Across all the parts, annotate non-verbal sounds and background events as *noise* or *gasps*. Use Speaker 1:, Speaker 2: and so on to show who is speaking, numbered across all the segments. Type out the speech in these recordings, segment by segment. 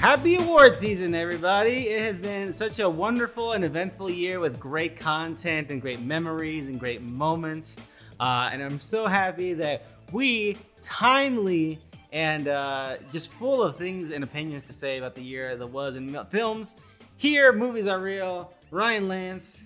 Speaker 1: Happy award season, everybody! It has been such a wonderful and eventful year with great content and great memories and great moments. Uh, and I'm so happy that we, timely and uh, just full of things and opinions to say about the year that was in mil- films, here, Movies Are Real, Ryan Lance,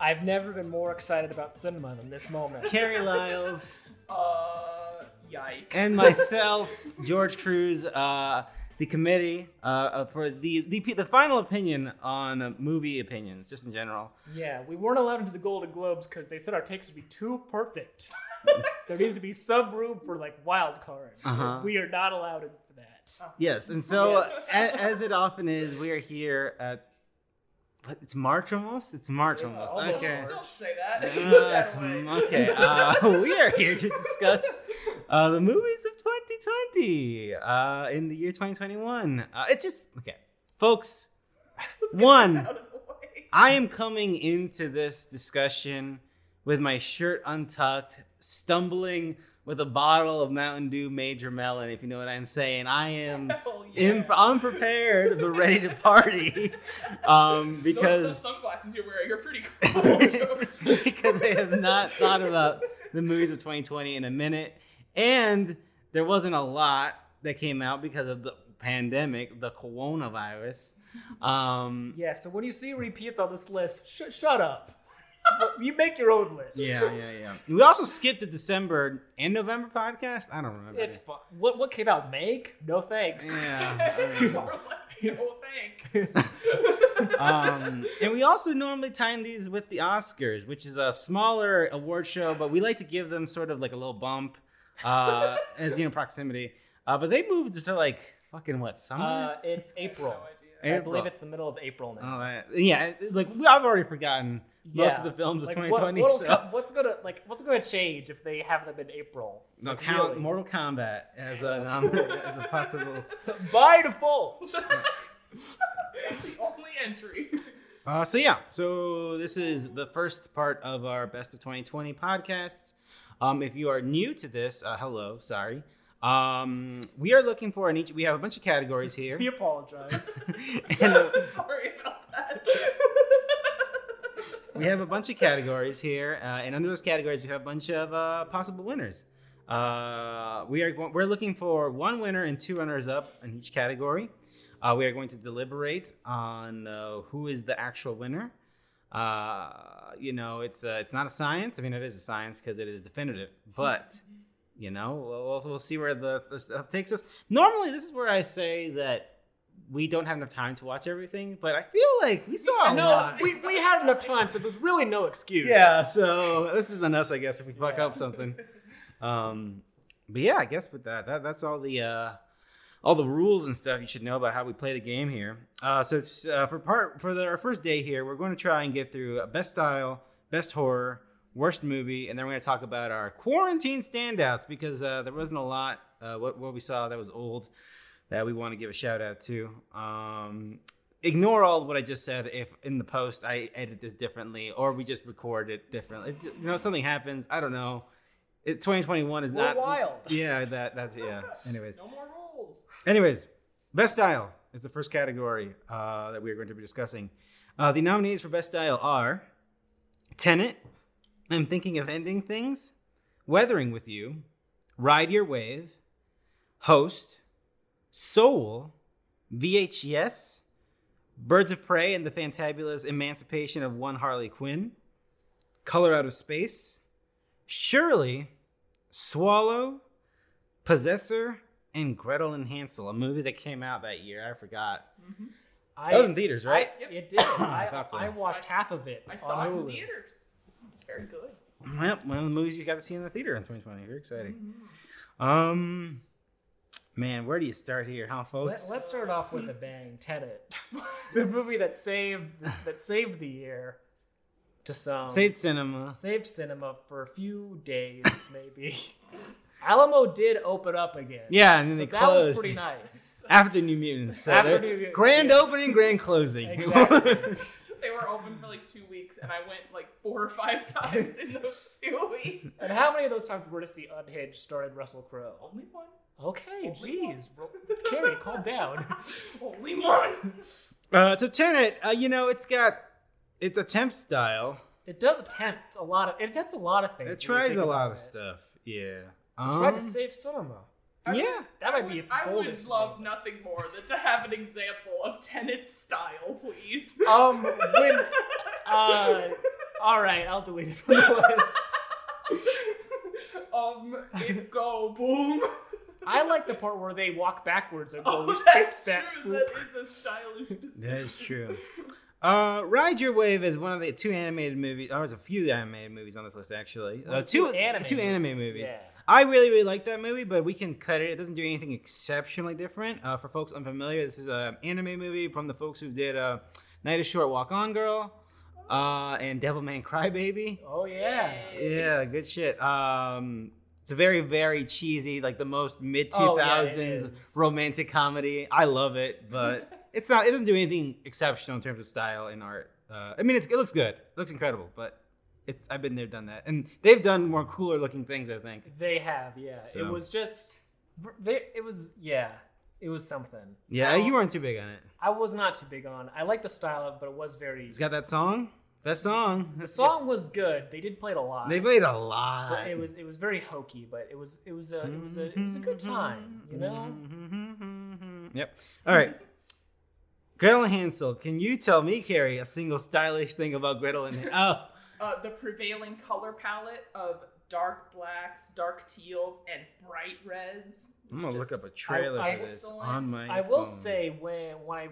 Speaker 2: I've never been more excited about cinema than this moment.
Speaker 1: Carrie Lyles,
Speaker 3: Uh, yikes.
Speaker 1: and myself, George Cruz, uh, the committee uh, uh, for the, the the final opinion on uh, movie opinions, just in general.
Speaker 2: Yeah, we weren't allowed into the Golden Globes because they said our takes would be too
Speaker 1: *laughs*
Speaker 2: perfect. there needs to be some room for like wild cards.
Speaker 1: Uh-huh.
Speaker 2: We are not allowed in for that.
Speaker 1: Yes, and so
Speaker 3: Yes.
Speaker 1: a, as it often is, we are here at. But it's March almost. It's March
Speaker 2: It's
Speaker 1: almost.
Speaker 2: almost
Speaker 1: okay.
Speaker 3: *laughs*
Speaker 2: March.
Speaker 3: Don't say *laughs* that.
Speaker 1: Uh,
Speaker 3: That's
Speaker 1: it's-
Speaker 3: way.
Speaker 1: okay. Uh, we are here to discuss uh, the movies of 2020 uh, in the year 2021. Uh, it's just okay, folks.
Speaker 3: Let's get this
Speaker 1: One.
Speaker 3: out of the way. *laughs*
Speaker 1: I am coming into this discussion with my shirt untucked, stumbling with a bottle of Mountain Dew Major Melon, if you know what I'm saying. I am
Speaker 3: *laughs* Hell yeah.
Speaker 1: in, unprepared but ready to
Speaker 3: *laughs*
Speaker 1: party um, *laughs*
Speaker 3: Those- those
Speaker 1: because
Speaker 3: sunglasses you're wearing are pretty cool.
Speaker 1: *laughs* because I have not thought about the movies of 2020 in a minute, and there wasn't a lot that came out because of the pandemic, the coronavirus. Um,
Speaker 2: Yeah, so when you see repeats on this list, sh-
Speaker 1: *laughs*
Speaker 2: shut up. you make your own list.
Speaker 1: Yeah, yeah, yeah. We also skipped the December and November podcast. I don't remember.
Speaker 2: It's fun. What what came out? Make? No thanks. *laughs*
Speaker 1: yeah. I don't know.
Speaker 3: We're like, no thanks.
Speaker 1: *laughs* um, and we also normally time these with the Oscars, which is a smaller award show, but we like to give them sort of like a little bump uh, as you know proximity. Uh, but they moved to like fucking what summer?
Speaker 2: Uh, it's April.
Speaker 3: No idea.
Speaker 1: And-
Speaker 2: I believe it's the middle of April now.
Speaker 1: oh, that, yeah, like we, I've already forgotten most of
Speaker 2: Yeah.
Speaker 1: the films of
Speaker 2: Like, what-
Speaker 1: 2020.
Speaker 2: what'll
Speaker 1: so
Speaker 2: co- what's gonna like what's gonna change if they have them in April?
Speaker 1: no,
Speaker 2: Like,
Speaker 1: count
Speaker 2: really.
Speaker 1: Mortal Kombat as a,
Speaker 2: *laughs*
Speaker 1: um, as a possible.
Speaker 2: by default.
Speaker 1: *laughs*
Speaker 3: the only entry. *laughs*
Speaker 1: Uh, so yeah, so this is the first part of our Best of 2020 podcast. Um, if you are new to this, uh, hello, sorry. Um, we are looking for an each. We have a bunch of categories here. *laughs*
Speaker 2: *laughs* we apologize.
Speaker 1: And, uh,
Speaker 3: Sorry about that.
Speaker 1: we have a bunch of categories here, uh, and under those categories, we have a bunch of uh, possible winners. Uh, we are going, we're looking for one winner and two runners up in each category. Uh, we are going to deliberate on uh, who is the actual winner. Uh, you know, it's uh, it's not a science. I mean, it is a science because it is definitive, but you know, we'll, we'll- we'll see where the, the stuff takes us. Normally, this is where I say that we don't have enough time to watch everything, but I feel like we saw a
Speaker 2: no,
Speaker 1: lot.
Speaker 2: we, we had enough time, so there's really no excuse.
Speaker 1: Yeah, so this is on us, I guess, if we fuck up something. Um, but yeah, I guess with that, that that's all the uh, all the rules and stuff you should know about how we play the game here. Uh, so uh, for part for the, our first day here, we're going to try and get through uh, best style, best horror, worst movie, and then we're going to talk about our quarantine standouts because uh, there wasn't a lot uh, what what we saw that was old that we want to give a shout out to. Um, ignore all of what I just said if in the post I edit this differently or we just record it differently. It's, you know, something happens. I don't know. It, 2021 is
Speaker 2: We're
Speaker 1: not
Speaker 2: wild.
Speaker 1: Yeah, that that's yeah. Anyways,
Speaker 3: No more rules.
Speaker 1: anyways, best style is the first category uh, that we are going to be discussing. Uh, the nominees for best style are Tenet, I'm thinking of ending things, Weathering with You, Ride Your Wave, Host, Soul, VHS, Birds of Prey and the Fantabulous Emancipation of One Harley Quinn, Color Out of Space, Shirley, Swallow, Possessor, and Gretel and Hansel, a movie that came out that year. I forgot.
Speaker 2: I,
Speaker 1: That was in theaters, right?
Speaker 2: I- it
Speaker 1: *coughs*
Speaker 2: did.
Speaker 1: I
Speaker 2: I,
Speaker 1: thought so.
Speaker 2: I watched half of it.
Speaker 3: I saw
Speaker 2: on
Speaker 3: it in
Speaker 2: Hulu.
Speaker 3: theaters. It's very good.
Speaker 1: Well, one of the movies you got to see in the theater in 2020. Very exciting.
Speaker 2: Mm-hmm.
Speaker 1: Um, man, where do you start here, huh,
Speaker 2: Let,
Speaker 1: folks?
Speaker 2: us start off with a bang.
Speaker 1: *laughs*
Speaker 2: Tenet, the movie that saved that saved the year to some
Speaker 1: Saved cinema.
Speaker 2: saved cinema for a few days, maybe. *laughs* Alamo did open up again.
Speaker 1: Yeah, and then
Speaker 2: so
Speaker 1: they
Speaker 2: that was
Speaker 1: closed
Speaker 2: pretty nice.
Speaker 1: after New Mutants. So
Speaker 2: After
Speaker 1: they're-
Speaker 2: New Mutants,
Speaker 1: grand
Speaker 2: yeah.
Speaker 1: opening, grand closing.
Speaker 2: *laughs*
Speaker 1: *laughs*
Speaker 2: Exactly.
Speaker 3: They were open for like two weeks, and I went like four or five *laughs* times in those two weeks.
Speaker 2: And how many of those times were to see Unhinged starring Russell Crowe?
Speaker 3: Only one. *laughs*
Speaker 2: Okay,
Speaker 3: Only one.
Speaker 2: jeez, Carrie, calm
Speaker 1: *laughs*
Speaker 2: down.
Speaker 3: Only one.
Speaker 1: Uh, so Tenet, uh, you know, it's got it's a temp style.
Speaker 2: It does attempt a lot of it attempts a lot of things. when
Speaker 1: It
Speaker 2: you
Speaker 1: tries
Speaker 2: think
Speaker 1: a
Speaker 2: about
Speaker 1: lot of
Speaker 2: it.
Speaker 1: stuff. Yeah.
Speaker 2: It tried
Speaker 1: Um,
Speaker 2: to save cinema.
Speaker 3: I
Speaker 1: yeah.
Speaker 3: would-
Speaker 2: That
Speaker 3: I
Speaker 2: might be
Speaker 3: would-
Speaker 2: its
Speaker 3: I would
Speaker 2: boldest
Speaker 3: love
Speaker 2: one.
Speaker 3: nothing more than to have an example of Tenet's style, please.
Speaker 2: Um, when, uh, all right, I'll delete it from
Speaker 3: *laughs*
Speaker 2: the list.
Speaker 3: *laughs* um, it go boom. *laughs*
Speaker 2: I like the part where they walk backwards and go
Speaker 3: Oh,
Speaker 2: straight
Speaker 3: *laughs* that's
Speaker 2: back
Speaker 3: true.
Speaker 2: spook.
Speaker 3: That is
Speaker 1: *laughs*
Speaker 3: a stylish decision.
Speaker 1: That is true. Uh, Ride Your Wave is one of the two animated movies. Oh, there's a few animated movies on this list actually. Uh,
Speaker 2: Well,
Speaker 1: two
Speaker 2: two anime
Speaker 1: two anime movies.
Speaker 2: Yeah.
Speaker 1: I really really like that movie, but we can cut it. It doesn't do anything exceptionally different. Uh, for folks unfamiliar, this is an anime movie from the folks who did uh, Night of Short Walk On Girl, uh, and Devilman Crybaby.
Speaker 2: Oh yeah.
Speaker 1: Yeah, good shit. Um, it's a very, very cheesy, like the most mid two
Speaker 2: Oh, yeah, it
Speaker 1: thousands
Speaker 2: is.
Speaker 1: romantic comedy. I love it,
Speaker 2: *laughs*
Speaker 1: but it's not. It doesn't do anything exceptional in terms of style and art. Uh, I mean, it's, it looks good, it looks incredible, but it's. I've been there, done that, and they've done more cooler looking things. I think.
Speaker 2: They have, yeah. It
Speaker 1: So.
Speaker 2: was just, they, it was, yeah, it was something.
Speaker 1: Yeah,
Speaker 2: I
Speaker 1: you
Speaker 2: don't-
Speaker 1: weren't too big on it.
Speaker 2: I was not too big on. I like the style of, it, but it was very.
Speaker 1: It's got that song. That song.
Speaker 2: The song was good. They did play it a lot.
Speaker 1: They played a
Speaker 2: but
Speaker 1: lot.
Speaker 2: it was it was very hokey, but it was it was a it was a it was a good
Speaker 1: Mm-hmm.
Speaker 2: time, you know.
Speaker 1: Yep. All right. Gretel and Hansel, can you tell me, Carrie, a single stylish thing about Gretel and Oh,
Speaker 3: Uh, the prevailing color palette of dark blacks, dark teals, and bright reds.
Speaker 1: I'm gonna look up a trailer
Speaker 2: trailer I-
Speaker 1: for
Speaker 2: for
Speaker 1: this
Speaker 3: this
Speaker 1: on
Speaker 3: on
Speaker 1: my.
Speaker 2: I will say when when I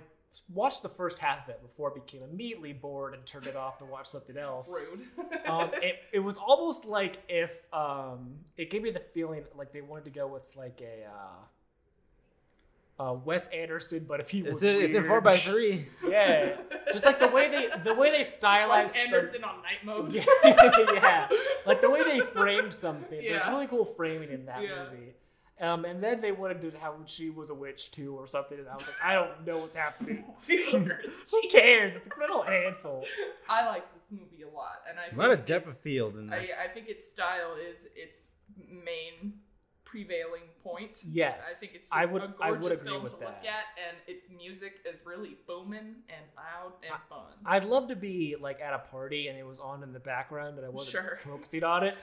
Speaker 2: watched the first half of it before I became immediately bored and turned it off and watched something else.
Speaker 3: Rude.
Speaker 1: *laughs*
Speaker 2: Um,
Speaker 1: Oh,
Speaker 3: *laughs*
Speaker 2: it, it was almost like if um, it gave me the feeling like they wanted to go with like a uh, uh, Wes Anderson, but if he was
Speaker 1: it's, a, it's in
Speaker 2: weird.
Speaker 1: four by three.
Speaker 2: *laughs* yeah, just like the way they the way they stylized
Speaker 3: Wes
Speaker 2: certain-
Speaker 3: Anderson on night *laughs* mode.
Speaker 2: yeah, yeah. Like the way they framed something. There's
Speaker 3: Yeah.
Speaker 2: really cool framing in that
Speaker 3: Yeah.
Speaker 2: movie. Um, and then they wanted to how she was a witch too or something, and I was like, I don't know what's
Speaker 3: *laughs*
Speaker 2: happening. Who cares? It's Gretel and Hansel.
Speaker 3: I like this movie a lot, and I
Speaker 1: A lot
Speaker 3: think
Speaker 1: of depth
Speaker 3: it's-
Speaker 1: of field in
Speaker 3: I,
Speaker 1: this.
Speaker 3: I think its style is its main prevailing point.
Speaker 2: Yes,
Speaker 3: I think it's just
Speaker 2: I would-
Speaker 3: a
Speaker 2: I would
Speaker 3: gorgeous
Speaker 2: agree
Speaker 3: film
Speaker 2: with
Speaker 3: to look
Speaker 2: that.
Speaker 3: at, and its music is really booming and loud and fun.
Speaker 2: I'd love to be like at a party and it was on in the background and I wasn't
Speaker 3: Sure.
Speaker 2: focusing on it.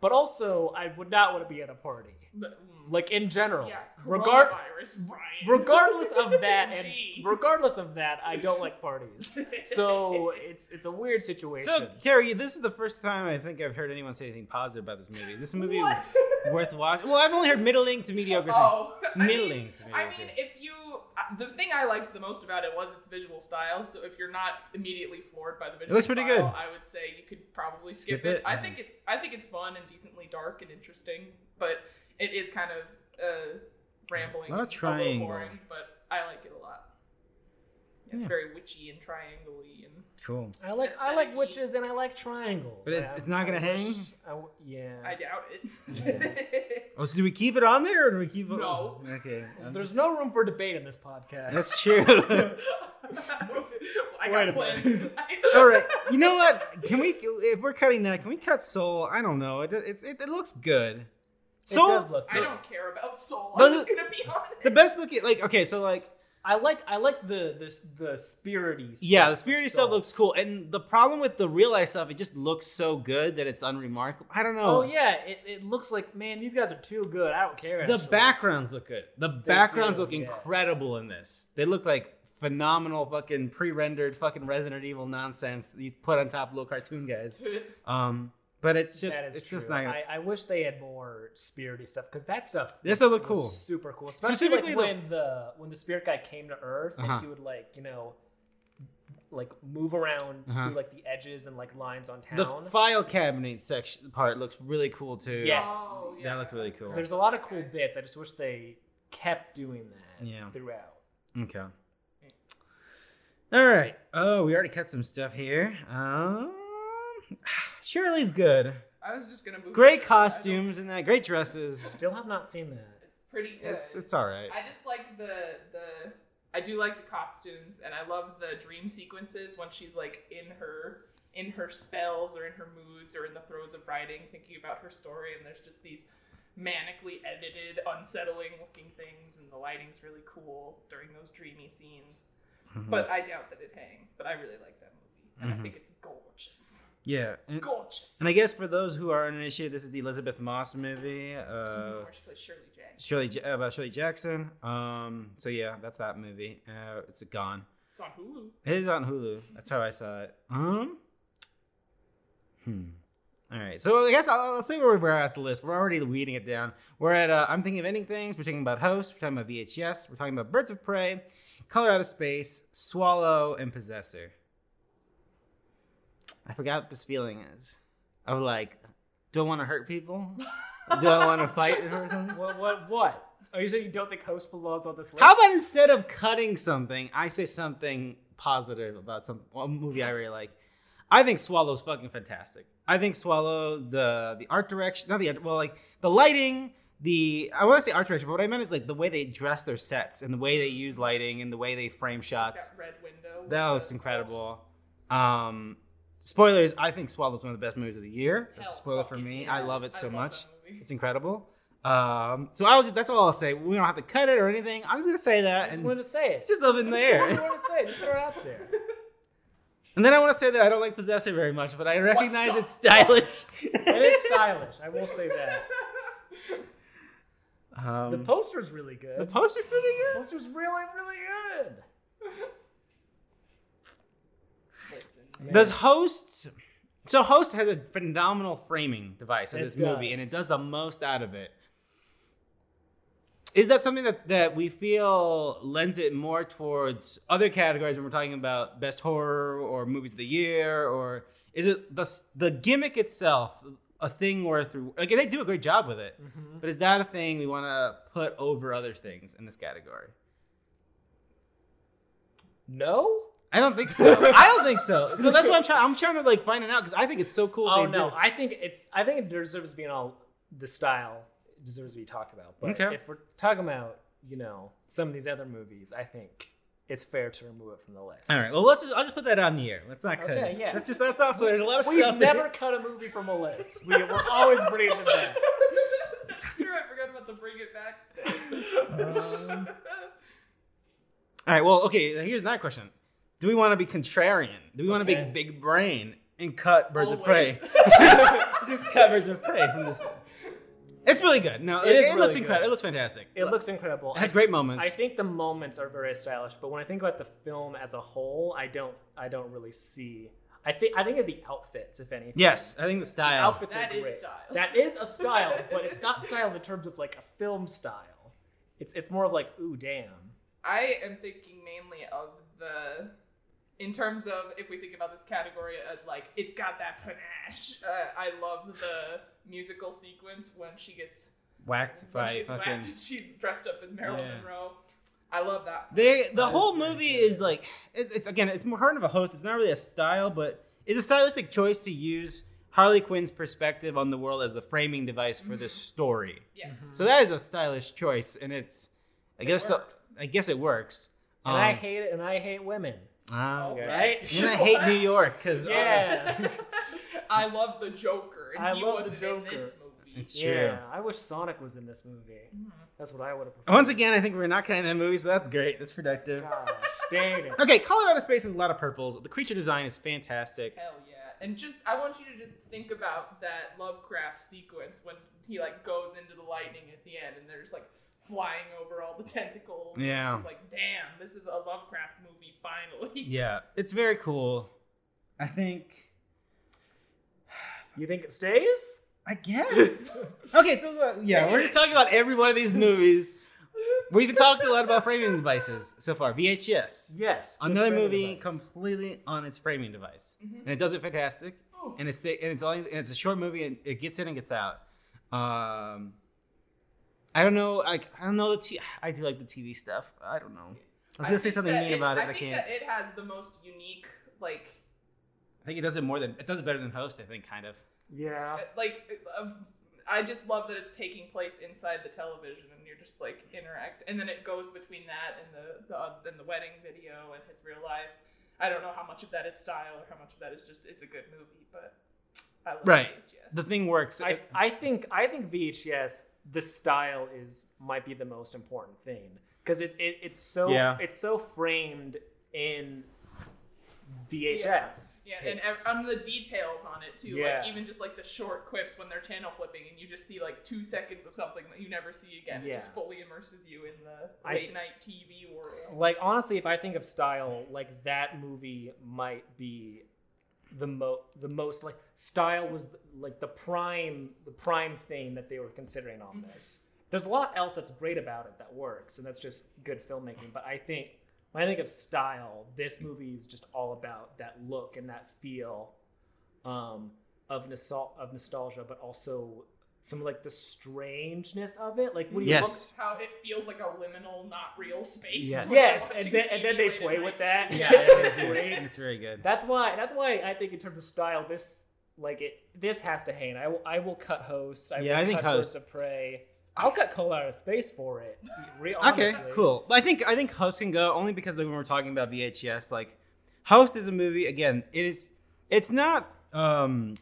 Speaker 2: But also, I would not want to be at a party.
Speaker 3: But, mm,
Speaker 2: Like in general,
Speaker 3: yeah,
Speaker 2: regard
Speaker 3: coronavirus, Brian.
Speaker 2: regardless
Speaker 3: *laughs*
Speaker 2: of that and
Speaker 3: Jeez. *laughs*
Speaker 2: regardless of that, I don't like parties. So it's it's a weird situation.
Speaker 1: so, Carrie, this is the first time I think I've heard anyone say anything positive about this movie. Is this movie
Speaker 3: What?
Speaker 1: worth watching? Well, I've only heard middling to mediocre. things.
Speaker 3: Oh, *laughs* I mean-
Speaker 1: middling to mediocre.
Speaker 3: I mean, if you, uh, the thing I liked the most about it was its visual style. So if you're not immediately floored by the visual
Speaker 1: looks pretty
Speaker 3: style,
Speaker 1: good.
Speaker 3: I would say you could probably skip,
Speaker 1: Skip
Speaker 3: it.
Speaker 1: it, Mm-hmm.
Speaker 3: I
Speaker 1: yeah.
Speaker 3: think it's, I think it's fun and decently dark and interesting, but it is kind of uh, rambling,
Speaker 1: Not a
Speaker 3: little
Speaker 1: triangle.
Speaker 3: boring, but I like it a lot. Yeah, It's
Speaker 1: Yeah.
Speaker 3: very witchy and triangle-y and
Speaker 1: cool.
Speaker 2: I like I
Speaker 3: aesthetic-y.
Speaker 2: like witches and I like triangles.
Speaker 1: But it's-
Speaker 2: I-
Speaker 1: it's not gonna
Speaker 2: I wish-
Speaker 1: hang?
Speaker 2: I w- yeah.
Speaker 3: I doubt it.
Speaker 1: Oh, so do we keep it on there or do we keep it?
Speaker 3: No.
Speaker 1: Okay. I'm
Speaker 2: There's
Speaker 1: just-
Speaker 2: no room for debate in this podcast.
Speaker 1: That's true.
Speaker 3: *laughs* I
Speaker 2: Wait
Speaker 3: got
Speaker 2: a
Speaker 3: plans
Speaker 2: minute.
Speaker 3: tonight.
Speaker 1: *laughs* All right.
Speaker 3: *laughs*
Speaker 1: You know what? Can we? If we're cutting that, can we cut Soul? I don't know. It it, it, it looks good. Soul.
Speaker 2: does look
Speaker 3: I
Speaker 2: good.
Speaker 3: don't care about Soul.
Speaker 1: Those
Speaker 3: I'm just
Speaker 1: are-
Speaker 3: gonna be honest.
Speaker 1: The best looking. Like okay, so like
Speaker 2: *laughs* I like I like the this the spirity. Stuff
Speaker 1: yeah, the spirity
Speaker 2: So-
Speaker 1: stuff looks cool, and the problem with the real life stuff, it just looks so good that it's unremarkable. I don't know.
Speaker 2: Oh yeah, it, it looks like man, these guys are too good. I don't care.
Speaker 1: The
Speaker 2: actually.
Speaker 1: backgrounds look good. The backgrounds
Speaker 2: do,
Speaker 1: look
Speaker 2: yes.
Speaker 1: incredible in this. They look like phenomenal fucking pre-rendered fucking Resident Evil nonsense that you put on top of little cartoon guys. Um, but it's just
Speaker 2: that is
Speaker 1: it's
Speaker 2: true.
Speaker 1: just not.
Speaker 2: I, I wish they had more spirity stuff because that stuff.
Speaker 1: This stuff looked
Speaker 2: was
Speaker 1: cool.
Speaker 2: Super cool, especially like
Speaker 1: Specifically the-
Speaker 2: when the when the spirit guy came to Earth
Speaker 1: Uh-huh.
Speaker 2: and he would like you know. Like move around,
Speaker 1: Uh-huh.
Speaker 2: do like the edges and like lines on town.
Speaker 1: The file cabinet section part looks really cool too.
Speaker 2: Yeah.
Speaker 3: Oh,
Speaker 2: Yes.
Speaker 1: That looked really cool.
Speaker 2: There's a lot of cool bits. I just wish they kept doing that
Speaker 1: Yeah.
Speaker 2: throughout.
Speaker 1: Okay. All right. Oh, we already cut some stuff here. Um, *sighs* Shirley's good.
Speaker 3: I was just gonna move.
Speaker 1: Great
Speaker 3: on.
Speaker 1: costumes and that. Great dresses.
Speaker 2: Still have not seen that.
Speaker 3: I don't- It's pretty good.
Speaker 1: It's it's all right.
Speaker 3: I just like the the. I do like the costumes, and I love the dream sequences when she's like in her in her spells or in her moods or in the throes of writing, thinking about her story, and there's just these manically edited, unsettling looking things, and the lighting's really cool during those dreamy scenes.
Speaker 1: Mm-hmm.
Speaker 3: But I doubt that it hangs. But I really like that movie, and
Speaker 1: Mhm.
Speaker 3: I think it's gorgeous.
Speaker 1: yeah.
Speaker 3: It's
Speaker 1: And,
Speaker 3: gorgeous.
Speaker 1: and I guess for those who are uninitiated, this is the Elizabeth Moss movie. Uh,
Speaker 3: Where she plays Shirley Jackson.
Speaker 1: Shirley Ja- about Shirley Jackson. Um, so yeah, that's that movie. Uh, it's gone.
Speaker 3: It's on Hulu.
Speaker 1: It is on Hulu. That's how I saw it. Um. Hmm. All right. So I guess I'll, I'll say where we're at the list. We're already weeding it down. We're at. Uh, I'm thinking of ending things. We're talking about hosts. We're talking about VHS. We're talking about Birds of Prey, Color Out of Space, Swallow, and Possessor. I forgot what this feeling is. Of like, do I want to hurt people? do I want to fight or something?
Speaker 2: What? What? What? Are you saying you don't think Host belongs on this list?
Speaker 1: How about instead of cutting something, I say something positive about some a movie I really like. I think Swallow's fucking fantastic. I think Swallow the the art direction, not the art, well, like the lighting, the I want to say art direction, but what I meant is like the way they dress their sets and the way they use lighting and the way they frame shots.
Speaker 3: That red window.
Speaker 1: That looks incredible. Um, spoilers. I think Swallow's one of the best movies of the year. That's a
Speaker 3: Hell
Speaker 1: spoiler for
Speaker 3: fucking
Speaker 1: me.
Speaker 3: yeah.
Speaker 1: I love it so
Speaker 3: love
Speaker 1: much.
Speaker 3: that movie.
Speaker 1: It's incredible. Um, so I'll just that's all I'll say. We don't have to cut it or anything. I'm just gonna say
Speaker 2: I
Speaker 1: that,
Speaker 2: just
Speaker 1: and
Speaker 2: wanted to say it.
Speaker 1: it's just up in
Speaker 2: I just
Speaker 1: there.
Speaker 2: wanted to say it. Just throw it
Speaker 1: *laughs*
Speaker 2: out there.
Speaker 1: and then I want to say that I don't like Possessor very much, but I recognize
Speaker 3: the
Speaker 1: it's
Speaker 2: *laughs*
Speaker 1: stylish.
Speaker 2: It is stylish. I will say that.
Speaker 1: *laughs* Um,
Speaker 2: The poster's really good.
Speaker 1: the poster's pretty
Speaker 2: The
Speaker 1: good.
Speaker 2: poster's really, really good.
Speaker 3: Listen.
Speaker 1: *laughs*
Speaker 2: Man.
Speaker 1: Does hosts? So host has a phenomenal framing device as
Speaker 2: It
Speaker 1: its movie, and it
Speaker 2: does.
Speaker 1: does the most out of it. Is that something that, that we feel lends it more towards other categories when we're talking about best horror or movies of the year, or is it the s- the gimmick itself a thing where through like they do a great job with it,
Speaker 2: Mhm.
Speaker 1: but is that a thing we want to put over other things in this category?
Speaker 2: No.
Speaker 1: I don't think so. I don't think so. So that's why I'm trying. I'm trying to like find it out because I think it's so cool.
Speaker 2: Oh
Speaker 1: they
Speaker 2: no,
Speaker 1: do-
Speaker 2: I think it's. I think it deserves being all the style it deserves to be talked about. But
Speaker 1: Okay.
Speaker 2: if we're talking about you know some of these other movies, I think it's fair to remove it from the list.
Speaker 1: All right. Well, let's just I'll just put that on the air. Let's not cut.
Speaker 2: Okay,
Speaker 1: it.
Speaker 2: yeah.
Speaker 1: That's just that's also there's a lot of
Speaker 2: We've
Speaker 1: stuff. in
Speaker 2: never
Speaker 1: it.
Speaker 2: cut a movie from a list. We, we're always bringing it back.
Speaker 3: Sure, I forgot about the bring it back. thing.
Speaker 1: Um, All right. Well, okay. Here's another question. Do we want to be contrarian? Do we want to
Speaker 2: Okay.
Speaker 1: be big brain and cut birds of prey?
Speaker 3: Always.
Speaker 1: *laughs* just cut birds of prey from this. It's really good. No,
Speaker 2: It
Speaker 1: it,
Speaker 2: is
Speaker 1: it
Speaker 2: really
Speaker 1: looks
Speaker 2: good.
Speaker 1: incredible. It looks fantastic.
Speaker 2: It looks incredible.
Speaker 1: It has great moments.
Speaker 2: I think the moments are very stylish, but when I think about the film as a whole, I don't. I don't really see. I think. I think of the outfits, if anything.
Speaker 1: yes, I think the
Speaker 2: The
Speaker 1: style.
Speaker 2: outfits
Speaker 3: That
Speaker 2: are
Speaker 3: is
Speaker 2: great.
Speaker 3: style.
Speaker 2: That is a style, but it's not style in terms of like a film style. It's it's more of like ooh damn.
Speaker 3: *laughs* I am thinking mainly of the, in terms of if we think about this category as like it's got that panache. Uh, I love the musical sequence when she gets
Speaker 1: Whacked
Speaker 3: when
Speaker 1: by
Speaker 3: she gets
Speaker 1: fucking.
Speaker 3: whacked. She's dressed up as Marilyn
Speaker 1: Yeah.
Speaker 3: Monroe. I love that.
Speaker 1: They the
Speaker 2: That is
Speaker 1: whole
Speaker 2: pretty
Speaker 1: movie
Speaker 2: good.
Speaker 1: is like it's, it's again it's more kind of a host. It's not really a style, but it's a stylistic choice to use Harley Quinn's perspective on the world as the framing device for this
Speaker 2: Mm-hmm.
Speaker 1: story.
Speaker 3: Yeah,
Speaker 1: So that is a stylish choice, and it's I guess the-
Speaker 3: works.
Speaker 1: I guess it works.
Speaker 2: And I
Speaker 1: Um,
Speaker 2: hate it, and I hate women.
Speaker 1: ah,
Speaker 3: Oh,
Speaker 1: okay.
Speaker 2: right?
Speaker 1: And I hate New York because
Speaker 2: Yeah.
Speaker 3: *laughs* I love the Joker, and
Speaker 2: I
Speaker 3: he
Speaker 2: love the
Speaker 3: wasn't
Speaker 2: Joker.
Speaker 3: in this movie.
Speaker 1: it's true.
Speaker 2: yeah, I wish Sonic was in this movie.
Speaker 3: Mm-hmm.
Speaker 2: That's what I would have preferred.
Speaker 1: Once again, I think we're not cutting that movie, so that's great. That's productive.
Speaker 2: gosh, dang it.
Speaker 1: Okay, Colorado Space has a lot of purples. The creature design is fantastic.
Speaker 3: Hell yeah. And just I want you to just think about that Lovecraft sequence when he like goes into the lightning at the end and they're just like flying over all the tentacles. and
Speaker 1: Yeah.
Speaker 3: It's just like, damn, this is a Lovecraft movie finally. *laughs*
Speaker 1: Yeah, it's very cool. I think.
Speaker 2: You think it stays?
Speaker 1: I *laughs* guess. okay, so look, yeah, we're just talking about every one of these movies. We've been talking a lot about framing devices so far. VHS,
Speaker 2: Yes. good
Speaker 1: another
Speaker 2: framing
Speaker 1: movie
Speaker 2: device.
Speaker 1: completely on its framing device,
Speaker 3: Mhm.
Speaker 1: and it does it fantastic.
Speaker 3: Ooh.
Speaker 1: And it's the, and it's only and it's a short movie, and it gets in and gets out. Um, I don't know, like I don't know the t- I do like the TV stuff. I don't know. I was gonna say
Speaker 3: think
Speaker 1: something
Speaker 3: that
Speaker 1: mean about it,
Speaker 3: I
Speaker 1: and I
Speaker 3: think
Speaker 1: can't.
Speaker 3: that it has the most unique like
Speaker 1: I think it does it more than it does it better than Host. I think kind of.
Speaker 2: Yeah.
Speaker 3: like uh, I just love that it's taking place inside the television and you're just like interact and then it goes between that and the the uh, and the wedding video and his real life. I don't know how much of that is style or how much of that is just it's a good movie, but I love
Speaker 1: Right.
Speaker 3: VHS.
Speaker 1: The thing works.
Speaker 2: I, I think I think VHS the style is might be the most important thing because it, it it's so
Speaker 1: Yeah.
Speaker 2: it's so framed in VHS.
Speaker 3: Yeah, and
Speaker 2: tapes.
Speaker 3: ev- on the details on it too.
Speaker 2: Yeah.
Speaker 3: Like even just like the short quips when they're channel flipping, and you just see like two seconds of something that you never see again. It just
Speaker 2: Yeah.
Speaker 3: fully immerses you in the
Speaker 2: I
Speaker 3: late
Speaker 2: th-
Speaker 3: night TV world.
Speaker 2: like honestly if i think of style like that movie might be the mo the most like style was like the prime the prime thing that they were considering on this there's a lot else that's great about it that works and that's just good filmmaking but i think when i think of style this movie is just all about that look and that feel um of nostal- of nostalgia but also some like the strangeness of it like when you look
Speaker 1: Yes.
Speaker 3: How it feels like a liminal, not real space.
Speaker 1: Yes.
Speaker 3: when you're
Speaker 2: Yes, and
Speaker 3: watching
Speaker 2: then, and then
Speaker 3: TV
Speaker 2: they
Speaker 3: late at
Speaker 2: play
Speaker 3: night.
Speaker 2: with *laughs* that.
Speaker 1: Yeah, it is
Speaker 2: It's
Speaker 3: *laughs*
Speaker 1: good.
Speaker 2: great.
Speaker 1: And it's very good.
Speaker 2: that's why. That's why I think in terms of style, this like it. This has to hang. I will. I will cut hosts. I
Speaker 1: Yeah,
Speaker 2: will
Speaker 1: I think
Speaker 2: cut Birds
Speaker 1: Host-
Speaker 2: of Prey. I'll cut Cole out of space for it. Real.
Speaker 1: Okay,
Speaker 2: honestly.
Speaker 1: cool. I think I think Host can go only because like, when we're talking about VHS, like Host is a movie. Again, it is. It's not um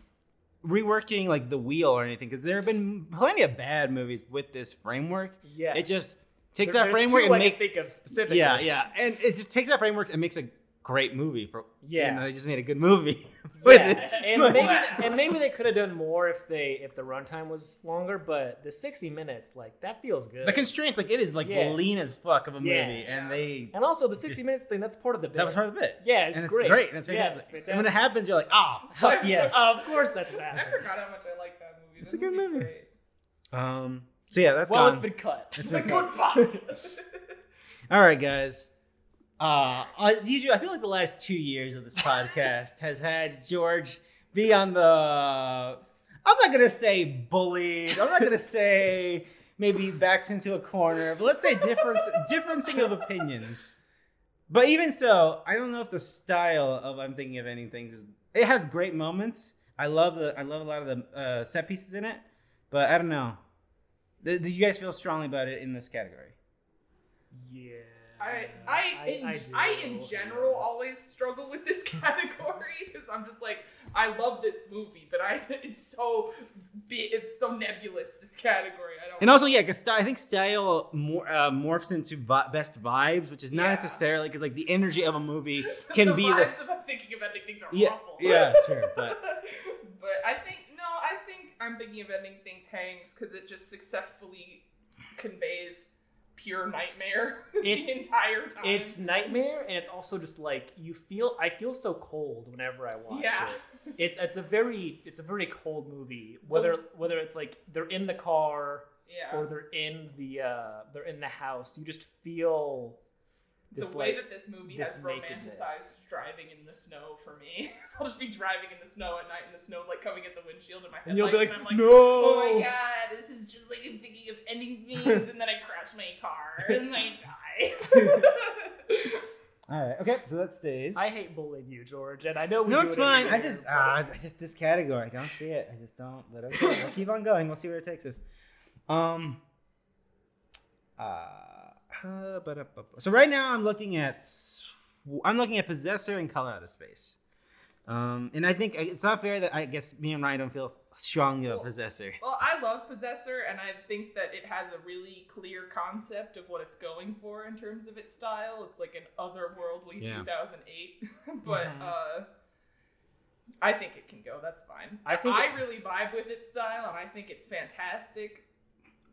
Speaker 1: reworking like the wheel or anything because there have been plenty of bad movies with this framework.
Speaker 2: Yes.
Speaker 1: It just takes
Speaker 2: There-
Speaker 1: that
Speaker 2: there's
Speaker 1: framework
Speaker 2: two
Speaker 1: and
Speaker 2: I can
Speaker 1: make
Speaker 2: think of specifically.
Speaker 1: yeah yeah, and it just takes that framework and makes a great movie. For
Speaker 2: Yeah.
Speaker 1: and they just made a good movie. *laughs* *laughs* with
Speaker 2: Yeah,
Speaker 1: it.
Speaker 2: and
Speaker 1: But-
Speaker 2: maybe and maybe they could have done more if they if the runtime was longer, but the sixty minutes like that feels good.
Speaker 1: the constraints like it is like
Speaker 2: Yeah.
Speaker 1: lean as fuck of a movie,
Speaker 2: Yeah.
Speaker 1: and they
Speaker 2: and also the sixty minutes thing that's part of the bit.
Speaker 1: that was part of the bit.
Speaker 2: Yeah, it's
Speaker 1: and it's
Speaker 2: great.
Speaker 1: great. and it's
Speaker 2: Yeah,
Speaker 1: fantastic.
Speaker 2: it's fantastic.
Speaker 1: And when it happens, you're like, ah, fuck yes.
Speaker 2: *laughs* of course that's what
Speaker 3: I
Speaker 2: happens.
Speaker 3: forgot how much I like that movie.
Speaker 1: It's
Speaker 3: That
Speaker 1: a good
Speaker 3: movie's
Speaker 1: movie.
Speaker 3: great.
Speaker 1: Um. So yeah, that's
Speaker 2: well,
Speaker 1: gone.
Speaker 2: it's been cut. *laughs*
Speaker 1: It's been
Speaker 2: Good
Speaker 1: cut.
Speaker 2: fuck.
Speaker 1: All right, guys. Uh, as usual, I feel like the last two years of this podcast has had George be on the. I'm not gonna say bullied. I'm not gonna say maybe backed into a corner, but let's say difference differencing of opinions. But even so, I don't know if the style of I'm thinking of anything is. It has great moments. I love the. I love a lot of the uh, set pieces in it, but I don't know. Do do you guys feel strongly about it in this category?
Speaker 2: Yeah.
Speaker 3: I, I, in, I,
Speaker 2: do.
Speaker 3: in general always struggle with this *laughs* category because I'm just like I love this movie, but I *laughs* it's so bi- it's so nebulous this category. I don't.
Speaker 1: And also, yeah, because I think style mor- uh, morphs into vi- best vibes, which is not
Speaker 3: Yeah.
Speaker 1: necessarily because like the energy of a movie
Speaker 3: *laughs*
Speaker 1: can
Speaker 3: the
Speaker 1: be
Speaker 3: vibes
Speaker 1: this.
Speaker 3: of I'm thinking of ending things are
Speaker 1: Yeah,
Speaker 3: awful.
Speaker 1: yeah, sure, but-
Speaker 3: *laughs* But I think no, I think I'm thinking of ending things hangs because it just successfully conveys pure nightmare *laughs*
Speaker 2: It's-
Speaker 3: the entire time.
Speaker 2: It's nightmare, and it's also just like you feel. I feel so cold whenever I watch
Speaker 3: yeah.
Speaker 2: it. It's it's a very it's a very cold movie. Whether whether it's like they're in the car
Speaker 3: Yeah.
Speaker 2: or they're in the uh they're in the house, you just feel this
Speaker 3: the way
Speaker 2: like
Speaker 3: that this movie
Speaker 2: this
Speaker 3: has
Speaker 2: nakedness.
Speaker 3: romanticized driving in the snow for me. *laughs* so I'll just be driving in the snow at night, and the snow's like coming at the windshield in my
Speaker 2: and
Speaker 3: headlights,
Speaker 2: you'll be like,
Speaker 3: and I'm
Speaker 2: no.
Speaker 3: Oh my god, this is just like I'm thinking of
Speaker 2: *laughs*
Speaker 3: ending things, and then I crash my car and I die.
Speaker 2: *laughs*
Speaker 3: *laughs*
Speaker 1: All right, okay, so that stays.
Speaker 2: I hate bullying you, George, and I know we
Speaker 1: no,
Speaker 2: do
Speaker 1: it's
Speaker 2: it every
Speaker 1: fine. I
Speaker 2: year,
Speaker 1: just,
Speaker 2: but-
Speaker 1: ah, I just this category. I don't see it. I just don't. But okay, we'll keep on going. We'll see where it takes us. Um. Uh, uh, ba-da-ba-ba. so right now I'm looking at, I'm looking at Possessor and Color Out of Space. Um, and I think it's not fair that I guess me and Ryan don't feel strongly about
Speaker 3: Well,
Speaker 1: Possessor.
Speaker 3: well, I love Possessor, and I think that it has a really clear concept of what it's going for in terms of its style. It's like an otherworldly
Speaker 1: Yeah.
Speaker 3: 2008, *laughs* but
Speaker 2: Mhm.
Speaker 3: uh, I think it can go. That's fine.
Speaker 2: I think-
Speaker 3: I really vibe with its style, and I think it's fantastic.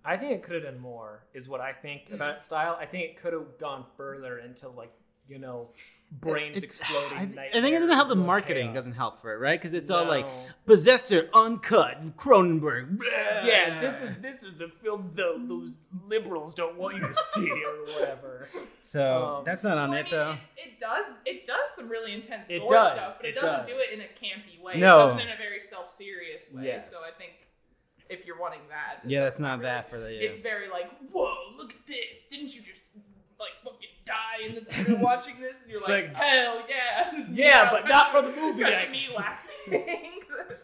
Speaker 2: I think it could have done more, is what I think
Speaker 1: Hmm.
Speaker 3: Mm.
Speaker 2: about style. I think it could have gone further into like, you know, brains
Speaker 1: It-
Speaker 2: exploding.
Speaker 1: I, th- I think it doesn't help. The marketing doesn't help for it, right? Because it's all like possessor, uncut, Cronenberg. blah.
Speaker 2: Yeah, this is this is the film tho- those liberals don't want you to see or whatever.
Speaker 1: So
Speaker 2: um,
Speaker 1: that's not on
Speaker 3: Well, I
Speaker 1: it
Speaker 3: mean,
Speaker 1: though.
Speaker 3: it's- It does. It does some really intense
Speaker 2: It
Speaker 3: gore
Speaker 2: does,
Speaker 3: stuff, but it,
Speaker 2: it
Speaker 3: doesn't do
Speaker 2: does.
Speaker 3: it in a campy way.
Speaker 1: No.
Speaker 3: It does it in a very self-serious way.
Speaker 2: Yes.
Speaker 3: So I think if you're wanting that, it
Speaker 1: Yeah, that's
Speaker 3: doesn't
Speaker 1: not
Speaker 3: really-
Speaker 1: that for the.
Speaker 3: It's very like, whoa, look at this! Didn't you just like fucking die in the theater *laughs* watching this? And you're
Speaker 2: It's
Speaker 3: like,
Speaker 2: like,
Speaker 3: hell
Speaker 2: *laughs*
Speaker 3: yeah,
Speaker 2: Yeah, but
Speaker 3: cut
Speaker 2: not
Speaker 3: to-
Speaker 2: from the movie.
Speaker 3: Cut
Speaker 2: I-
Speaker 3: to me *laughs* laughing.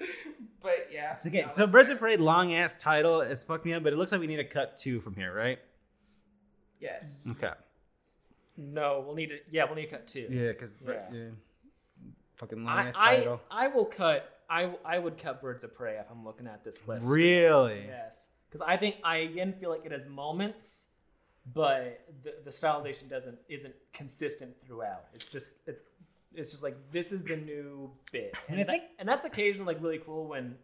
Speaker 3: *laughs* but yeah.
Speaker 1: So, okay,
Speaker 3: no,
Speaker 1: so
Speaker 3: that's
Speaker 1: Birds
Speaker 3: fair.
Speaker 1: of Parade, long ass title, has fucked me up, but it looks like we need to cut two from here, right?
Speaker 3: Yes.
Speaker 2: Mm,
Speaker 1: Okay.
Speaker 2: No, we'll need to. Yeah, we'll need to cut two.
Speaker 1: Yeah, because
Speaker 2: Yeah.
Speaker 1: fucking long
Speaker 2: I,
Speaker 1: ass
Speaker 2: I
Speaker 1: title.
Speaker 2: I will cut. I I would cut Birds of Prey if I'm looking at this list.
Speaker 1: really?
Speaker 2: Yes, because I think I again feel like it has moments, but the, the stylization doesn't isn't consistent throughout. It's just it's it's just like this is the new bit,
Speaker 1: And I
Speaker 2: tha-
Speaker 1: think-
Speaker 2: and that's occasionally like really cool when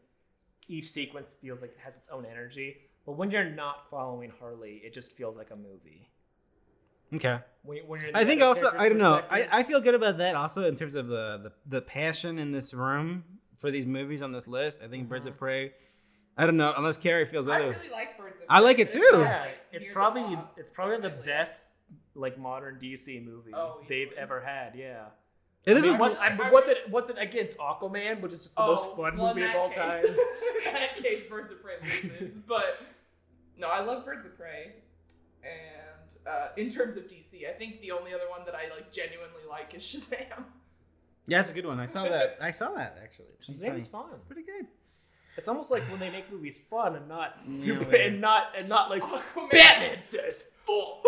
Speaker 2: each sequence feels like it has its own energy. But when you're not following Harley, it just feels like a movie.
Speaker 1: Okay.
Speaker 2: When, when you're in
Speaker 1: I
Speaker 2: the
Speaker 1: think
Speaker 2: other
Speaker 1: also
Speaker 2: character's
Speaker 1: I don't know. I, I
Speaker 2: perspectives-
Speaker 1: feel good about that also in terms of the, the the passion in this room for these movies on this list. I think Birds of Prey. I don't know unless Carrie feels
Speaker 3: I
Speaker 1: other.
Speaker 3: really like Birds of
Speaker 1: I
Speaker 3: Prey,
Speaker 1: like it
Speaker 3: but
Speaker 1: too.
Speaker 3: not,
Speaker 2: Yeah,
Speaker 3: like,
Speaker 2: it's
Speaker 3: near the
Speaker 2: probably
Speaker 3: top.
Speaker 2: it's probably the
Speaker 3: Definitely.
Speaker 2: best like modern DC movie
Speaker 3: Oh,
Speaker 2: they've
Speaker 3: easily.
Speaker 2: ever had. Yeah.
Speaker 1: And
Speaker 2: I
Speaker 1: this was
Speaker 2: mean, what- I- but what's it? What's it against Aquaman, which is just the most
Speaker 3: Oh,
Speaker 2: fun
Speaker 3: well, in
Speaker 2: movie of
Speaker 3: that
Speaker 2: all *laughs*
Speaker 3: case- *laughs*
Speaker 2: time?
Speaker 3: in that case, Birds of Prey
Speaker 2: *laughs*
Speaker 3: loses. But no, I love Birds of Prey. And uh, in terms of DC, I think the only other one that I like genuinely like is Shazam. *laughs*
Speaker 1: yeah, that's a good one. I saw that. I saw that actually. It's pretty
Speaker 2: Shazam
Speaker 1: funny.
Speaker 2: is fun.
Speaker 1: It's pretty good.
Speaker 2: It's almost like when they make movies fun and not super
Speaker 1: yeah.
Speaker 2: and not and not like "Oh,
Speaker 3: Aquaman.
Speaker 2: Batman says.
Speaker 3: Full.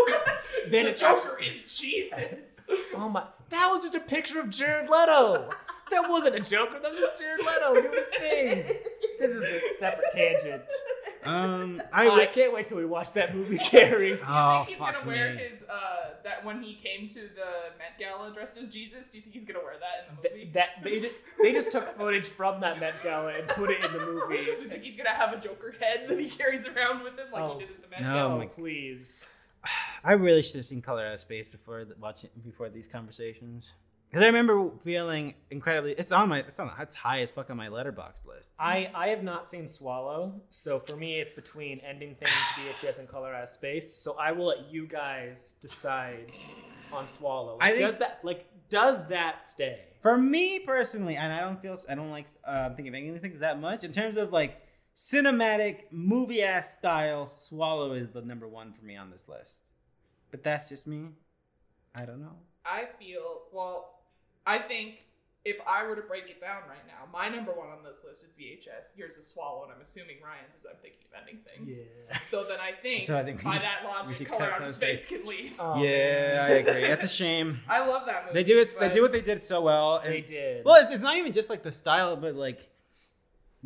Speaker 2: Then
Speaker 3: the
Speaker 2: it's
Speaker 3: Joker is
Speaker 2: *laughs*
Speaker 3: Jesus.
Speaker 2: Oh my! That was just a picture of Jared Leto. That wasn't a Joker. That was just Jared Leto doing his thing. This is a separate tangent.
Speaker 1: Um,
Speaker 2: I,
Speaker 1: I
Speaker 2: I can't wait till we watch that movie, Carrie.
Speaker 1: oh
Speaker 3: do you think he's
Speaker 1: fuck
Speaker 3: gonna wear
Speaker 1: me.
Speaker 3: his uh, that when he came to the Met Gala dressed as Jesus? Do you think he's gonna wear that in the movie?
Speaker 2: Th- that they just, they
Speaker 3: *laughs*
Speaker 2: just took footage from that Met Gala and put it in the
Speaker 3: you
Speaker 2: movie.
Speaker 3: think he's gonna have a Joker head that he carries around with him like
Speaker 2: Oh.
Speaker 3: he did at the Met
Speaker 1: No.
Speaker 3: Gala?
Speaker 2: Oh,
Speaker 1: my-
Speaker 2: please.
Speaker 1: I really should have seen Color Out of Space before th- watching before these conversations. Because I remember feeling incredibly. It's on my. It's on. It's high as fuck on my letterbox list.
Speaker 2: I, I have not seen Swallow, so for me it's between ending things, VHS, and Color Out of Space. So I will let you guys decide on Swallow.
Speaker 1: I think-
Speaker 2: does that like does that stay?
Speaker 1: For me personally, and I don't feel I don't like uh, thinking of anything that much in terms of like cinematic movie ass style. Swallow is the number one for me on this list, but that's just me. I don't know.
Speaker 3: I feel well. I think if I were to break it down right now, my number one on this list is VHS. Yours is Swallow, and I'm assuming Ryan's is I'm thinking of ending things. So then I think
Speaker 1: So I think we
Speaker 3: by
Speaker 1: should-
Speaker 3: that
Speaker 1: we
Speaker 3: logic,
Speaker 1: should
Speaker 3: Color
Speaker 1: cut
Speaker 3: Out of
Speaker 1: those
Speaker 3: Space can leave.
Speaker 2: Oh,
Speaker 1: yeah, I
Speaker 2: man.
Speaker 1: agree. *laughs* That's a shame.
Speaker 3: I love that movie.
Speaker 1: They do it. They
Speaker 3: but
Speaker 1: do what they did so well. And,
Speaker 2: They did.
Speaker 1: Well, it's- it's not even just like the style, but like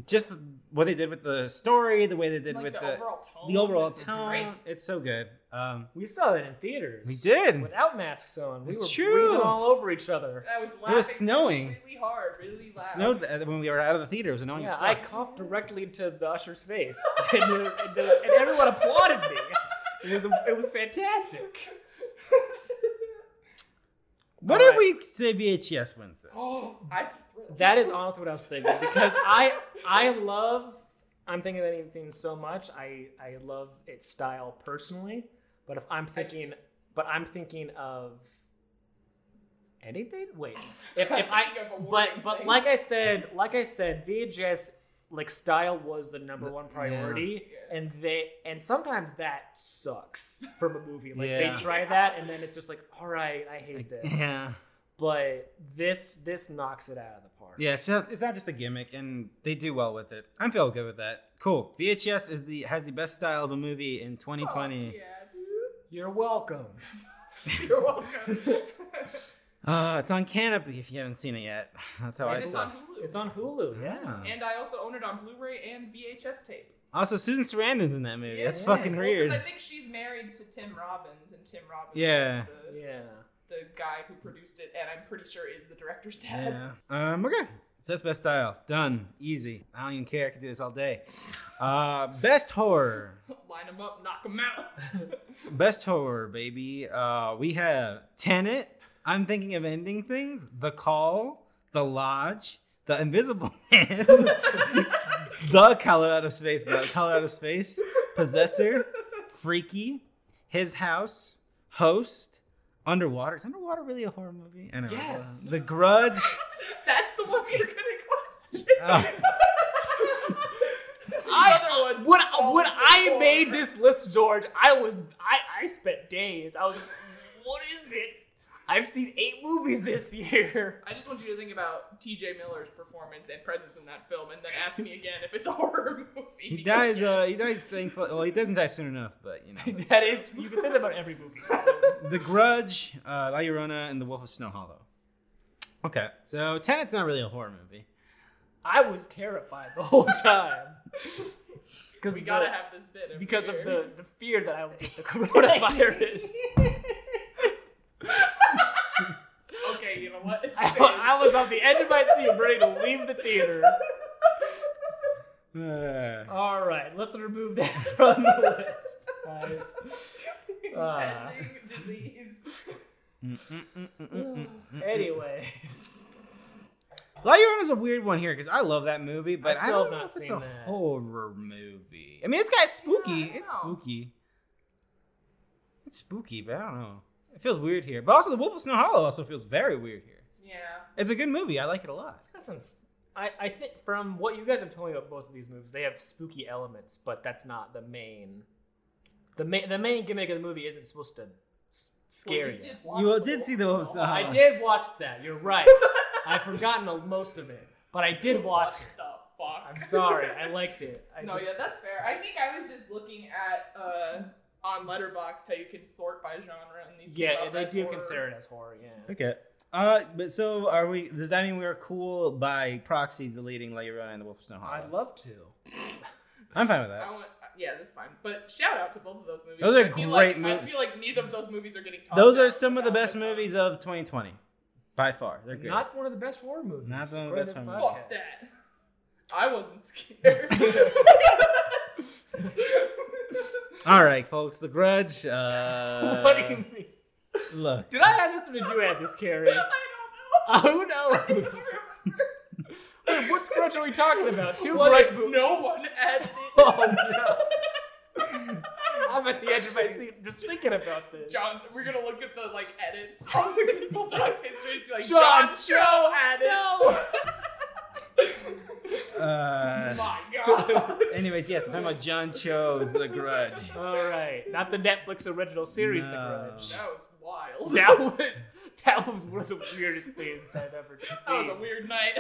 Speaker 1: just what they did with the story, the way they did
Speaker 3: Like
Speaker 1: with
Speaker 3: the,
Speaker 1: the
Speaker 3: overall tone.
Speaker 1: the overall
Speaker 3: it's
Speaker 1: tone.
Speaker 3: great.
Speaker 1: It's so good. Um,
Speaker 2: we saw it in theaters.
Speaker 1: we did.
Speaker 2: without masks on. We
Speaker 1: It's
Speaker 2: were
Speaker 1: true.
Speaker 2: breathing all over each other.
Speaker 3: I was laughing.
Speaker 1: snowing.
Speaker 3: Really hard. Really loud.
Speaker 1: It snowed
Speaker 3: *laughs*
Speaker 1: uh, when we were out of the theater. It was annoying as
Speaker 2: Yeah,
Speaker 1: fuck.
Speaker 2: I coughed directly into the usher's face, *laughs* and, the, and, the, and everyone applauded me. It was it was
Speaker 1: *gasps*
Speaker 2: fantastic.
Speaker 1: What
Speaker 2: All
Speaker 1: if
Speaker 2: right.
Speaker 1: we say VHS wins this?
Speaker 3: oh, I'd be thrilled. Oh,
Speaker 2: That
Speaker 3: *laughs*
Speaker 2: is honestly what I was thinking because I I love I'm thinking of anything so much. I I love its style personally, but if I'm thinking, but I'm thinking of anything. Wait, if, if
Speaker 3: *laughs*
Speaker 2: I
Speaker 3: Thinking of awarding
Speaker 2: but but
Speaker 3: things.
Speaker 2: like I said, like I said, VHS like style was the number
Speaker 1: The-
Speaker 2: one priority,
Speaker 3: Yeah.
Speaker 2: and they and sometimes that sucks from a movie. Like
Speaker 1: Yeah.
Speaker 2: they try that, and then it's just like, all right, I hate
Speaker 1: *laughs*
Speaker 2: this.
Speaker 1: Yeah,
Speaker 2: But this this knocks it out of the park.
Speaker 1: yeah. It's not, it's not just a gimmick, and they do well with it. I'm feeling good with that. Cool. VHS is the has the best style of a movie in
Speaker 3: Fuck
Speaker 1: 2020.
Speaker 3: Yeah, dude.
Speaker 2: You're welcome.
Speaker 1: *laughs*
Speaker 3: You're welcome.
Speaker 1: Uh, it's on Canopy if you haven't seen it yet. *sighs* That's how
Speaker 3: and
Speaker 1: I
Speaker 3: it's
Speaker 1: saw.
Speaker 3: on Hulu.
Speaker 2: It's on Hulu. Yeah.
Speaker 1: yeah.
Speaker 3: And I also own it on Blu-ray and VHS tape.
Speaker 1: Also, Susan Sarandon's in that movie. That's
Speaker 2: Yeah.
Speaker 1: fucking
Speaker 3: Well, 'cause
Speaker 1: weird.
Speaker 3: I think she's married to Tim Robbins, and Tim Robbins
Speaker 1: Yeah.
Speaker 3: is the,
Speaker 2: Yeah.
Speaker 3: the guy who produced it, and I'm pretty sure is the director's dad.
Speaker 1: Yeah. Um, okay. So that's best style. Done. Easy. I don't even care. I could do this all day. Uh, best horror.
Speaker 3: *laughs* Line them up, knock them out.
Speaker 1: *laughs* Best horror, baby. Uh, we have Tenet. I'm thinking of ending things. The Call. The Lodge. The Invisible *laughs* Man. the Color Out of Space. The Color Out of Space. Possessor. Freaky. His House. Host. Underwater. Is Underwater really a horror movie? I don't know.
Speaker 2: Yes.
Speaker 1: The Grudge.
Speaker 3: *laughs* That's the one you're gonna
Speaker 1: *laughs*
Speaker 3: question.
Speaker 1: Uh,
Speaker 3: These other ones
Speaker 2: when,
Speaker 3: solid
Speaker 2: when I
Speaker 3: before.
Speaker 2: made this list, George, I was I, I spent days. I was what is it? I've seen eight movies this year. *laughs*
Speaker 3: I just want you to think about T.J. Miller's performance and presence in that film, and then ask me again if it's a *laughs* horror movie.
Speaker 1: He
Speaker 3: because
Speaker 1: dies. Uh, he dies. Thankful. Well, he doesn't die soon enough, but you
Speaker 2: *laughs*
Speaker 1: know.
Speaker 2: that is you can say that about every movie. *laughs*
Speaker 1: the Grudge, uh, La Llorona, and The Wolf of Snow Hollow. Okay, so Tenet's *sighs* not really a horror movie.
Speaker 2: I was terrified the whole time. because the-
Speaker 3: we gotta have this bit.
Speaker 2: because of the, the fear that I will get the coronavirus.
Speaker 3: *laughs* Okay, you know what? It's
Speaker 2: *laughs* I,
Speaker 3: fake.
Speaker 2: I was on the edge of my seat, ready to
Speaker 3: *laughs*
Speaker 2: leave the theater.
Speaker 1: Uh,
Speaker 2: All right, let's remove that *laughs* from the list, *laughs* guys. Ah.
Speaker 3: *laughs* Impending disease. *laughs*
Speaker 1: mm, mm, mm, mm, mm, mm.
Speaker 2: *laughs* Anyways,
Speaker 1: La Llorona is a weird one here because I love that movie, but I,
Speaker 2: still
Speaker 1: don't
Speaker 2: have
Speaker 1: know
Speaker 2: not
Speaker 1: if it's
Speaker 2: seen
Speaker 1: a
Speaker 2: that.
Speaker 1: horror movie. I mean, it's got it's spooky.
Speaker 3: Yeah, I don't
Speaker 1: it's
Speaker 3: know.
Speaker 1: spooky. It's spooky, but I don't know. It feels weird here. But also, The Wolf of Snow Hollow also feels very weird here.
Speaker 3: Yeah.
Speaker 1: It's a good movie. I like it a lot.
Speaker 2: it's got some. s- I, I think from what you guys have told me about both of these movies, they have spooky elements, but that's not the main. The main the main gimmick of the movie isn't supposed to s- scare
Speaker 3: Well,
Speaker 2: you.
Speaker 3: watch
Speaker 1: You
Speaker 3: The
Speaker 1: did
Speaker 3: Wolf
Speaker 1: see uh,
Speaker 3: of
Speaker 1: The Wolf of
Speaker 3: Snow
Speaker 1: Snow
Speaker 3: Hollow.
Speaker 2: I did watch that. You're *laughs* right. I've forgotten a- most of it, but I *laughs* did
Speaker 1: *laughs*
Speaker 2: watch
Speaker 3: What
Speaker 2: it.
Speaker 3: the fuck?
Speaker 2: I'm sorry. I liked it. I
Speaker 3: no,
Speaker 2: just,
Speaker 3: yeah, that's fair. I think I was just looking at uh, on Letterboxd how you can sort by genre and these. came
Speaker 2: yeah,
Speaker 3: out
Speaker 2: they
Speaker 3: as
Speaker 2: do
Speaker 3: horror.
Speaker 2: consider it as horror. Yeah.
Speaker 1: Okay. Uh, but so are we? Does that mean we are cool by proxy deleting La Llorona and The Wolf of Snow Hollow?
Speaker 2: I'd love to.
Speaker 1: I'm fine with that.
Speaker 3: I want, yeah, that's fine. But shout out to both of those movies.
Speaker 1: Those are
Speaker 3: I feel
Speaker 1: great
Speaker 3: like, I
Speaker 1: movies.
Speaker 3: feel like neither of those movies are getting. talked
Speaker 1: Those are
Speaker 3: about
Speaker 1: some of the
Speaker 3: enough
Speaker 1: best
Speaker 3: at all.
Speaker 1: movies of 2020, by far. They're great.
Speaker 2: Not one of the best horror movies.
Speaker 1: Not one of the
Speaker 2: according
Speaker 1: best
Speaker 2: to this
Speaker 1: horror
Speaker 3: Fuck
Speaker 2: podcast.
Speaker 3: that. I
Speaker 1: *laughs*
Speaker 3: wasn't scared. *laughs*
Speaker 1: All right, folks. The Grudge. Uh,
Speaker 2: *laughs* what do you mean?
Speaker 1: look?
Speaker 2: Did I add this or did you add this, *laughs* Carrie?
Speaker 3: I
Speaker 2: Who *laughs*
Speaker 3: don't know.
Speaker 2: knows? Wait, which grudge are we talking about? Two
Speaker 3: What
Speaker 2: grudge
Speaker 3: if *laughs*
Speaker 2: movies.
Speaker 3: no one at
Speaker 2: *laughs* Oh no! I'm at the edge of my seat just thinking about this.
Speaker 3: John, we're gonna look at the like
Speaker 2: *laughs*
Speaker 3: edits on the Google Docs history and be like,
Speaker 2: John
Speaker 3: John, Cho had it.
Speaker 2: no!
Speaker 1: Uh,
Speaker 2: *laughs*
Speaker 3: My God.
Speaker 1: anyways, yes, I'm talking about John Cho's The Grudge.
Speaker 2: All right, not the Netflix original series,
Speaker 1: No.
Speaker 2: The
Speaker 3: That was wild.
Speaker 2: Grudge. That was that was one of the weirdest things I've ever seen.
Speaker 3: *laughs* That was a
Speaker 2: *laughs*
Speaker 3: weird night.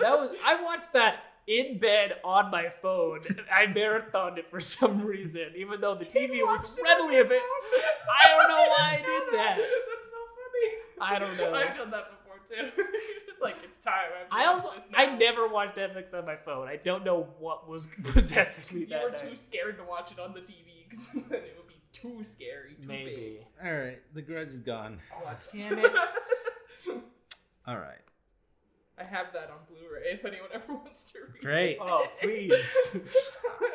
Speaker 2: That was- I watched that in bed on my phone. I marathoned it for some reason, even though the
Speaker 3: *laughs*
Speaker 2: TV was
Speaker 3: watched it
Speaker 2: readily available. *laughs* I don't know why I
Speaker 3: *laughs*
Speaker 2: did that.
Speaker 3: That's so funny.
Speaker 2: I don't know.
Speaker 3: I've done that before too. *laughs* it's like it's time. I've
Speaker 2: I also
Speaker 3: watched this now.
Speaker 2: I never watched Netflix on my phone. I don't know what was *laughs* possessing me
Speaker 3: you
Speaker 2: that
Speaker 3: were
Speaker 2: night.
Speaker 3: too scared to watch it on the TV because *laughs* then it would be too scary. Too Big.
Speaker 2: Maybe.
Speaker 1: All right, The Grudge is gone.
Speaker 3: *laughs* What?
Speaker 2: Damn it.
Speaker 1: All right.
Speaker 3: I have that on Blu-ray if anyone ever wants to read
Speaker 1: Great.
Speaker 3: it. *laughs*
Speaker 2: Oh please.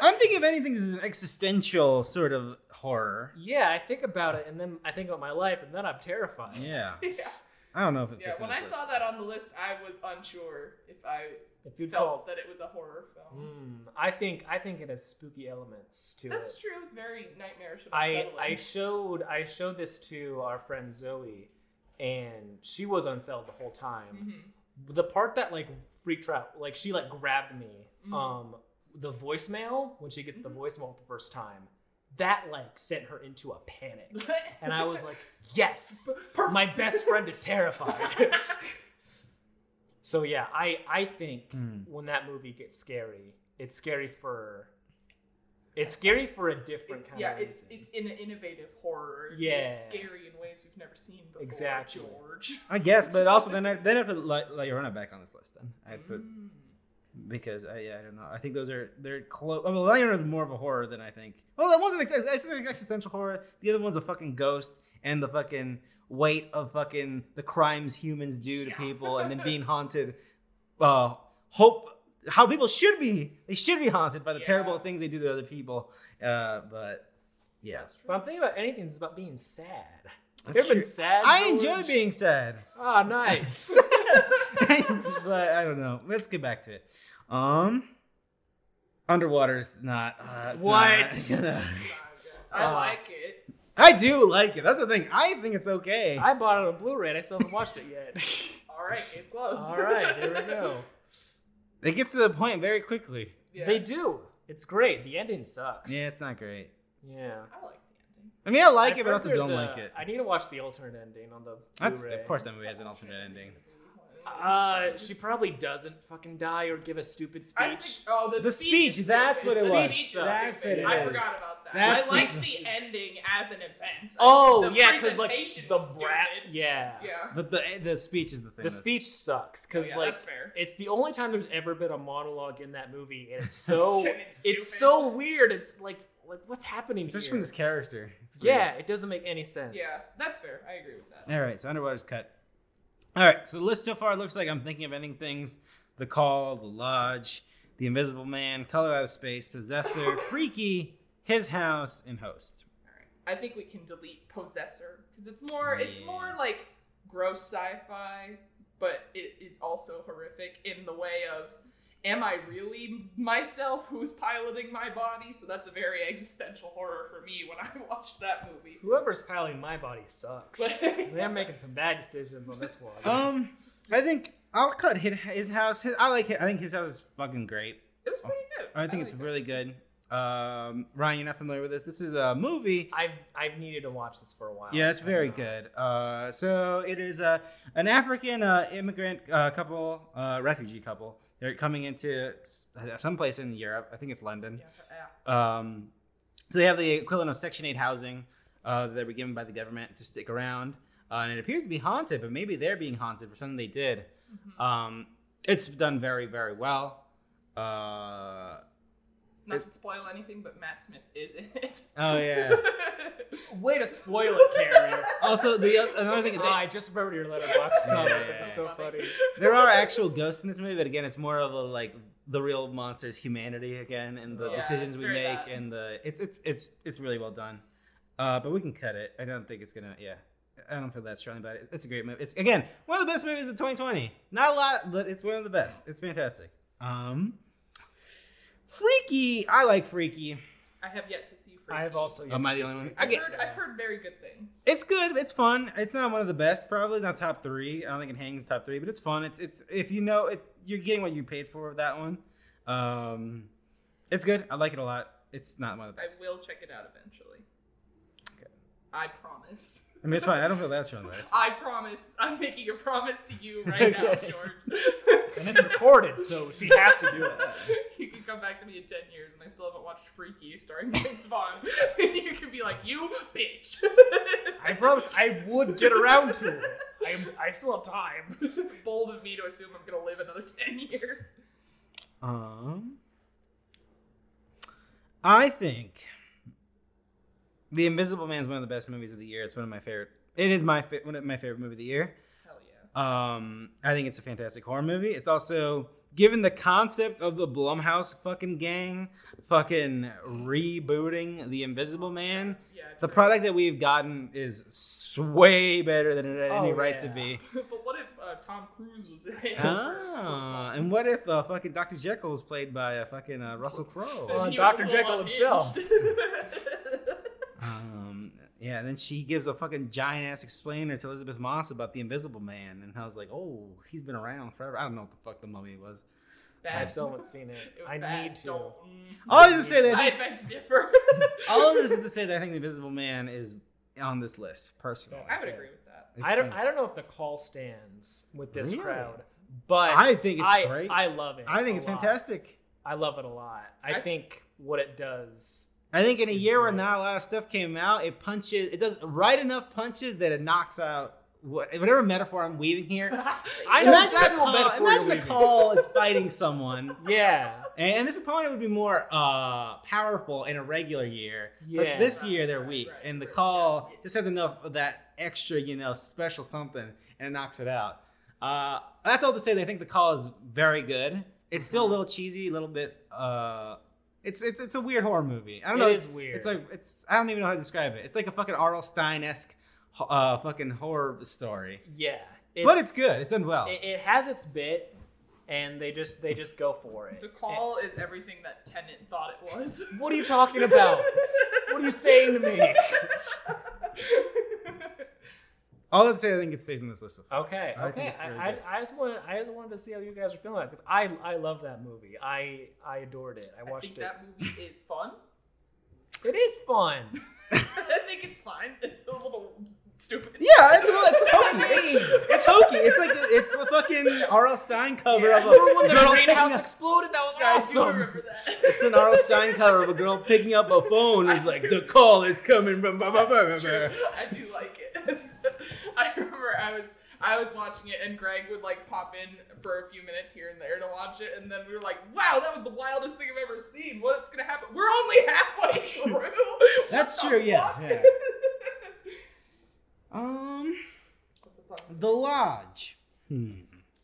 Speaker 1: I'm thinking if anything, this is an existential sort of horror.
Speaker 2: yeah, I think about it, and then I think about my life, and then I'm terrified.
Speaker 1: Yeah.
Speaker 3: *laughs* yeah.
Speaker 1: I don't know if it
Speaker 3: Yeah.
Speaker 1: fits.
Speaker 3: When
Speaker 1: in
Speaker 3: I
Speaker 1: this
Speaker 3: saw that on the list, I was unsure if I
Speaker 2: If you
Speaker 3: felt
Speaker 2: felt,
Speaker 3: that it was a horror film.
Speaker 2: mm, I think I think it has spooky elements to it.
Speaker 3: That's true. It's very nightmarish. And
Speaker 2: Mm. I
Speaker 3: unsettling.
Speaker 2: I showed I showed this to our friend Zoe, and she was unsettled the whole time.
Speaker 3: Mhm. *laughs*
Speaker 2: The part that like freaked her out, like she like grabbed me.
Speaker 3: Mhm.
Speaker 2: Um, the voicemail when she gets the
Speaker 3: Mhm.
Speaker 2: voicemail for the first time, that like sent her into a panic, and I
Speaker 3: *laughs*
Speaker 2: was like, yes, my best friend is terrified. so yeah, I I think
Speaker 1: Hmm.
Speaker 2: when that movie gets scary, it's scary for. It's scary for a different
Speaker 3: It's-
Speaker 2: kind
Speaker 3: yeah,
Speaker 2: of
Speaker 3: it's
Speaker 2: reason.
Speaker 3: it's in an innovative horror.
Speaker 2: Yeah.
Speaker 3: it's scary in ways we've never seen before.
Speaker 2: Exactly.
Speaker 3: George.
Speaker 1: I guess, but also then I then I put La, La Llorona back on this list. Then I put
Speaker 3: Mm.
Speaker 1: *laughs* because I yeah, I don't know. I think those are they're close. I mean, La Llorona is more of a horror than I think. Well, that one's an ex- ex- ex- existential horror. The other one's a fucking ghost and the fucking weight of fucking the crimes humans do to
Speaker 3: Yeah.
Speaker 1: people
Speaker 3: *laughs*
Speaker 1: and then being haunted. Uh, hope how people should be. They should be haunted by the
Speaker 3: Yeah.
Speaker 1: terrible things they do to other people. Uh, but yeah,
Speaker 3: That's true.
Speaker 2: But I'm thinking about anything that's about being sad.
Speaker 1: That's
Speaker 2: you ever
Speaker 1: true.
Speaker 2: been sad?
Speaker 1: I
Speaker 2: George?
Speaker 1: enjoy being sad. *laughs*
Speaker 2: Ah, nice. *laughs*
Speaker 1: but I don't know. Let's get back to it. Um, underwater's not. Uh, it's
Speaker 2: What?
Speaker 1: not *laughs* gonna-
Speaker 3: It's not good. I
Speaker 2: Uh,
Speaker 3: like it.
Speaker 1: I do like it. That's the thing. I think it's okay.
Speaker 2: *laughs* I bought it on Blu-ray. and I still haven't watched it yet.
Speaker 3: *laughs* All right, it's closed.
Speaker 2: Uh, All right, here we go.
Speaker 1: it gets to the point very quickly.
Speaker 3: *laughs* Yeah.
Speaker 2: They do. It's great. The ending sucks.
Speaker 1: Yeah, it's not great.
Speaker 2: yeah.
Speaker 3: I like the ending.
Speaker 1: I mean, I like
Speaker 2: I've
Speaker 1: it,
Speaker 2: heard
Speaker 1: but also
Speaker 2: there's
Speaker 1: don't
Speaker 2: a-
Speaker 1: like it.
Speaker 2: I need to watch the alternate ending on the.
Speaker 1: That's
Speaker 2: Blu-ray.
Speaker 1: of course that movie has an alternate ending.
Speaker 2: Uh, she probably doesn't fucking die or give a stupid
Speaker 3: I
Speaker 2: speech.
Speaker 3: think, oh, the,
Speaker 1: The
Speaker 3: speech.
Speaker 1: speech.
Speaker 3: is
Speaker 1: That's
Speaker 3: stupid.
Speaker 1: what it
Speaker 3: The
Speaker 2: was.
Speaker 3: speech is
Speaker 2: That's
Speaker 3: stupid.
Speaker 1: it
Speaker 3: I
Speaker 1: is.
Speaker 3: forgot about about that.
Speaker 1: That's
Speaker 3: I like
Speaker 1: the-
Speaker 3: the ending as an event.
Speaker 2: Oh
Speaker 3: the
Speaker 2: yeah, because like
Speaker 3: presentation
Speaker 2: the
Speaker 3: was stupid.
Speaker 2: brat. Yeah.
Speaker 3: Yeah.
Speaker 1: But the the speech is the thing.
Speaker 2: The
Speaker 1: that-
Speaker 2: speech sucks
Speaker 3: Oh,
Speaker 2: because
Speaker 3: yeah,
Speaker 2: like
Speaker 3: that's fair.
Speaker 2: it's the only time there's ever been a monologue in that movie, and
Speaker 3: *laughs*
Speaker 2: it's so
Speaker 3: And
Speaker 2: it's,
Speaker 3: stupid.
Speaker 2: so weird. It's like like what's happening
Speaker 1: especially
Speaker 2: here?
Speaker 1: from this character. It's weird.
Speaker 2: yeah, it doesn't make any sense.
Speaker 3: Yeah, that's fair. I agree with that.
Speaker 1: All right, so Underwater's cut. All right, so the list so far looks like I'm thinking of ending things: the Call, the Lodge, the Invisible Man, Color Out of Space, *laughs* Possessor, Freaky, His House, and Host.
Speaker 3: All right. I think we can delete possessor because it's more it's
Speaker 1: Yeah.
Speaker 3: more like gross sci-fi, but it is also horrific in the way of am I really myself who's piloting my body? So that's a very existential horror for me when *laughs* I watched that movie.
Speaker 2: Whoever's piloting my body
Speaker 3: *laughs*
Speaker 2: sucks. They're making some bad decisions on this one.
Speaker 1: Um, I think I'll cut His, his House. His, I like. His, I think His House is fucking great.
Speaker 3: It was pretty good.
Speaker 1: Oh. I think it's
Speaker 3: liked it.
Speaker 1: really good. Um, Ryan, you're not familiar with this. This is a movie
Speaker 2: I've I've needed to watch this for a while.
Speaker 1: Yeah, it's
Speaker 2: I
Speaker 1: very
Speaker 2: know.
Speaker 1: good. Uh, so it is uh, an African uh, immigrant uh, couple, uh, refugee couple. They're coming into s- someplace in Europe. I think it's London.
Speaker 3: Yeah, yeah.
Speaker 1: Um, so they have the equivalent of Section 8 housing uh, that were given by the government to stick around. Uh, and it appears to be haunted, but maybe they're being haunted for something they did. Um, it's done very, very well. Uh,
Speaker 3: Not to spoil anything, but Matt Smith is in it.
Speaker 1: oh,
Speaker 3: *laughs*
Speaker 1: yeah.
Speaker 2: Way to spoil it, Carrie.
Speaker 1: also, the o- another thing.
Speaker 2: Ah,
Speaker 1: They,
Speaker 2: I just remembered your letterbox
Speaker 1: Yeah.
Speaker 2: comment. This is so funny.
Speaker 1: there are actual ghosts in this movie, but again, it's more of a like the real monsters, humanity again, and the
Speaker 3: Yeah,
Speaker 1: decisions
Speaker 3: it's
Speaker 1: we
Speaker 3: very
Speaker 1: make,
Speaker 3: that.
Speaker 1: and the it's it's it's it's really well done. Uh, but we can cut it. I don't think it's gonna. Yeah, I don't feel that strongly about it. It's a great movie. It's again one of the best movies of 2020. Not a lot, but it's one of the best. It's fantastic. Um, Freaky. I like Freaky.
Speaker 3: I have yet to see. Freaky.
Speaker 2: I have also. yet
Speaker 1: Am I
Speaker 2: to
Speaker 1: the
Speaker 2: see
Speaker 1: only one?
Speaker 2: Freaky.
Speaker 1: I
Speaker 3: I've
Speaker 1: get-
Speaker 3: heard, I've heard very good things.
Speaker 1: It's good. It's fun. It's not one of the best, probably not top three. I don't think it hangs top three, but it's fun. It's it's if you know it, you're getting what you paid for with that one. Um, it's good. I like it a lot. It's not one of the
Speaker 3: I
Speaker 1: best.
Speaker 3: will check it out eventually.
Speaker 1: Okay.
Speaker 3: I promise.
Speaker 1: I mean, it's fine. I don't feel that strong
Speaker 3: *laughs*
Speaker 1: about it.
Speaker 3: I promise. I'm making a promise to you
Speaker 2: *laughs*
Speaker 3: right now,
Speaker 1: Okay.
Speaker 3: George.
Speaker 2: And it's
Speaker 3: *laughs*
Speaker 2: recorded, so she has to do it.
Speaker 3: You can come back to me in 10 years and I still haven't watched Freaky starring *laughs* Vince Vaughn. and you can be like, you bitch. *laughs*
Speaker 2: I promise I would get around to it. I, I still have
Speaker 3: *laughs*
Speaker 2: time.
Speaker 3: Bold of me to assume I'm going to live another 10 years.
Speaker 1: Um, I think The Invisible Man is one of the best movies of the year. It's one of my favorite. It is my fa- one of my favorite movie of the year.
Speaker 3: Hell yeah.
Speaker 1: Um, I think it's a fantastic horror movie. It's also given the concept of the Blumhouse fucking gang fucking rebooting the Invisible Man.
Speaker 3: Yeah.
Speaker 1: The
Speaker 3: true.
Speaker 1: product that we've gotten is s- way better than it had any
Speaker 2: Oh,
Speaker 1: right to
Speaker 2: yeah. *laughs*
Speaker 1: be.
Speaker 3: *laughs* but what if uh, Tom Cruise was in it? *laughs*
Speaker 1: Ah, and what if uh, fucking Dr. Jekyll is played by uh, fucking uh, Russell
Speaker 3: Then
Speaker 1: Crowe?
Speaker 2: Uh,
Speaker 3: he was a
Speaker 2: Dr.
Speaker 3: little
Speaker 2: Jekyll himself.
Speaker 3: unhinged.
Speaker 1: Um, yeah, and then she gives a fucking giant ass explainer to Elizabeth Moss about the Invisible Man, and I was like, oh, he's been around forever. I don't know what the fuck the mummy was.
Speaker 3: *laughs* Bad.
Speaker 2: I still haven't seen it.
Speaker 3: It was
Speaker 2: I
Speaker 3: bad.
Speaker 2: need to.
Speaker 3: Don't- mm.
Speaker 1: *laughs* All I was gonna Oh, say that I
Speaker 3: I beg to differ.
Speaker 1: *laughs* All of
Speaker 3: *laughs*
Speaker 1: this is to say that I think the Invisible Man is on this list personally.
Speaker 3: I would agree with that.
Speaker 1: It's
Speaker 2: I don't.
Speaker 1: great.
Speaker 2: I don't know if the call stands with this
Speaker 1: Really?
Speaker 2: crowd, but
Speaker 1: I think it's
Speaker 2: I,
Speaker 1: great. I,
Speaker 2: I love it.
Speaker 1: think
Speaker 2: a
Speaker 1: it's
Speaker 2: lot.
Speaker 1: fantastic.
Speaker 2: I love it a lot. I,
Speaker 3: I-
Speaker 2: think what it does.
Speaker 1: I think in a
Speaker 2: It's
Speaker 1: year where
Speaker 2: great.
Speaker 1: not a lot of stuff came out, it punches. It does right enough punches that it knocks out what, whatever metaphor I'm weaving here.
Speaker 2: *laughs* I know
Speaker 1: imagine
Speaker 2: exactly
Speaker 1: the call,
Speaker 2: what metaphor you're
Speaker 1: imagine the
Speaker 2: weaving.
Speaker 1: call is fighting someone,
Speaker 2: Yeah,
Speaker 1: and, and this opponent would be more uh, powerful in a regular year. But
Speaker 2: Yeah.
Speaker 1: this year they're
Speaker 3: Right,
Speaker 1: weak,
Speaker 3: right,
Speaker 1: and the
Speaker 3: right.
Speaker 1: call just has enough of that extra, you know, special something, and it knocks it out. Uh, that's all to say that I think the call is very good. It's still a little cheesy, a little bit. Uh, it's, it's it's a weird horror movie. I don't know.
Speaker 2: it is weird.
Speaker 1: It's like it's I don't even know how to describe it. It's like a fucking Arl Stein esque uh, fucking horror story,
Speaker 2: yeah,
Speaker 1: but it's good. It's done well.
Speaker 2: It, it has its bit, and they just they just go for it.
Speaker 3: *laughs* The call is everything that Tennant thought it was.
Speaker 2: And- *laughs* what are you talking about? what are you saying to
Speaker 3: *laughs*
Speaker 2: me?
Speaker 1: all that to say, I think it stays in this list.
Speaker 2: Okay,
Speaker 1: I think
Speaker 2: okay.
Speaker 1: it's
Speaker 2: I,
Speaker 1: really
Speaker 2: I,
Speaker 1: good.
Speaker 2: I just wanted I just wanted to see how you guys are feeling because I I love that movie. I I adored it. I
Speaker 3: I
Speaker 2: watched
Speaker 3: think
Speaker 2: it.
Speaker 3: that movie is fun. *laughs*
Speaker 2: It is fun.
Speaker 1: *laughs*
Speaker 3: I think it's fine. It's a little stupid.
Speaker 1: Yeah, it's, well, it's hokey. It's, it's hokey. It's like it's the fucking R.L. Stein cover of
Speaker 2: Remember when
Speaker 1: a
Speaker 2: the
Speaker 1: girl. picking
Speaker 2: greenhouse
Speaker 1: up-
Speaker 2: exploded? That was
Speaker 3: Yeah, I do
Speaker 2: awesome.
Speaker 3: remember that.
Speaker 1: It's an R.L. Stein cover of a girl picking up a phone. It's like the call is coming from. Blah, blah, blah, blah,
Speaker 3: *laughs* That's
Speaker 1: blah.
Speaker 3: true. I do like it. *laughs* I remember I was I was watching it and Greg would like pop in for a few minutes here and there to watch it and then we were like, wow, that was the wildest thing I've ever seen. What's gonna happen? We're only halfway
Speaker 1: *laughs*
Speaker 3: through. What
Speaker 1: That's
Speaker 3: the
Speaker 1: true. Yeah.
Speaker 3: fuck? *laughs*
Speaker 1: yeah. Um,
Speaker 3: What the fuck?
Speaker 1: The Lodge. Hmm.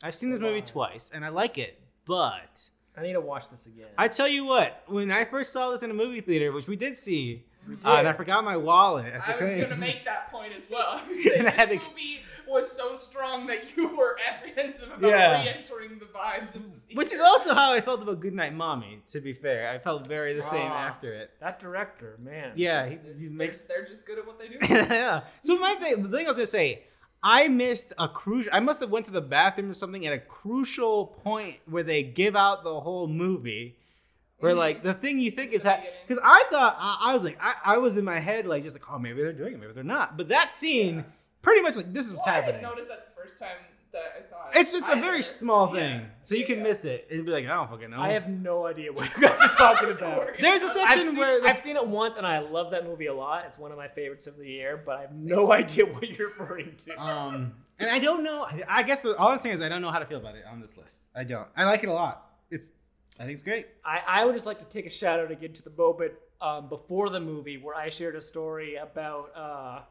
Speaker 1: I've seen this
Speaker 2: The
Speaker 1: movie
Speaker 2: Lodge.
Speaker 1: twice, and I like it, but
Speaker 2: I need to watch this again.
Speaker 1: I tell you what, when I first saw this in a movie theater, which we did see,
Speaker 2: We
Speaker 1: uh, and
Speaker 2: did.
Speaker 1: I forgot my wallet. at the
Speaker 3: I was
Speaker 1: thing.
Speaker 3: gonna make that point as well. I was saying
Speaker 1: *laughs* And I had
Speaker 3: this
Speaker 1: to-
Speaker 3: movie was so strong that you were *laughs* apprehensive about
Speaker 1: Yeah.
Speaker 3: re-entering the vibes of
Speaker 1: *laughs* Which is also how I felt about Goodnight Mommy, to be fair. I felt very the same
Speaker 2: Ah.
Speaker 1: after it.
Speaker 2: that director, man.
Speaker 1: Yeah, he,
Speaker 3: They're-
Speaker 1: he makes.
Speaker 3: they're just good at what
Speaker 1: *laughs*
Speaker 3: they do.
Speaker 1: yeah. So my thing, the thing I was gonna say, I missed a crucial. I must have went to the bathroom or something at a crucial point where they give out the whole movie.
Speaker 3: Mm-hmm.
Speaker 1: Where like the thing you think is that because I thought I, I was like I, I was in my head like just like oh maybe they're doing it maybe they're not but that scene
Speaker 3: Yeah.
Speaker 1: pretty much like this is what's
Speaker 3: Well, I
Speaker 1: happening
Speaker 3: didn't notice that the first time that I saw it.
Speaker 1: it's it's a
Speaker 3: either.
Speaker 1: very small
Speaker 3: Yeah.
Speaker 1: thing so you can
Speaker 3: Yeah.
Speaker 1: miss it and be like I don't fucking know
Speaker 2: I have no idea what you
Speaker 1: *laughs*
Speaker 2: guys are talking
Speaker 3: Don't
Speaker 2: about.
Speaker 3: worry.
Speaker 1: there's a
Speaker 3: I've
Speaker 1: section
Speaker 2: I've seen,
Speaker 1: where the-
Speaker 2: I've seen it once and I love that movie a lot. It's one of my favorites of the year, but I have no *laughs* idea what you're referring
Speaker 1: *laughs*
Speaker 2: to.
Speaker 1: Um, and I don't know. I- I guess the, all I'm saying is I don't know how to feel about it on this list. I don't. I like it a lot. It's. I think it's great.
Speaker 2: I, I would just like to take a shout out again to the moment um, before the movie where I shared a story about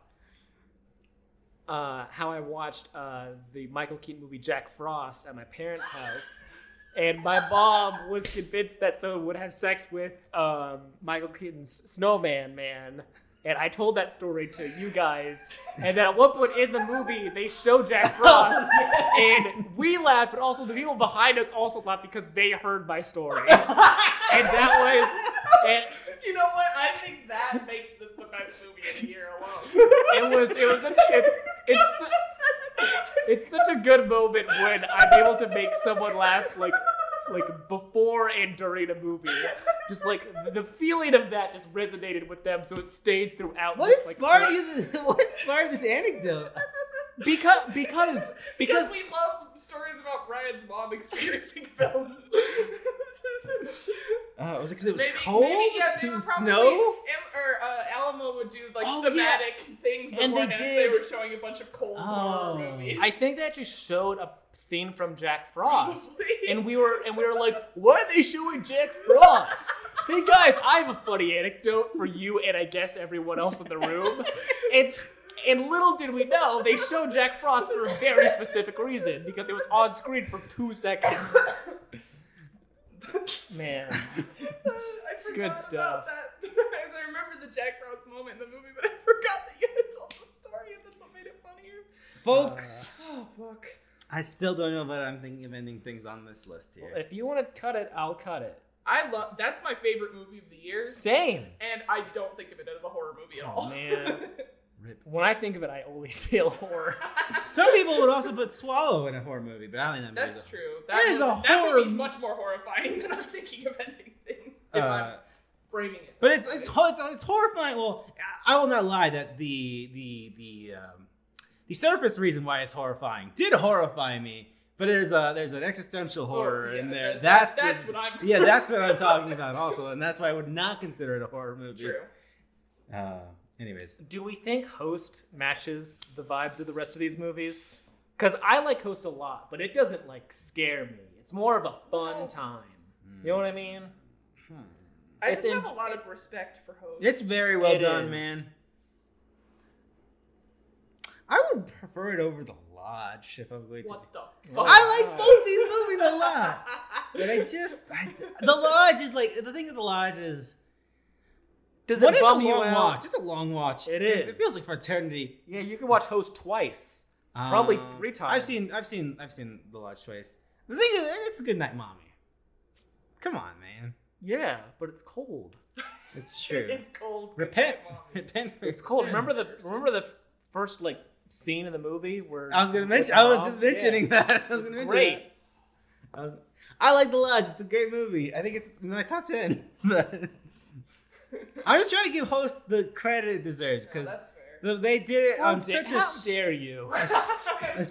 Speaker 2: uh, uh, how I watched uh, the Michael Keaton movie Jack Frost at my parents' house. And my mom was convinced that someone would have sex with um, Michael Keaton's snowman man. And I told that story to you guys. And then at one point in the movie, they show Jack Frost. And we laughed, but also the people behind us also laughed because they heard my story. And that was, and
Speaker 3: You know what? I think that makes this the best movie of the year alone.
Speaker 1: *laughs*
Speaker 2: it was, it was, such a, it's, it's, it's such a good moment when I'm able to make someone laugh like, like before and during a movie. Just like the feeling of that just resonated with them, so it stayed throughout.
Speaker 1: What
Speaker 2: just, like,
Speaker 1: inspired you? This, *laughs* what inspired this anecdote?
Speaker 2: Because,
Speaker 1: *laughs*
Speaker 2: because,
Speaker 3: because
Speaker 2: because
Speaker 3: we love stories about Brian's mom experiencing *laughs* films.
Speaker 1: Uh, was it because it was
Speaker 3: maybe,
Speaker 1: cold?
Speaker 3: maybe, yeah, they
Speaker 1: it
Speaker 3: were
Speaker 1: was
Speaker 3: probably,
Speaker 1: snow.
Speaker 3: Em- or uh, Alamo would do like
Speaker 1: Oh, yeah.
Speaker 3: thematic things,
Speaker 1: And they
Speaker 3: beforehand, so they
Speaker 1: did.
Speaker 3: were showing a bunch of cold horror
Speaker 1: Oh.
Speaker 3: movies. *laughs*
Speaker 2: I think they actually showed a theme from Jack Frost. and
Speaker 3: and
Speaker 2: we were and we were like, why are they showing Jack Frost? Hey guys, I have a funny anecdote for you and I guess everyone else in the room. It's and little did we know they showed Jack Frost for a very specific reason because it was on screen for two seconds. Man,
Speaker 3: I forgot
Speaker 2: Good
Speaker 3: about
Speaker 2: stuff.
Speaker 3: that. *laughs* As I remember the Jack Frost moment in the movie, but I forgot that you had told the story, and that's what made it funnier.
Speaker 1: Folks,
Speaker 3: Oh fuck!
Speaker 1: Uh, I still don't know, but I'm thinking of ending things on this list here.
Speaker 2: if you want to cut it, I'll cut it.
Speaker 3: I love. That's my favorite movie of the year,
Speaker 2: Same.
Speaker 3: and I don't think of it as a horror movie at
Speaker 2: Oh,
Speaker 3: all. *laughs*
Speaker 2: man.
Speaker 1: Rip.
Speaker 2: When I think of it, I only feel horror.
Speaker 1: Some people would also put Swallow in a horror movie, but I don't think that movie's
Speaker 3: that's
Speaker 1: a-
Speaker 3: true.
Speaker 1: That is a
Speaker 3: movie-
Speaker 1: horror
Speaker 3: That movie's
Speaker 1: m-
Speaker 3: much more horrifying *laughs* than I'm thinking of ending things. If I'm
Speaker 1: Uh,
Speaker 3: framing it.
Speaker 1: But
Speaker 3: that
Speaker 1: it's
Speaker 3: way.
Speaker 1: it's hor- it's horrifying. Well, I I will not lie that the the the um, the surface reason why it's horrifying did horrify me. But there's a there's an existential horror
Speaker 3: Oh, yeah,
Speaker 1: in
Speaker 3: that-
Speaker 1: there.
Speaker 3: that-
Speaker 1: that's
Speaker 3: that's
Speaker 1: the-
Speaker 3: what
Speaker 1: *laughs*
Speaker 3: I'm.
Speaker 1: yeah, that's
Speaker 3: *laughs*
Speaker 1: what I'm talking about also, and that's why I would not consider it a horror movie.
Speaker 3: True.
Speaker 1: Uh, anyways,
Speaker 2: Do we think Host matches the vibes of the rest of these movies? Because I like Host a lot, but it doesn't like scare me. It's more of a
Speaker 1: Oh.
Speaker 2: fun time. You know what I mean?
Speaker 3: I
Speaker 2: It's
Speaker 3: just have
Speaker 2: in-
Speaker 3: a lot of respect for Host.
Speaker 1: it's very well
Speaker 2: It
Speaker 1: done,
Speaker 2: is.
Speaker 1: man. I would prefer it over the Lodge if I'm going to.
Speaker 3: what Oh. the.
Speaker 2: Well,
Speaker 3: fuck?
Speaker 1: I like both these movies a lot. But I just
Speaker 3: *laughs*
Speaker 1: I, *laughs* the lodge is like the thing with the lodge is
Speaker 2: Does
Speaker 1: what
Speaker 2: it
Speaker 1: is a
Speaker 2: bum
Speaker 1: long
Speaker 2: you out?
Speaker 1: watch? It's a long watch.
Speaker 2: It
Speaker 1: It
Speaker 2: is.
Speaker 1: feels like fraternity. Um,
Speaker 2: Yeah, you can watch Host twice. Probably three
Speaker 1: I've
Speaker 2: times.
Speaker 1: seen I've seen I've seen the lodge twice. The thing is, it's a good night, mommy. Come on, man.
Speaker 2: Yeah, but it's cold.
Speaker 1: It's true.
Speaker 3: It's cold.
Speaker 1: repent, *laughs*
Speaker 3: Goodbye, Mom.
Speaker 1: repent. for
Speaker 2: It's
Speaker 1: your
Speaker 2: cold.
Speaker 1: sin.
Speaker 2: Remember the remember the first like scene in the movie where
Speaker 1: I was gonna
Speaker 2: with
Speaker 1: mention.
Speaker 2: the
Speaker 1: I was
Speaker 2: mom?
Speaker 1: just
Speaker 2: Yeah.
Speaker 1: mentioning that. *laughs* I was
Speaker 2: It's
Speaker 1: gonna mention
Speaker 2: great.
Speaker 1: that. I, was, I like the lodge. It's a great movie. I think it's in my top *laughs* ten. I was trying to give host the credit it deserves
Speaker 3: No,
Speaker 1: because
Speaker 3: that's fair.
Speaker 1: They did it
Speaker 2: How,
Speaker 1: on
Speaker 2: da-
Speaker 1: such a
Speaker 2: how
Speaker 1: s- *laughs*
Speaker 2: dare you?
Speaker 1: a
Speaker 3: *laughs* Fuck you.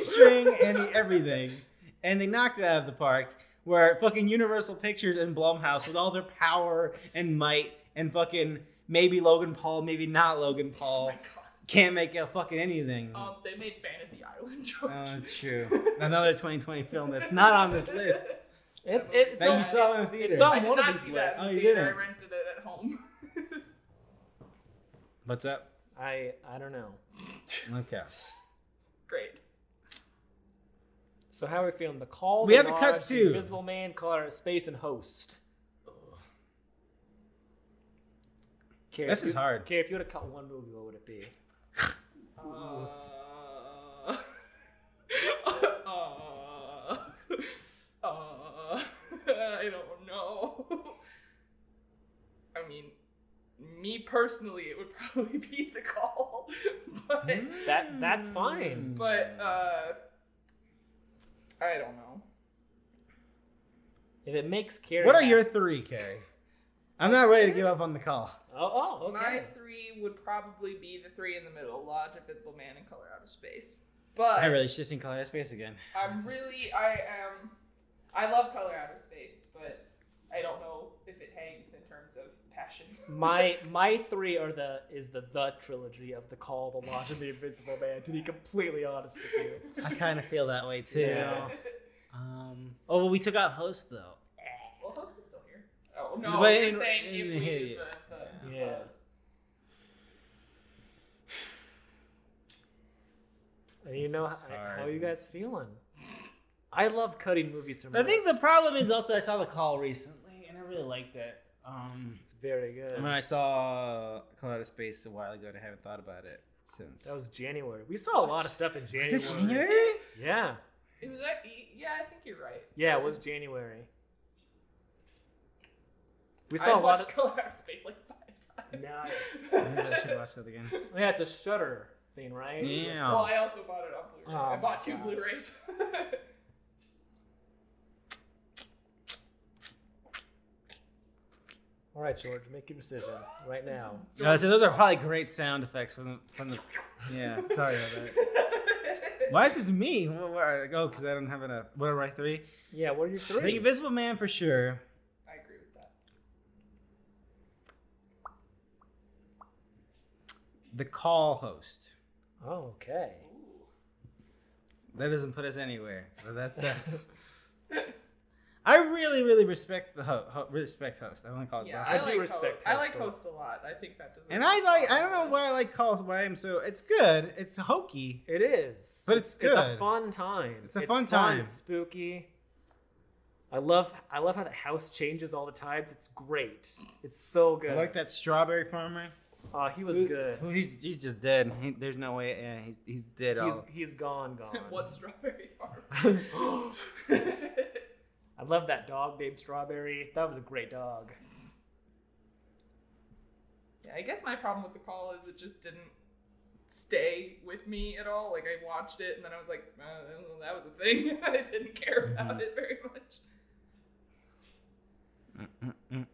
Speaker 1: shoestring and everything, and they knocked it out of the park. Where fucking Universal Pictures and Blumhouse, with all their power and might, and fucking maybe Logan Paul, maybe not Logan
Speaker 3: *laughs* Oh
Speaker 1: Paul,
Speaker 3: my god.
Speaker 1: can't make out fucking anything.
Speaker 3: Um, they made Fantasy Island. *laughs*
Speaker 1: Oh,
Speaker 3: George.
Speaker 1: that's true.
Speaker 3: *laughs*
Speaker 1: Another 2020 film that's not on this list
Speaker 2: It, it's
Speaker 1: that
Speaker 2: on-
Speaker 1: you saw in the theater.
Speaker 2: it's on-
Speaker 3: I did
Speaker 2: one of
Speaker 3: not
Speaker 2: these
Speaker 3: see that.
Speaker 2: lists.
Speaker 1: Oh, you
Speaker 3: Theater.
Speaker 1: didn't?
Speaker 3: I rented it at home. *laughs*
Speaker 1: What's up?
Speaker 2: I I don't know.
Speaker 1: Okay.
Speaker 3: Great.
Speaker 2: So how are we feeling? The call.
Speaker 1: We
Speaker 2: The
Speaker 1: have to cut
Speaker 2: Lodge, The
Speaker 1: to-
Speaker 2: Invisible Man, Color of Space, and Host. Care,
Speaker 1: This
Speaker 2: if
Speaker 1: is
Speaker 2: you-
Speaker 1: hard.
Speaker 2: Care, if you were to cut one movie, what would it be?
Speaker 3: Uh, *laughs* uh, *laughs* uh, I don't know. *laughs* I mean, me personally, it would probably *laughs* be the call, *laughs* but
Speaker 1: Hmm.
Speaker 2: That- that's fine.
Speaker 3: but uh, I don't know.
Speaker 2: If it makes Carrie.
Speaker 1: What are
Speaker 2: happy-
Speaker 1: your three, Carrie? I'm not ready to give up on the call.
Speaker 2: Oh, oh,
Speaker 3: My
Speaker 2: okay.
Speaker 3: three would probably be the three in the middle: Lodge, Invisible Man, and Color Out of Space. But
Speaker 1: I really should have seen Color Out of Space again.
Speaker 3: Uh,
Speaker 1: *laughs*
Speaker 3: I'm really, I am, I love Color Out of Space, but I don't know if it hangs in terms of passion. *laughs*
Speaker 2: My my three are the is the the trilogy of the Call, the Lodge, and the Invisible Man. To be completely honest with you,
Speaker 1: I kind of feel that way too.
Speaker 2: Yeah.
Speaker 1: Um, oh, well, we took out host though.
Speaker 3: well, Host is still here. Oh no,
Speaker 1: But
Speaker 3: you're
Speaker 1: in- in
Speaker 3: saying if
Speaker 1: the
Speaker 3: we
Speaker 1: hit-
Speaker 3: do the, the, the
Speaker 2: Yeah.
Speaker 3: buzz.
Speaker 2: and you
Speaker 1: This
Speaker 2: know
Speaker 1: is
Speaker 2: how,
Speaker 1: hard.
Speaker 2: how are you guys feeling? I love cutting movies from.
Speaker 1: I think the
Speaker 2: lists.
Speaker 1: problem is also I saw the call recently and I really liked it. Um,
Speaker 2: it's very good.
Speaker 1: and when I saw Color Out of Space a while ago, and I haven't thought about it since.
Speaker 2: That was January. We saw a lot of stuff in
Speaker 1: Is
Speaker 2: January.
Speaker 1: it January?
Speaker 2: Yeah,
Speaker 3: It was like, yeah, I think you're right.
Speaker 2: yeah, it was January. We
Speaker 3: We
Speaker 2: saw
Speaker 3: saw
Speaker 2: a
Speaker 3: I've
Speaker 2: lot
Speaker 3: watched
Speaker 2: of.
Speaker 3: Color Out of Space like five times. *laughs*
Speaker 2: Nice.
Speaker 1: *laughs* Maybe I should watch that again.
Speaker 2: Yeah, it's a Shutter thing, right?
Speaker 1: Yeah.
Speaker 3: Well, I also bought it on Blu-ray.
Speaker 2: Oh,
Speaker 3: I
Speaker 1: Um,
Speaker 3: bought two
Speaker 2: God.
Speaker 3: Blu-rays. *laughs*
Speaker 2: All right, George, make your decision right now.
Speaker 1: *laughs* No,
Speaker 3: *laughs*
Speaker 1: so those are probably great sound effects from the, from the. *laughs* Yeah, sorry about that.
Speaker 3: *laughs*
Speaker 1: Why is it me? Wh- wh- Oh, because I don't have enough. What are my three?
Speaker 2: Yeah, what are your
Speaker 1: The
Speaker 2: three?
Speaker 1: Invisible Man for sure.
Speaker 3: I agree with that.
Speaker 1: The Call host.
Speaker 2: Oh, okay.
Speaker 3: Ooh.
Speaker 1: That doesn't put us anywhere. So that, that's. I really, really respect the ho- ho- respect host. I want to call it
Speaker 3: Yeah,
Speaker 1: the
Speaker 3: I,
Speaker 1: host.
Speaker 2: do
Speaker 3: like
Speaker 2: respect
Speaker 3: Host. I
Speaker 2: Host
Speaker 3: like
Speaker 2: a lot.
Speaker 3: Host a lot. I think that does.
Speaker 1: And I like I don't know why I like calls why I'm so it's good. It's hokey.
Speaker 2: It is.
Speaker 1: But it's
Speaker 2: It's a
Speaker 1: good.
Speaker 2: fun time.
Speaker 1: It's a fun time.
Speaker 2: Spooky. I love I love how the house changes all the times. It's great. It's so good.
Speaker 1: I like that strawberry farmer.
Speaker 2: Uh, he was
Speaker 1: Who-
Speaker 2: good.
Speaker 1: who- he's he's just dead. He- there's no way yeah, he's he's dead
Speaker 2: He's
Speaker 1: all.
Speaker 2: he's gone, gone.
Speaker 3: *laughs*
Speaker 2: *laughs*
Speaker 3: What strawberry farm?
Speaker 1: *laughs*
Speaker 3: *laughs*
Speaker 2: I love that dog named Strawberry. That was a great dog.
Speaker 3: yeah, I guess my problem with the call is it just didn't stay with me at all. Like I watched it and then I was like, uh, well, that was a thing. *laughs* I didn't care about
Speaker 1: Mhm.
Speaker 3: it very much.
Speaker 1: Mm, mm,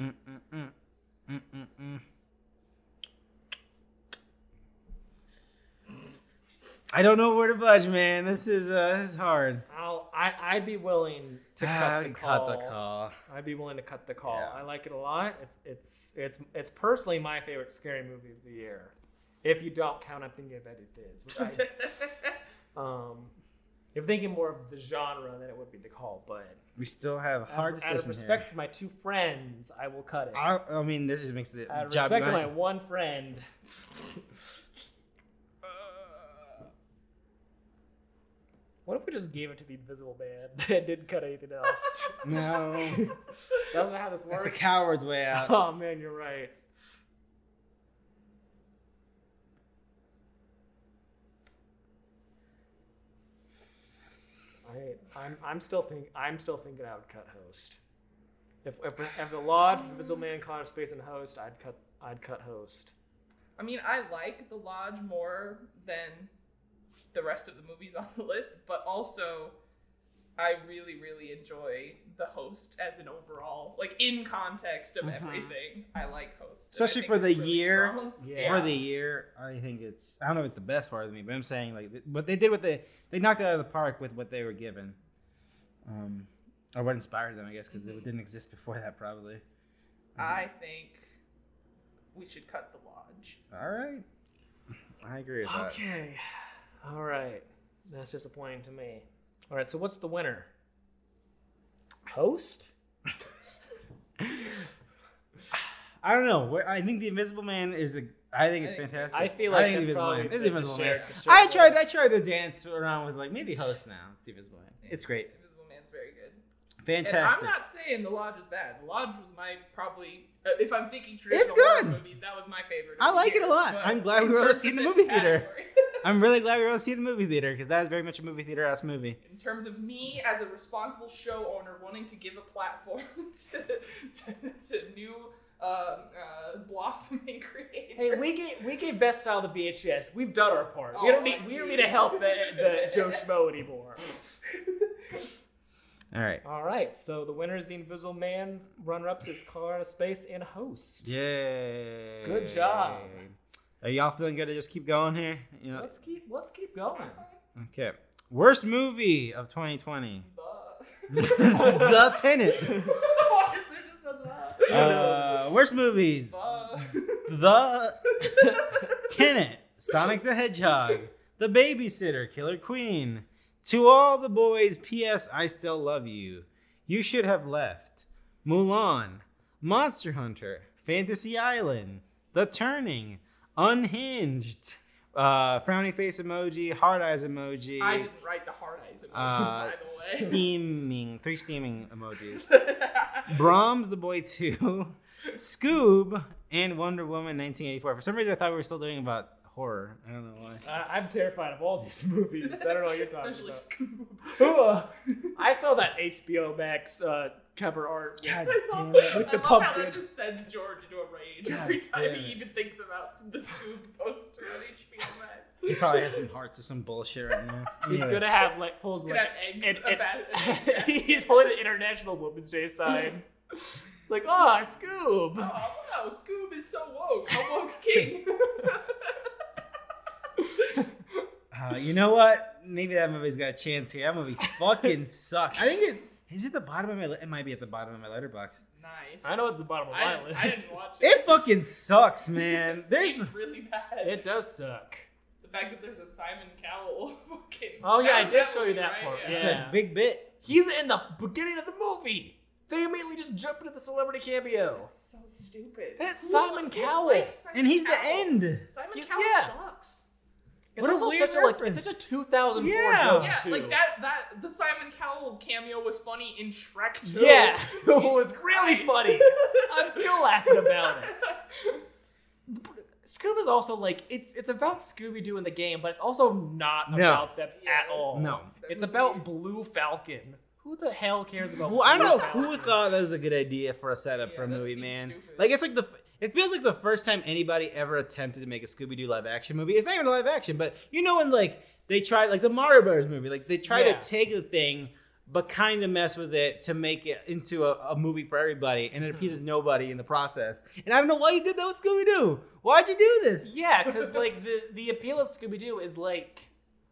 Speaker 1: mm. Mm, mm, mm. Mm, mm, mm. I don't know where to budge, man. This is uh, this is hard.
Speaker 2: I'll I, I'd be willing to cut,
Speaker 1: Ah,
Speaker 2: the,
Speaker 1: we
Speaker 2: call.
Speaker 1: cut the call.
Speaker 2: I'd be willing to cut the call.
Speaker 1: Yeah.
Speaker 2: I like it a lot. It's it's it's it's personally my favorite scary movie of the year. If you don't count, I'm thinking about it is. Which I Um, if thinking more of the genre, then it would be the call. But
Speaker 1: We still have a hard
Speaker 2: out, of- out
Speaker 1: decision
Speaker 2: of respect for my two friends, I will cut it.
Speaker 1: here. I, I mean, this is makes the
Speaker 2: out of
Speaker 1: job.
Speaker 2: respect for my
Speaker 1: going-
Speaker 2: one friend, *laughs*
Speaker 3: Uh,
Speaker 2: what if we just gave it to the Invisible Man *laughs* and didn't cut
Speaker 1: *laughs*
Speaker 2: anything else? *laughs*
Speaker 1: no,
Speaker 2: That's not how this works.
Speaker 1: that's the coward's way out.
Speaker 2: *laughs* Oh man, you're right. I, I'm, I'm still think I'm still thinking I would cut host. If if, if the lodge, Invisible Man, Connor Space, and host, I'd cut I'd cut host.
Speaker 3: *laughs* I mean, I like the lodge more than the rest of the movies on the list, but also I really, really enjoy the host as an overall, like in context of
Speaker 1: Mhm.
Speaker 3: everything. I like host, and I
Speaker 1: Especially
Speaker 3: think
Speaker 1: for
Speaker 3: it's
Speaker 1: the
Speaker 3: really
Speaker 1: year.
Speaker 3: strong.
Speaker 2: Yeah.
Speaker 1: for the year. I think it's I don't know if it's the best part of me, but I'm saying like th- what they did with the they knocked it out of the park with what they were given, um, or what inspired them, I guess, because
Speaker 3: Mhm.
Speaker 1: it didn't exist before that probably. Mm-hmm.
Speaker 3: I think we should cut the lodge.
Speaker 1: All right, I agree with that.
Speaker 2: Okay. All right. That's disappointing to me. All right. So what's the winner? Host?
Speaker 1: I don't know. Where, I think the Invisible Man is the. I think it's
Speaker 3: I think-
Speaker 1: fantastic.
Speaker 2: I feel like
Speaker 1: think
Speaker 2: that's
Speaker 1: Invisible
Speaker 2: probably
Speaker 1: Man. It's
Speaker 2: the
Speaker 1: Invisible Man.
Speaker 2: shared- the shared
Speaker 1: I tried.
Speaker 2: vote.
Speaker 1: I tried to dance around with like
Speaker 2: *laughs*
Speaker 1: maybe host now. It's the Invisible Man. It's great.
Speaker 3: Invisible Man's very good.
Speaker 1: Fantastic.
Speaker 3: And I'm not saying the lodge is bad. The lodge was my probably uh, if I'm thinking traditional
Speaker 1: good.
Speaker 3: horror movies, that was my favorite. of
Speaker 1: I
Speaker 3: the
Speaker 1: like it
Speaker 3: year,
Speaker 1: a lot.
Speaker 3: but
Speaker 1: I'm glad we
Speaker 3: in
Speaker 1: were able to
Speaker 3: terms
Speaker 1: see it
Speaker 3: of
Speaker 1: in the
Speaker 3: this
Speaker 1: movie theater.
Speaker 3: category-
Speaker 1: I'm really glad we were able to see it in the movie theater because that is very much a movie theater ass movie.
Speaker 3: in terms of me as a responsible show owner wanting to give a platform *laughs* to, to, to new um, uh, blossoming creators.
Speaker 2: Hey, we gave we gave best style to VHS. We've done our part. we
Speaker 3: Oh,
Speaker 2: don't need
Speaker 3: I
Speaker 2: we don't
Speaker 3: see.
Speaker 2: need to help the, the Joe Schmo anymore.
Speaker 1: All right.
Speaker 2: All right. So the winner is the Invisible Man. Runner ups is Car Space and Host.
Speaker 1: Yay.
Speaker 2: Good job.
Speaker 1: Are y'all feeling good to just keep going here? You know,
Speaker 2: Let's keep let's keep going.
Speaker 1: okay. Worst movie of
Speaker 2: *laughs*
Speaker 1: 2020.
Speaker 3: But-
Speaker 1: the Tenant.
Speaker 3: *laughs* Why is there just a but?
Speaker 1: Uh, worst *laughs* movies.
Speaker 3: But. *laughs*
Speaker 1: The T- Tenant. Sonic the Hedgehog. The Babysitter. Killer Queen. To all the boys, P.S. I still love you. You should have left. Mulan. Monster Hunter. Fantasy Island. The Turning. Unhinged. Uh, frowny face emoji. Heart eyes emoji.
Speaker 3: I didn't write the hard eyes
Speaker 1: uh,
Speaker 3: emoji, *laughs* by the way.
Speaker 1: steaming. Three steaming emojis.
Speaker 3: *laughs*
Speaker 1: Brahms the Boy 2, Scoob, and Wonder Woman 1984. For some reason, I thought we were still doing about horror. I don't know why.
Speaker 2: I, I'm terrified of all these *laughs* movies. I don't know what you're talking
Speaker 3: Especially
Speaker 2: about.
Speaker 1: *laughs*
Speaker 3: Scoob.
Speaker 2: Ooh, I saw that HBO Max uh, cover art.
Speaker 1: *laughs* God
Speaker 3: I
Speaker 1: damn
Speaker 3: love,
Speaker 1: it.
Speaker 2: With the
Speaker 3: I love how
Speaker 2: pumpkin.
Speaker 3: that just sends George into a rage
Speaker 1: God
Speaker 3: every time
Speaker 1: damn
Speaker 3: he
Speaker 1: it.
Speaker 3: even thinks about the Scoob poster on HBO Max.
Speaker 1: He probably
Speaker 3: *laughs*
Speaker 1: has some hearts or some bullshit right *laughs* now.
Speaker 2: He's
Speaker 1: Anyway.
Speaker 2: gonna have like pulls
Speaker 3: He's gonna
Speaker 2: like
Speaker 3: have eggs.
Speaker 2: and-
Speaker 3: a
Speaker 1: *laughs*
Speaker 2: and-
Speaker 3: bat- an egg basket.
Speaker 2: *laughs* he's holding an International Women's Day sign. like, ah, Scoob.
Speaker 3: Oh wow, Scoob is so woke. A
Speaker 1: *laughs*
Speaker 3: woke king. *laughs*
Speaker 1: Uh, you know what? Maybe that movie's got a chance here. That movie *laughs* fucking sucked. I think it is it the bottom of my. It might be at the bottom of my letterbox.
Speaker 3: nice.
Speaker 2: I know it's the bottom of
Speaker 3: I,
Speaker 2: my
Speaker 3: didn't- I
Speaker 2: list.
Speaker 3: didn't watch it.
Speaker 1: It fucking sucks, man. There's
Speaker 3: Seems
Speaker 1: the
Speaker 3: really
Speaker 1: *laughs*
Speaker 3: bad.
Speaker 2: It does suck.
Speaker 3: the fact that there's a Simon Cowell *laughs* fucking.
Speaker 2: Oh, yeah,
Speaker 3: that
Speaker 2: I
Speaker 3: was
Speaker 2: did
Speaker 3: that
Speaker 2: show you
Speaker 3: movie,
Speaker 2: that
Speaker 3: right?
Speaker 2: part,
Speaker 1: it's
Speaker 2: yeah.
Speaker 1: a big bit.
Speaker 2: He's in the beginning of the movie. They immediately just jump into the celebrity cameo.
Speaker 3: It's so stupid.
Speaker 2: And it's
Speaker 3: Who-
Speaker 2: Simon
Speaker 3: who
Speaker 2: Cowell.
Speaker 3: likes Simon
Speaker 1: And he's the
Speaker 3: Cowell?
Speaker 1: end.
Speaker 3: Simon
Speaker 2: Yeah.
Speaker 3: Cowell
Speaker 2: Yeah.
Speaker 3: sucks.
Speaker 2: It's
Speaker 1: What a
Speaker 2: also
Speaker 1: weird
Speaker 2: such a like
Speaker 1: reference.
Speaker 2: it's such a 2004
Speaker 1: Yeah.
Speaker 2: joke
Speaker 3: Yeah,
Speaker 2: too.
Speaker 3: like that. That the Simon Cowell cameo was funny in Shrek
Speaker 1: *laughs*
Speaker 3: 2. *laughs*
Speaker 2: Yeah, *laughs* it
Speaker 3: Jesus
Speaker 2: was really
Speaker 3: Christ. *laughs*
Speaker 2: funny. I'm still laughing about it. Scoob is also like it's it's about Scooby Doo in the game, but it's also not
Speaker 1: No.
Speaker 2: about them at
Speaker 3: Yeah.
Speaker 2: all.
Speaker 1: No.
Speaker 2: it's about Blue Falcon. Who the hell cares about?
Speaker 1: Well, I don't know
Speaker 2: Blue
Speaker 1: who
Speaker 2: Falcon?
Speaker 1: thought that was a good idea for a setup
Speaker 3: Yeah,
Speaker 1: for a
Speaker 3: that
Speaker 1: movie,
Speaker 3: seems
Speaker 1: man.
Speaker 3: stupid.
Speaker 1: Like it's like the it feels like the first time anybody ever attempted to make a Scooby Doo live action movie. It's not even a live action, but you know when like they tried like the Mario Brothers movie, like they try
Speaker 2: Yeah.
Speaker 1: to take the thing but kind of mess with it to make it into a, a movie for everybody, and it appeases
Speaker 2: Mm-hmm.
Speaker 1: nobody in the process. And I don't know why you did that with Scooby Doo. Why'd you do this?
Speaker 2: *laughs* Yeah, because like the the appeal of Scooby Doo is like,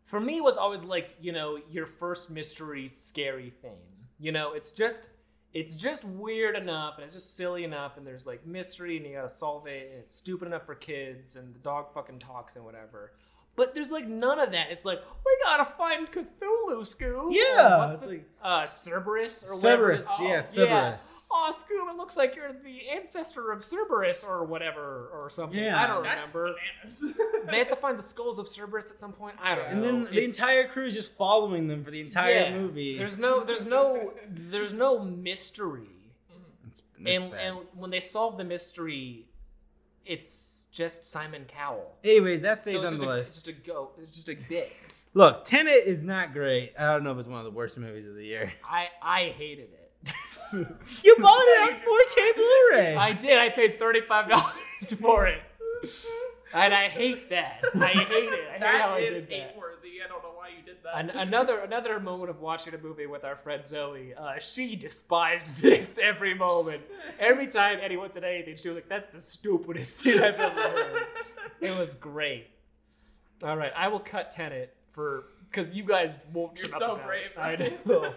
Speaker 2: for me was always like you know your first mystery scary thing. You know, it's just it's just weird enough and it's just silly enough and there's like mystery and you gotta solve it and it's stupid enough for kids and the dog fucking talks and whatever. But there's like none of that. It's like we gotta find Cthulhu, Scoob. or
Speaker 1: Yeah,
Speaker 2: what's
Speaker 1: it's
Speaker 2: the,
Speaker 1: like-
Speaker 2: uh, Cerberus or whatever. it is.
Speaker 1: Cerberus, yeah, Cerberus.
Speaker 2: Oh, Scoob, it looks like you're the ancestor of Cerberus or whatever or something.
Speaker 1: Yeah.
Speaker 2: I don't
Speaker 3: That's
Speaker 2: remember
Speaker 3: bananas.
Speaker 2: they
Speaker 3: *laughs*
Speaker 2: have to find the skulls of Cerberus at some point. I don't know.
Speaker 1: And then the
Speaker 2: It's-
Speaker 1: entire crew is just following them for the entire
Speaker 2: yeah.
Speaker 1: movie.
Speaker 2: There's no, there's no, there's no mystery.
Speaker 1: It's- it's
Speaker 2: and
Speaker 1: bad.
Speaker 2: and when they solve the mystery, it's just Simon Cowell.
Speaker 1: Anyways, that
Speaker 2: So
Speaker 1: stays
Speaker 2: it's
Speaker 1: on
Speaker 2: just
Speaker 1: the
Speaker 2: a,
Speaker 1: list.
Speaker 2: it's just a go, it's just a bit.
Speaker 1: Look, Tenet is not great. I don't know if it's one of the worst movies of the
Speaker 2: *laughs*
Speaker 1: year.
Speaker 2: I I hated it. *laughs*
Speaker 1: You bought it on 4K Blu-ray.
Speaker 2: I did. I paid thirty five dollars *laughs* for it, and I hate that. I hate it. I hate how
Speaker 3: *laughs* that
Speaker 2: I
Speaker 3: is
Speaker 2: did that.
Speaker 3: hate worthy. I don't know why you did that.
Speaker 2: An- another another moment of watching a movie with our friend Zoe. Uh, she despised *laughs* this every moment. Every time anyone said anything, she was like, "That's the stupidest thing I've ever
Speaker 3: *laughs*
Speaker 2: heard." it was great. All right, I will cut Tenet for because you guys won't.
Speaker 3: *laughs* You're
Speaker 2: shut up
Speaker 3: so
Speaker 2: about
Speaker 3: brave.
Speaker 2: it.
Speaker 3: *laughs*
Speaker 2: I know.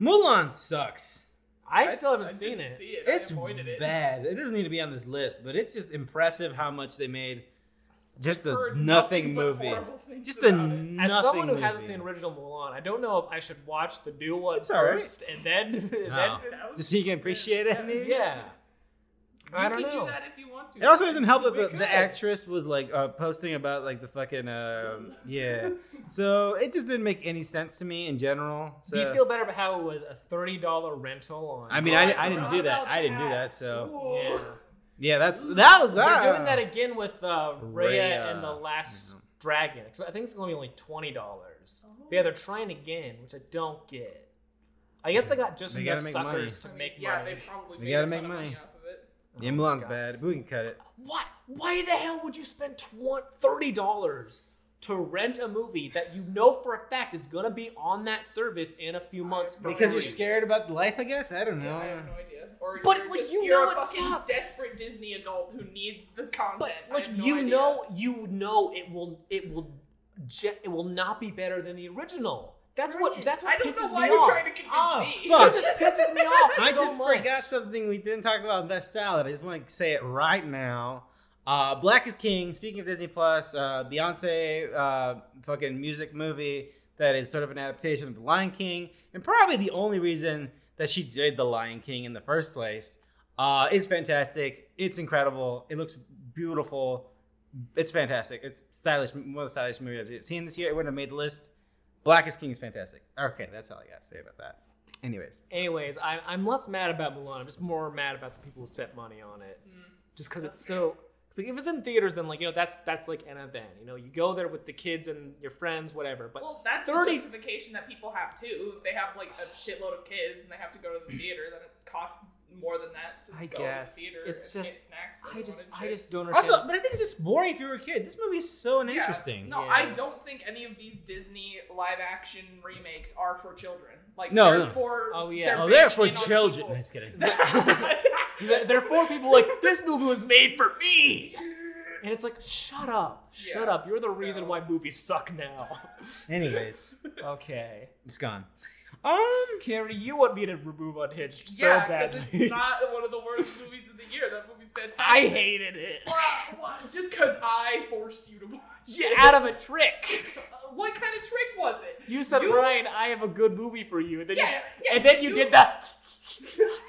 Speaker 1: Mulan sucks.
Speaker 2: I still haven't seen
Speaker 3: didn't
Speaker 2: it.
Speaker 3: See it.
Speaker 1: It's
Speaker 3: I avoided it.
Speaker 1: bad. It doesn't need to be on this list, but it's just impressive how much they made just a
Speaker 3: Heard
Speaker 1: nothing,
Speaker 3: but
Speaker 1: movie.
Speaker 3: horrible things
Speaker 1: Just a
Speaker 3: about it.
Speaker 1: nothing
Speaker 2: As someone who
Speaker 1: movie.
Speaker 2: hasn't seen original Mulan, I don't know if I should watch the new one
Speaker 1: It's all right.
Speaker 2: first and then. *laughs* And
Speaker 1: No.
Speaker 3: That was-
Speaker 1: Just so you can appreciate it. I mean?
Speaker 2: then yeah. I
Speaker 3: You
Speaker 2: don't
Speaker 3: can
Speaker 2: know.
Speaker 3: do that if you want to.
Speaker 1: It also doesn't help that
Speaker 2: We
Speaker 1: the,
Speaker 2: could.
Speaker 1: the actress was like uh, posting about like the fucking uh,
Speaker 2: *laughs*
Speaker 1: yeah. So it just didn't make any sense to me in general. So
Speaker 2: Do you feel better about how it was a thirty dollar rental on?
Speaker 1: I mean,
Speaker 3: Oh,
Speaker 1: I,
Speaker 3: I
Speaker 1: I didn't do
Speaker 3: forgot
Speaker 1: that.
Speaker 3: about
Speaker 1: I didn't do
Speaker 3: that.
Speaker 1: that. So *laughs*
Speaker 3: Whoa.
Speaker 1: yeah, that's that was
Speaker 2: they're
Speaker 1: that.
Speaker 2: doing that again with uh, Raya
Speaker 1: Raya.
Speaker 2: and the Last
Speaker 1: Mhm.
Speaker 2: Dragon. So I think it's going to be only twenty dollars.
Speaker 3: Oh.
Speaker 2: Yeah, they're trying again, which I don't get. I guess they got just
Speaker 1: They gotta
Speaker 2: enough
Speaker 1: make money.
Speaker 2: suckers
Speaker 3: I mean,
Speaker 2: to make
Speaker 3: yeah,
Speaker 2: money.
Speaker 3: they probably
Speaker 1: We
Speaker 3: made
Speaker 1: gotta
Speaker 3: a ton
Speaker 1: make
Speaker 3: of money.
Speaker 1: money.
Speaker 3: off of it.
Speaker 1: Yeah, Mulan's
Speaker 2: God.
Speaker 1: bad. But we can cut it.
Speaker 2: what? Why the hell would you spend twenty thirty dollars to rent a movie that you know for a fact is going to be on that service in a few months? for
Speaker 1: Because you're
Speaker 2: free?
Speaker 1: scared about life, I guess. I don't know.
Speaker 3: Yeah, I have no idea. Or
Speaker 2: But,
Speaker 3: you're
Speaker 2: like,
Speaker 3: just,
Speaker 2: you
Speaker 3: you're
Speaker 2: know
Speaker 3: a
Speaker 2: it
Speaker 3: fucking
Speaker 2: sucks.
Speaker 3: desperate Disney adult who needs the content.
Speaker 2: But
Speaker 3: I
Speaker 2: like
Speaker 3: have no
Speaker 2: you
Speaker 3: idea.
Speaker 2: know, you know it will it will je- it will not be better than the original. That's what that's what
Speaker 3: I don't
Speaker 2: pisses
Speaker 3: know why
Speaker 2: me
Speaker 3: you're
Speaker 2: off.
Speaker 3: trying to convince
Speaker 1: Oh,
Speaker 3: me.
Speaker 1: fuck.
Speaker 2: It just pisses me off
Speaker 1: *laughs* I
Speaker 2: so
Speaker 1: just
Speaker 2: much.
Speaker 1: forgot something we didn't talk about in Best Salad. I just want to say it right now. Uh, Black is King. Speaking of Disney Plus, uh, Beyonce uh, fucking music movie that is sort of an adaptation of The Lion King, and probably the only reason that she did The Lion King in the first place uh, is fantastic. It's incredible. It looks beautiful. It's fantastic. It's stylish. One of the stylish movies I've seen this year. It wouldn't have made the list. Black is King is fantastic. Okay, that's all I got to say about that. Anyways.
Speaker 2: Anyways, I, I'm less mad about Mulan. I'm just more mad about the people who spent money on it,
Speaker 3: Mm.
Speaker 2: just because it's so. Cause like if it's in theaters, then like you know that's that's like an event. You know, you go there with the kids and your friends, whatever. But
Speaker 3: Well, that's
Speaker 2: 30
Speaker 3: the justification that people have too. If they have like a shitload of kids and they have to go to the theater, then it costs more than that to
Speaker 2: I
Speaker 3: go
Speaker 2: guess.
Speaker 3: to the theater.
Speaker 2: It's
Speaker 3: and
Speaker 2: just-
Speaker 3: get snacks for
Speaker 2: I just
Speaker 3: everyone and
Speaker 2: I
Speaker 3: shit.
Speaker 2: just don't understand.
Speaker 1: Also, but I think it's just boring if you were a kid. This movie is so
Speaker 3: Yeah.
Speaker 1: uninteresting.
Speaker 3: No,
Speaker 2: Yeah.
Speaker 3: I don't think any of these Disney live action remakes are for children. Like
Speaker 1: No,
Speaker 3: they're
Speaker 1: no.
Speaker 3: for
Speaker 2: Oh, yeah.
Speaker 1: Oh,
Speaker 3: banking
Speaker 1: they're for
Speaker 3: in on
Speaker 1: children.
Speaker 3: people.
Speaker 1: No,
Speaker 3: *laughs*
Speaker 1: just kidding.
Speaker 2: *laughs* There there are four people like this movie was made for me, and it's like shut up, shut
Speaker 3: Yeah.
Speaker 2: up. You're the reason
Speaker 3: No.
Speaker 2: why movies suck
Speaker 3: *laughs*
Speaker 2: now.
Speaker 1: Anyways,
Speaker 2: okay,
Speaker 1: it's gone. Um,
Speaker 2: Carrie, you want me to remove Unhinged so
Speaker 3: yeah, because
Speaker 2: badly.
Speaker 3: it's not one of the worst movies of the year. That movie's
Speaker 2: *laughs*
Speaker 3: fantastic.
Speaker 2: I hated it.
Speaker 3: Why- why- Just because I forced you to watch
Speaker 2: Yeah,
Speaker 3: it.
Speaker 2: out of a trick.
Speaker 3: What kind of trick was it?
Speaker 2: You said
Speaker 3: You-
Speaker 2: Ryan, I have a good movie for you, and then
Speaker 3: Yeah,
Speaker 2: you,
Speaker 3: yeah,
Speaker 2: and then you,
Speaker 3: you-
Speaker 2: did that.
Speaker 3: *laughs*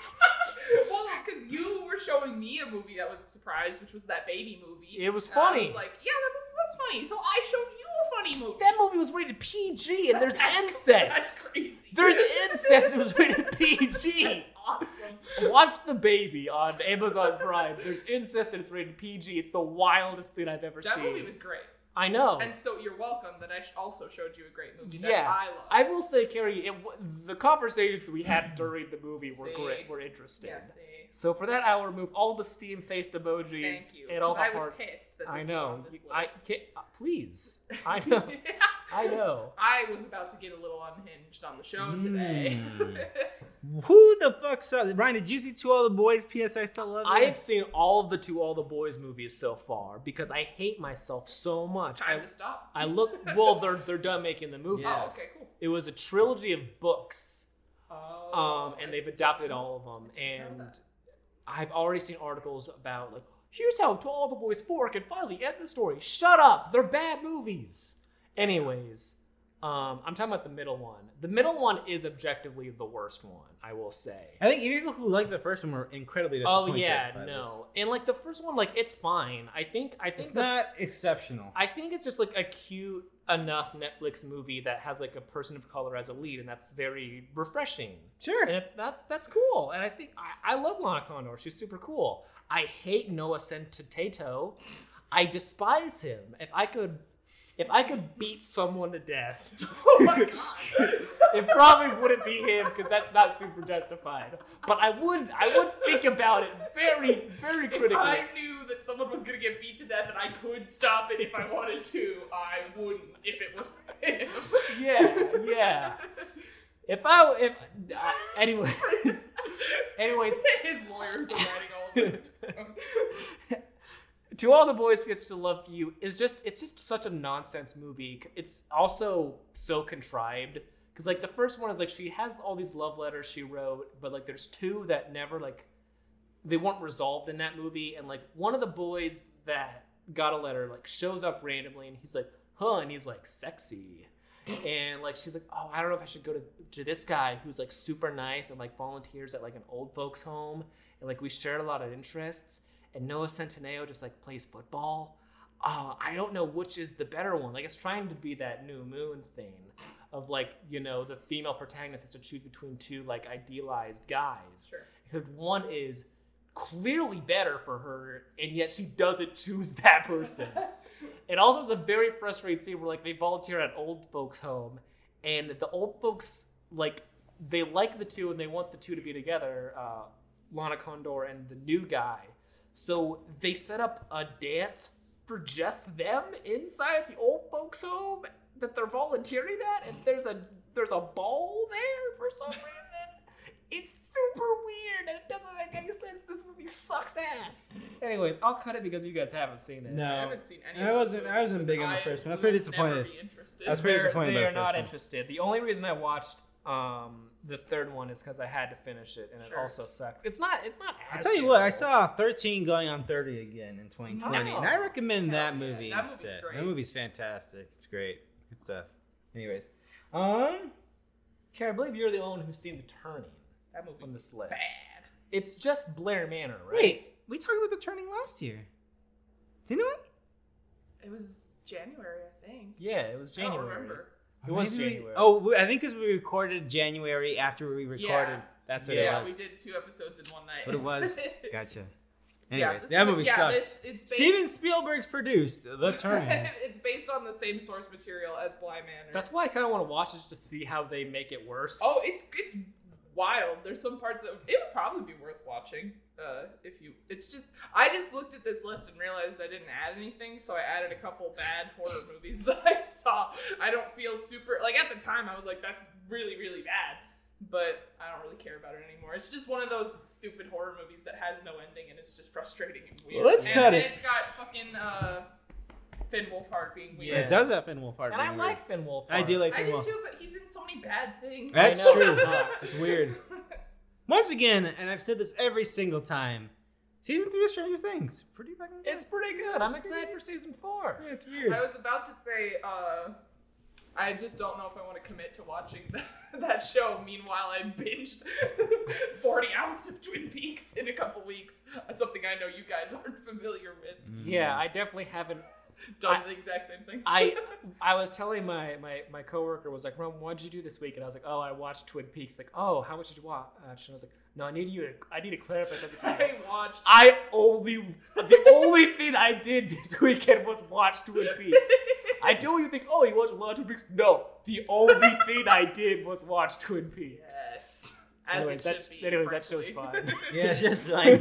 Speaker 3: well, because you were showing me a movie that was a surprise, which was that baby movie.
Speaker 2: It was
Speaker 3: And I
Speaker 2: funny.
Speaker 3: like, yeah, that movie was funny. So I showed you a funny movie.
Speaker 2: That movie was rated PG, and there's
Speaker 3: *laughs* That's- That's
Speaker 2: incest.
Speaker 3: crazy. *laughs*
Speaker 2: There's incest. and It was rated *laughs* PG.
Speaker 3: That's awesome.
Speaker 2: Watch the baby on Amazon Prime. There's incest and it's rated PG. It's the wildest thing I've ever
Speaker 3: That
Speaker 2: seen.
Speaker 3: movie was great.
Speaker 2: I know.
Speaker 3: And so you're welcome that I sh- also showed you a great movie that
Speaker 2: Oh. Yeah.
Speaker 3: I love.
Speaker 2: I will say, Carrie, it, w- the conversations we
Speaker 3: *clears throat*
Speaker 2: had during the movie were
Speaker 3: See?
Speaker 2: great, were interesting.
Speaker 3: yeah, see.
Speaker 2: So for that, I will remove all the steam-faced emojis
Speaker 3: Thank you.
Speaker 2: and all
Speaker 3: 'Cause
Speaker 2: the
Speaker 3: I was
Speaker 2: heart.
Speaker 3: pissed that this
Speaker 2: I
Speaker 3: was
Speaker 2: know.
Speaker 3: on this
Speaker 2: You- I
Speaker 3: list.
Speaker 2: can uh,
Speaker 3: *laughs*
Speaker 2: please. I know. I know.
Speaker 3: I was about to get a little unhinged on the show today. *laughs*
Speaker 1: Mm. who the fuck saw this? Ryan, did you see Two All the Boys? P.S. I Still Love You?
Speaker 2: I have seen all of the two all the boys movies so far because I hate myself so
Speaker 3: it's
Speaker 2: much.
Speaker 3: time
Speaker 2: I,
Speaker 3: to stop.
Speaker 2: I look well. They're they're done making the movies.
Speaker 1: Yes.
Speaker 3: *laughs* Oh, okay, cool.
Speaker 2: It was a trilogy of books,
Speaker 3: Oh,
Speaker 2: um, and they've adopted all of them.
Speaker 3: didn't know
Speaker 2: And I've already seen articles about like, here's how To All the Boys Four can finally end the story. Shut up, they're bad movies. Anyways, um, I'm talking about the middle one. The middle one is objectively the worst one, I will say.
Speaker 1: I think even people who liked the first one were incredibly disappointed.
Speaker 2: Oh yeah,
Speaker 1: by
Speaker 2: no,
Speaker 1: this.
Speaker 2: and like the first one, like it's fine. I think I think
Speaker 1: It's
Speaker 2: the-
Speaker 1: not exceptional.
Speaker 2: I think it's just like a cute enough Netflix movie that has like a person of color as a lead, and that's very refreshing.
Speaker 1: sure.
Speaker 2: And it's that's that's cool. And I think I, I love Lana Condor. She's super cool. I hate Noah Centotato. I despise him. If I could If I could beat someone to death, *laughs*
Speaker 3: oh my god.
Speaker 2: it probably wouldn't be him because that's not super justified. But I would, I would think about it very, very
Speaker 3: If
Speaker 2: critically.
Speaker 3: I knew that someone was gonna get beat to death and I could stop it if I wanted to, I wouldn't if it was him.
Speaker 2: Yeah, yeah. If I, if uh,
Speaker 3: *laughs*
Speaker 2: anyway, anyways,
Speaker 3: His lawyers are writing all
Speaker 2: *laughs*
Speaker 3: this down.
Speaker 2: to all the boys who gets to love you is just it's just such a nonsense movie it's also so contrived because like the first one is like she has all these love letters she wrote but like there's two that never like they weren't resolved in that movie and like one of the boys that got a letter like shows up randomly and he's like huh and he's like sexy and like she's like oh i don't know if i should go to, to this guy who's like super nice and like volunteers at like an old folks home and like we shared a lot of interests and noah centineo just like plays football oh i don't know which is the better one like it's trying to be that new moon thing of like you know the female protagonist has to choose between two like idealized guys
Speaker 3: Sure.
Speaker 2: because one is clearly better for her, and yet she doesn't choose that person. it also is a very frustrating scene where like they volunteer at an old folks' home, and the old folks like they like the two and they want the two to be together, uh, Lana Condor and the new guy. So they set up a dance for just them inside the old folks' home that they're volunteering at, and there's a there's a ball there for some reason. It's super weird and it doesn't make any sense. This movie sucks ass. Anyways, I'll cut it because you guys haven't seen it.
Speaker 3: I
Speaker 1: No,
Speaker 3: haven't seen any.
Speaker 1: I
Speaker 3: of those
Speaker 1: wasn't- I
Speaker 3: movies,
Speaker 1: wasn't
Speaker 3: and
Speaker 1: big on the first one. I was pretty
Speaker 3: would never
Speaker 1: disappointed.
Speaker 3: be interested.
Speaker 1: I was pretty
Speaker 2: They're-
Speaker 1: disappointed by
Speaker 2: They
Speaker 1: the
Speaker 2: are not
Speaker 1: first one.
Speaker 2: interested. The only reason I watched um, the third one is because I had to finish it, and it
Speaker 3: Sure.
Speaker 2: also sucked. It's not. It's not.
Speaker 1: I
Speaker 2: as
Speaker 1: tell you what, I
Speaker 2: terrible.
Speaker 1: saw 13 going on 30 again in 2020, and
Speaker 2: Nice.
Speaker 1: I recommend that
Speaker 3: Hell yeah,
Speaker 1: movie
Speaker 3: that movie's
Speaker 1: instead.
Speaker 3: great.
Speaker 1: That movie's fantastic. It's great. Good stuff. Anyways, um,
Speaker 2: Kara, I believe you're the only one who's seen The Turning
Speaker 3: That
Speaker 2: on
Speaker 3: movie was
Speaker 2: this list.
Speaker 3: bad.
Speaker 2: It's just Blair Manor, right?
Speaker 1: wait, we talked about the turning last year, didn't we?
Speaker 3: It was January, I think.
Speaker 2: Yeah, it was January.
Speaker 3: I don't remember.
Speaker 2: It was
Speaker 1: Maybe we-
Speaker 2: January.
Speaker 1: oh, we- I think because we recorded January after we recorded. That's what
Speaker 3: yeah,
Speaker 1: it was.
Speaker 3: we did two episodes in one night.
Speaker 1: That's what it
Speaker 3: *laughs*
Speaker 1: was. Gotcha.
Speaker 3: Yeah,
Speaker 1: Anyways,
Speaker 3: this
Speaker 1: that
Speaker 3: is-
Speaker 1: movie
Speaker 3: yeah,
Speaker 1: sucks.
Speaker 3: this- it's based-
Speaker 1: Steven Spielberg's produced The
Speaker 3: *laughs*
Speaker 1: Turning.
Speaker 3: it's based on the same source material as Bly Manor.
Speaker 2: That's why I kind of want to watch it just to see how they make it worse.
Speaker 3: oh, it's it's wild. There's some parts that it would probably be worth watching. Uh, if you, it's just I just looked at this list and realized I didn't add anything, so I added a couple bad
Speaker 1: *laughs*
Speaker 3: horror movies that I saw. I don't feel super like at the time I was like that's really really bad, but I don't really care about it anymore. It's just one of those stupid horror movies that has no ending and it's just frustrating and weird.
Speaker 1: Let's
Speaker 3: and,
Speaker 1: cut
Speaker 3: and
Speaker 1: it.
Speaker 3: It's got fucking uh, Finn Wolfhard being weird.
Speaker 2: Yeah.
Speaker 1: It does have Finn Wolfhard.
Speaker 2: and I
Speaker 1: being
Speaker 2: like Finn Wolfhard.
Speaker 1: weird. I do like
Speaker 3: I
Speaker 1: Finn
Speaker 3: do
Speaker 1: Wolfhard.
Speaker 3: too, but he's in so many bad things. *laughs*
Speaker 1: That's
Speaker 2: I know,
Speaker 1: true.
Speaker 2: it sucks.
Speaker 1: It's weird. Once again, and I've said this every single time, season three of Stranger Things pretty fucking. Good.
Speaker 2: It's pretty good. I'm excited for season four.
Speaker 1: yeah, it's weird.
Speaker 3: I was about to say, uh, I just don't know if I want to commit to watching *laughs* that, that show. Meanwhile, I binged *laughs* 40 hours of Twin Peaks in a couple weeks. Something I know you guys aren't familiar with.
Speaker 2: Yeah, I definitely haven't
Speaker 3: Done
Speaker 2: Mm. I-
Speaker 3: the exact same thing. *laughs*
Speaker 2: I I was telling my my my coworker was like, "Rom, what'd you do this week?" And I was like, "Oh, I watched Twin Peaks." Like, "Oh, how much did you watch?" And I was like, "No, I need you. To, I need to clarify something."
Speaker 3: *laughs* I watched.
Speaker 2: I only the only thing I did this weekend was watch Twin Peaks. *laughs* I don't even think, "Oh, you watched a lot of Twin Peaks." No, the only thing I did was watch Twin Peaks.
Speaker 3: Yes. As
Speaker 2: Anyways,
Speaker 3: it
Speaker 2: that-
Speaker 3: should be.
Speaker 2: anyways, that show's
Speaker 3: frankly. *laughs*
Speaker 1: yeah, it's just like.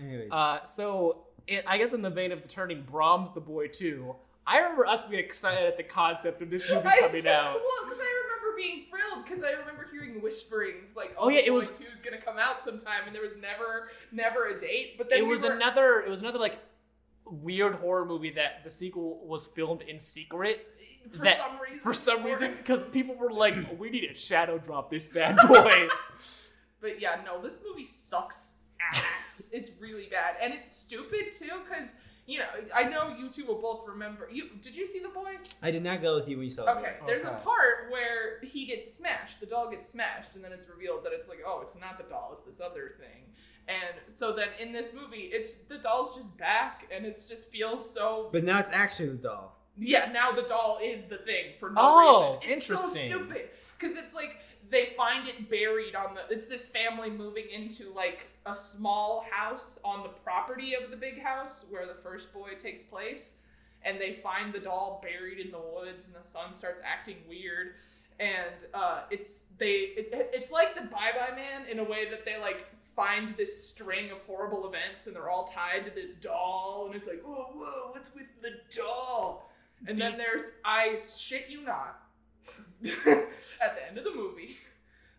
Speaker 1: Anyways,
Speaker 2: Uh, so it, I guess in the vein of the turning Brahms the boy too. I remember us being excited at the concept of this movie
Speaker 3: *laughs* I,
Speaker 2: coming out.
Speaker 3: Well, because I remember being thrilled because I remember hearing whisperings like,
Speaker 2: Oh, yeah, it
Speaker 3: Boy
Speaker 2: was-
Speaker 3: two is gonna come out sometime," and there was never, never a date. But then
Speaker 2: it
Speaker 3: we
Speaker 2: was
Speaker 3: were,
Speaker 2: another it was another like weird horror movie that the sequel was filmed in secret
Speaker 3: for
Speaker 2: that-
Speaker 3: some reason,
Speaker 2: for some
Speaker 3: or-
Speaker 2: reason because people were like we need to shadow drop this bad
Speaker 3: *laughs*
Speaker 2: boy
Speaker 3: But yeah, no, this movie sucks
Speaker 2: *laughs*
Speaker 3: ass. it's really bad, and it's stupid too because. You know, I know you two will both remember. You did you see the boy?
Speaker 1: I did not go with you when you saw. the
Speaker 3: Okay,
Speaker 1: movie.
Speaker 3: there's a
Speaker 2: Okay.
Speaker 3: part where he gets smashed. The doll gets smashed, and then it's revealed that it's like, oh, it's not the doll, it's this other thing. And so then in this movie, it's the doll's just back, and it's just feels so.
Speaker 1: But now it's actually the doll.
Speaker 3: Yeah, now the doll is the thing for no
Speaker 2: Oh,
Speaker 3: reason. It's
Speaker 2: interesting.
Speaker 3: so stupid because it's like they find it buried on the. It's this family moving into like a small house on the property of the big house where the first boy takes place. and they find the doll buried in the woods, and the son starts acting weird. And uh, it's they it, it's like the Bye Bye Man in a way that they like find this string of horrible events, and they're all tied to this doll, and it's like whoa whoa what's with the doll? And then there's I shit you not. *laughs* at the end of the movie,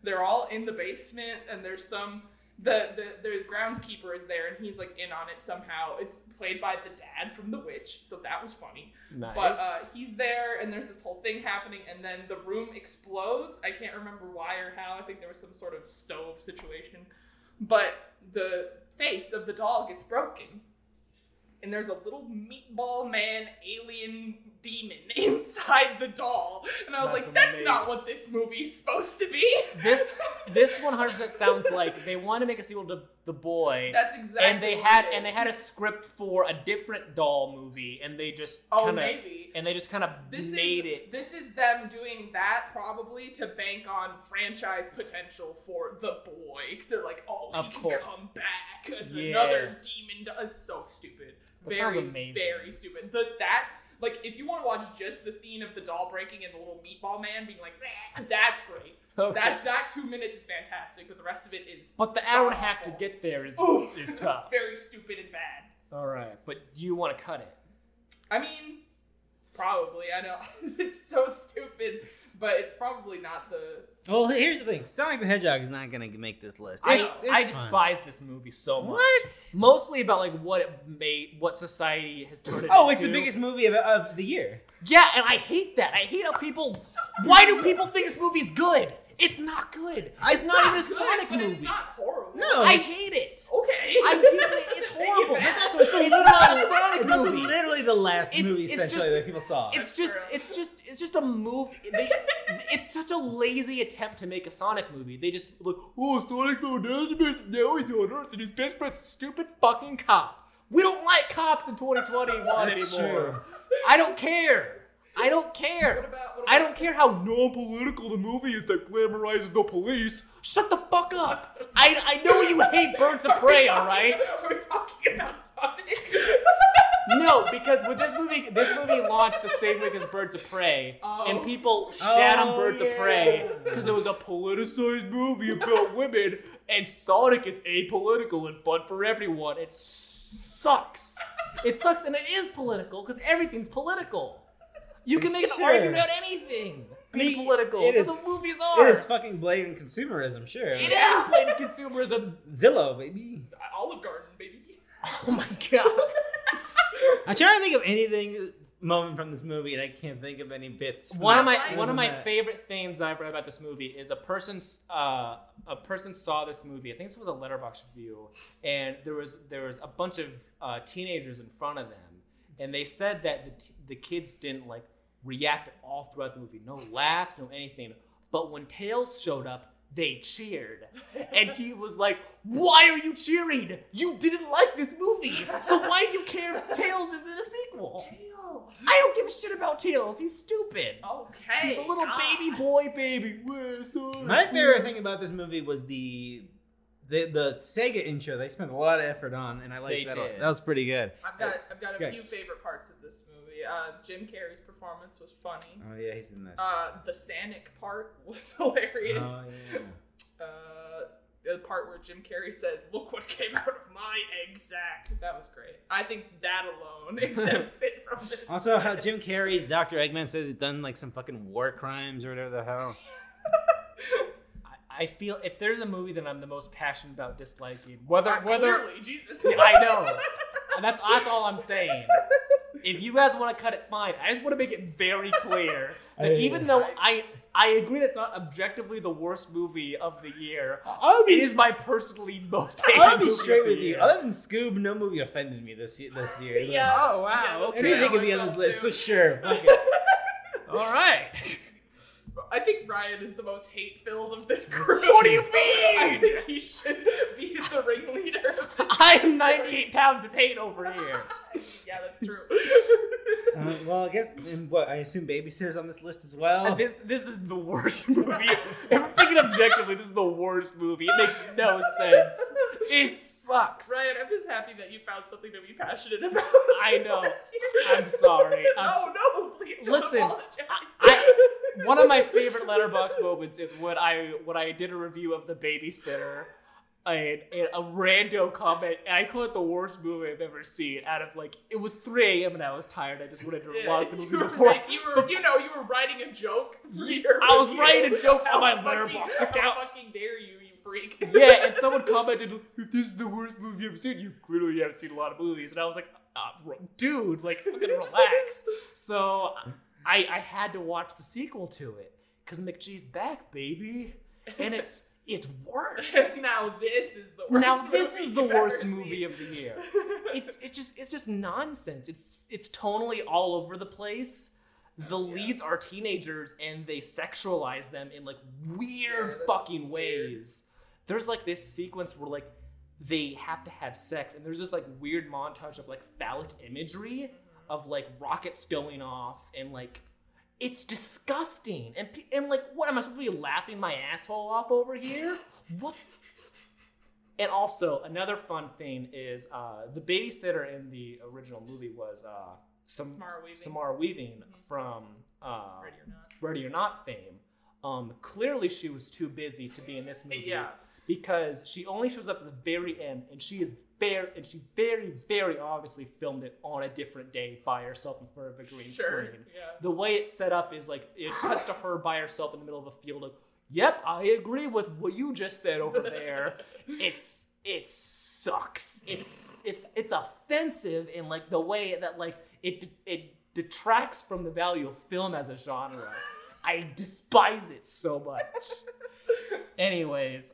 Speaker 3: they're all in the basement, and there's some the, the the groundskeeper is there, and he's like in on it somehow. It's played by the dad from The Witch, so that was funny.
Speaker 2: Nice.
Speaker 3: But uh, he's there, and there's this whole thing happening, and then the room explodes. I can't remember why or how. I think there was some sort of stove situation, but the face of the doll gets broken, and there's a little meatball man alien demon *laughs* inside the doll, and I was
Speaker 2: That's
Speaker 3: like, that's
Speaker 2: amazing.
Speaker 3: not what this movie's supposed to be. *laughs*
Speaker 2: this this 100% sounds like they want to make a sequel to The Boy.
Speaker 3: That's exactly.
Speaker 2: and they
Speaker 3: what
Speaker 2: had
Speaker 3: it
Speaker 2: and they
Speaker 3: is.
Speaker 2: had a script for a different doll movie and they just
Speaker 3: oh
Speaker 2: kind of
Speaker 3: maybe
Speaker 2: and they just kind of
Speaker 3: this
Speaker 2: made
Speaker 3: is
Speaker 2: it
Speaker 3: this is them doing that probably to bank on franchise potential for the boy. So like, oh, he
Speaker 2: Of
Speaker 3: can
Speaker 2: course.
Speaker 3: come back as
Speaker 2: Yeah.
Speaker 3: another demon. Do- it's so stupid.
Speaker 2: That
Speaker 3: very
Speaker 2: sounds amazing.
Speaker 3: very stupid. But that like, if you want to watch just the scene of the doll breaking and the little meatball man being like, "Bah," that's great.
Speaker 2: Okay.
Speaker 3: That that two minutes is fantastic, but the rest of it is
Speaker 2: but the hour and a half to
Speaker 3: awful.
Speaker 2: get there is
Speaker 3: Ooh.
Speaker 2: is tough
Speaker 3: *laughs* very stupid and bad.
Speaker 2: all right but do you want to cut it
Speaker 3: I mean, probably. I know *laughs* it's so stupid, but it's probably not the.
Speaker 1: Well, here's the thing: Sonic the Hedgehog is not gonna make this list.
Speaker 2: I,
Speaker 1: It's- it's
Speaker 2: I
Speaker 1: fine.
Speaker 2: despise this movie so much
Speaker 1: What?
Speaker 2: mostly about like what it made what society has turned it
Speaker 1: Oh, it's the
Speaker 2: into.
Speaker 1: biggest movie of, of the year.
Speaker 2: yeah and i hate that i hate how people why do people think this movie's good it's not good it's, not, even a
Speaker 3: good,
Speaker 2: sonic
Speaker 3: but
Speaker 2: movie
Speaker 3: it's not horrible.
Speaker 1: No,
Speaker 2: i hate it
Speaker 3: Okay. *laughs*
Speaker 2: I deeply- it's horrible.
Speaker 1: But
Speaker 2: But
Speaker 1: that's what
Speaker 2: *laughs* It's not a Sonic
Speaker 1: It's also
Speaker 2: movie.
Speaker 1: literally the last
Speaker 2: It's-
Speaker 1: movie
Speaker 2: it's
Speaker 1: essentially
Speaker 2: just-
Speaker 1: that people saw.
Speaker 2: It's
Speaker 3: That's
Speaker 2: just,
Speaker 3: true.
Speaker 2: it's just, it's just a move.
Speaker 3: *laughs*
Speaker 2: They, it's such a lazy attempt to make a Sonic movie. They just look, oh, Sonic found out the best- now he's on Earth and his best friend's stupid fucking cop. We don't like cops in 2021
Speaker 1: That's
Speaker 2: anymore.
Speaker 1: true.
Speaker 2: I don't care. I don't
Speaker 3: What
Speaker 2: care.
Speaker 3: about? What about
Speaker 2: I don't care how non-political the movie is that glamorizes the police. Shut the fuck up. I, I know you hate Birds of Prey, all right?
Speaker 3: We're talking about Sonic. *laughs*
Speaker 2: No, because with this movie, this movie launched the same week as Birds of Prey,
Speaker 3: Oh.
Speaker 2: and people shat
Speaker 1: Oh,
Speaker 2: on Birds
Speaker 1: yeah.
Speaker 2: of Prey because it was a politicized movie about women, and Sonic is apolitical and fun for everyone. It sucks. It sucks, and it is political because everything's political. You can make an
Speaker 1: Sure.
Speaker 2: argument about anything. Be
Speaker 1: Me-
Speaker 2: political.
Speaker 1: it
Speaker 2: That's
Speaker 1: is-
Speaker 2: what movies are.
Speaker 1: It is fucking blatant consumerism, sure.
Speaker 2: It is blatant consumerism.
Speaker 1: Zillow, baby.
Speaker 3: Olive Garden, baby.
Speaker 2: Oh my god.
Speaker 1: *laughs* I'm trying to think of anything moment from this movie, and I can't think of any bits.
Speaker 2: One of
Speaker 3: Like-
Speaker 2: my one of my
Speaker 1: That-
Speaker 2: favorite things I've read about this movie is a person's uh, a person saw this movie. I think this was a letterbox review, and there was there was a bunch of uh, teenagers in front of them, and they said that the t- the kids didn't like react at all throughout the movie. No laughs, no anything. But when Tails showed up, they cheered, and he was like, "Why are you cheering? You didn't like this movie, so why do you care if Tails is in a sequel?"
Speaker 3: Tails.
Speaker 2: I don't give a shit about Tails. He's stupid.
Speaker 3: Okay.
Speaker 2: He's a little
Speaker 3: God.
Speaker 2: baby boy, baby. We're so
Speaker 1: My favorite thing about this movie was the the the Sega intro. They spent a lot of effort on, and I
Speaker 2: They
Speaker 1: liked that. a lot.
Speaker 2: did.
Speaker 1: That was pretty good.
Speaker 3: I've got I've got
Speaker 1: Okay.
Speaker 3: a few favorite parts of this movie. Uh, Jim Carrey's performance was funny.
Speaker 1: Oh yeah, he's in this.
Speaker 3: Uh, the Sanic part *laughs* was
Speaker 1: oh,
Speaker 3: hilarious.
Speaker 1: yeah.
Speaker 3: uh, the part where Jim Carrey says, "Look what came out of my egg sack." That was great. I think that
Speaker 1: *laughs*
Speaker 3: alone *laughs* exempts it from this.
Speaker 1: Also,
Speaker 3: *laughs*
Speaker 1: how Jim Carrey's Dr. Eggman says he's done like some fucking war crimes or whatever the hell.
Speaker 2: I, I feel if there's a movie that I'm the most passionate about disliking, whether
Speaker 3: Uh,
Speaker 2: whether
Speaker 3: clearly, Jesus.
Speaker 2: Yeah, *laughs* I
Speaker 3: *laughs*
Speaker 2: know. and that's that's all I'm saying. If you guys want to cut it, fine. I just want to make it very *laughs* clear that
Speaker 1: I-
Speaker 2: even though I I agree that's not objectively the worst movie of the year,
Speaker 1: *laughs* I'll
Speaker 2: it is my personally most hated
Speaker 1: I'll
Speaker 2: movie
Speaker 1: be
Speaker 2: of
Speaker 1: straight
Speaker 2: the
Speaker 1: with you.
Speaker 2: year.
Speaker 1: Other than Scoob, no movie offended me this year. This year.
Speaker 3: yeah.
Speaker 2: Oh, wow,
Speaker 3: yeah, that's
Speaker 2: okay.
Speaker 3: what I *laughs*
Speaker 1: Anything could be on
Speaker 3: felt
Speaker 1: this list,
Speaker 3: too.
Speaker 1: so sure. fuck it.
Speaker 2: All right. *laughs*
Speaker 3: I think Ryan is the most hate filled of this group.
Speaker 2: What do you
Speaker 3: *laughs* I
Speaker 2: mean?
Speaker 3: think he should be the ringleader of
Speaker 2: *laughs*
Speaker 3: this.
Speaker 2: I'm 98 pounds of hate over here.
Speaker 3: yeah, that's true.
Speaker 1: Uh, well, I guess and what I assume babysitters on this list as
Speaker 3: Oh.
Speaker 1: well.
Speaker 2: And Uh, This this is the worst *laughs* movie. if we're thinking objectively, this is the worst movie. It makes *laughs*
Speaker 3: *laughs*
Speaker 2: no sense. It sucks.
Speaker 3: Ryan, I'm just happy that you found something to be passionate about.
Speaker 2: I
Speaker 3: this
Speaker 2: know.
Speaker 3: last year.
Speaker 2: I'm sorry.
Speaker 3: *laughs*
Speaker 2: I'm
Speaker 3: no,
Speaker 2: so-
Speaker 3: no, please don't
Speaker 2: Listen,
Speaker 3: apologize.
Speaker 2: I- One
Speaker 3: *laughs*
Speaker 2: of my favorite letterbox moments is when I when I did a review of the babysitter. And, and a rando comment, and I call it the worst movie I've ever seen. Out of like, it was 3 a.m. and I was tired. I just wanted to
Speaker 3: Yeah,
Speaker 2: log the
Speaker 3: you
Speaker 2: movie
Speaker 3: were
Speaker 2: before
Speaker 3: like- you were, you know, you were writing a joke. for your
Speaker 2: I was
Speaker 3: review.
Speaker 2: writing
Speaker 3: *laughs*
Speaker 2: a joke on
Speaker 3: How
Speaker 2: my
Speaker 3: fucking-
Speaker 2: Letterboxd
Speaker 3: how
Speaker 2: account.
Speaker 3: fucking dare you, you freak! *laughs*
Speaker 2: yeah, and someone commented, "If this is the worst movie you've ever seen, you clearly haven't seen a lot of movies." And I was like, Ah ro- "Dude, like,
Speaker 3: *laughs*
Speaker 2: fucking relax." so I I had to watch the sequel to it because McGee's back, baby, and it's it's
Speaker 3: *laughs*
Speaker 2: worse.
Speaker 3: now this is the worst.
Speaker 2: now this is
Speaker 3: movie
Speaker 2: the
Speaker 3: you've ever
Speaker 2: worst
Speaker 3: seen.
Speaker 2: movie
Speaker 3: *laughs*
Speaker 2: of the year. It's it's just it's just nonsense. It's it's tonally all over the place. The
Speaker 3: Oh, Yeah.
Speaker 2: leads are teenagers and they sexualize them in like
Speaker 3: Yeah,
Speaker 2: weird
Speaker 3: that's
Speaker 2: fucking
Speaker 3: weird.
Speaker 2: ways. There's like this sequence where like they have to have sex and there's this like weird montage of like phallic imagery
Speaker 3: Mm-hmm.
Speaker 2: of like rockets going off and like it's disgusting and pe- and like what am I supposed to be laughing my asshole off over
Speaker 3: *laughs*
Speaker 2: here? What? And also another fun thing is uh, the babysitter in the original movie was uh, some
Speaker 3: Samara Weaving. Mm-hmm.
Speaker 2: Samara Weaving from uh,
Speaker 3: Ready or not.
Speaker 2: Ready or Not fame. Um, clearly she was too busy to be in
Speaker 3: *laughs*
Speaker 2: this movie
Speaker 3: Yeah,
Speaker 2: because she only shows up at the very end and she is very and she very very obviously filmed it on a different day by herself in front of a green
Speaker 3: sure.
Speaker 2: screen
Speaker 3: Yeah.
Speaker 2: the way it's set up is like it cuts to her by herself in the middle of a field of yep i agree with what you just said over there it's it sucks it's it's it's offensive in like the way that like it it detracts from the value of film as a genre i despise it so much anyways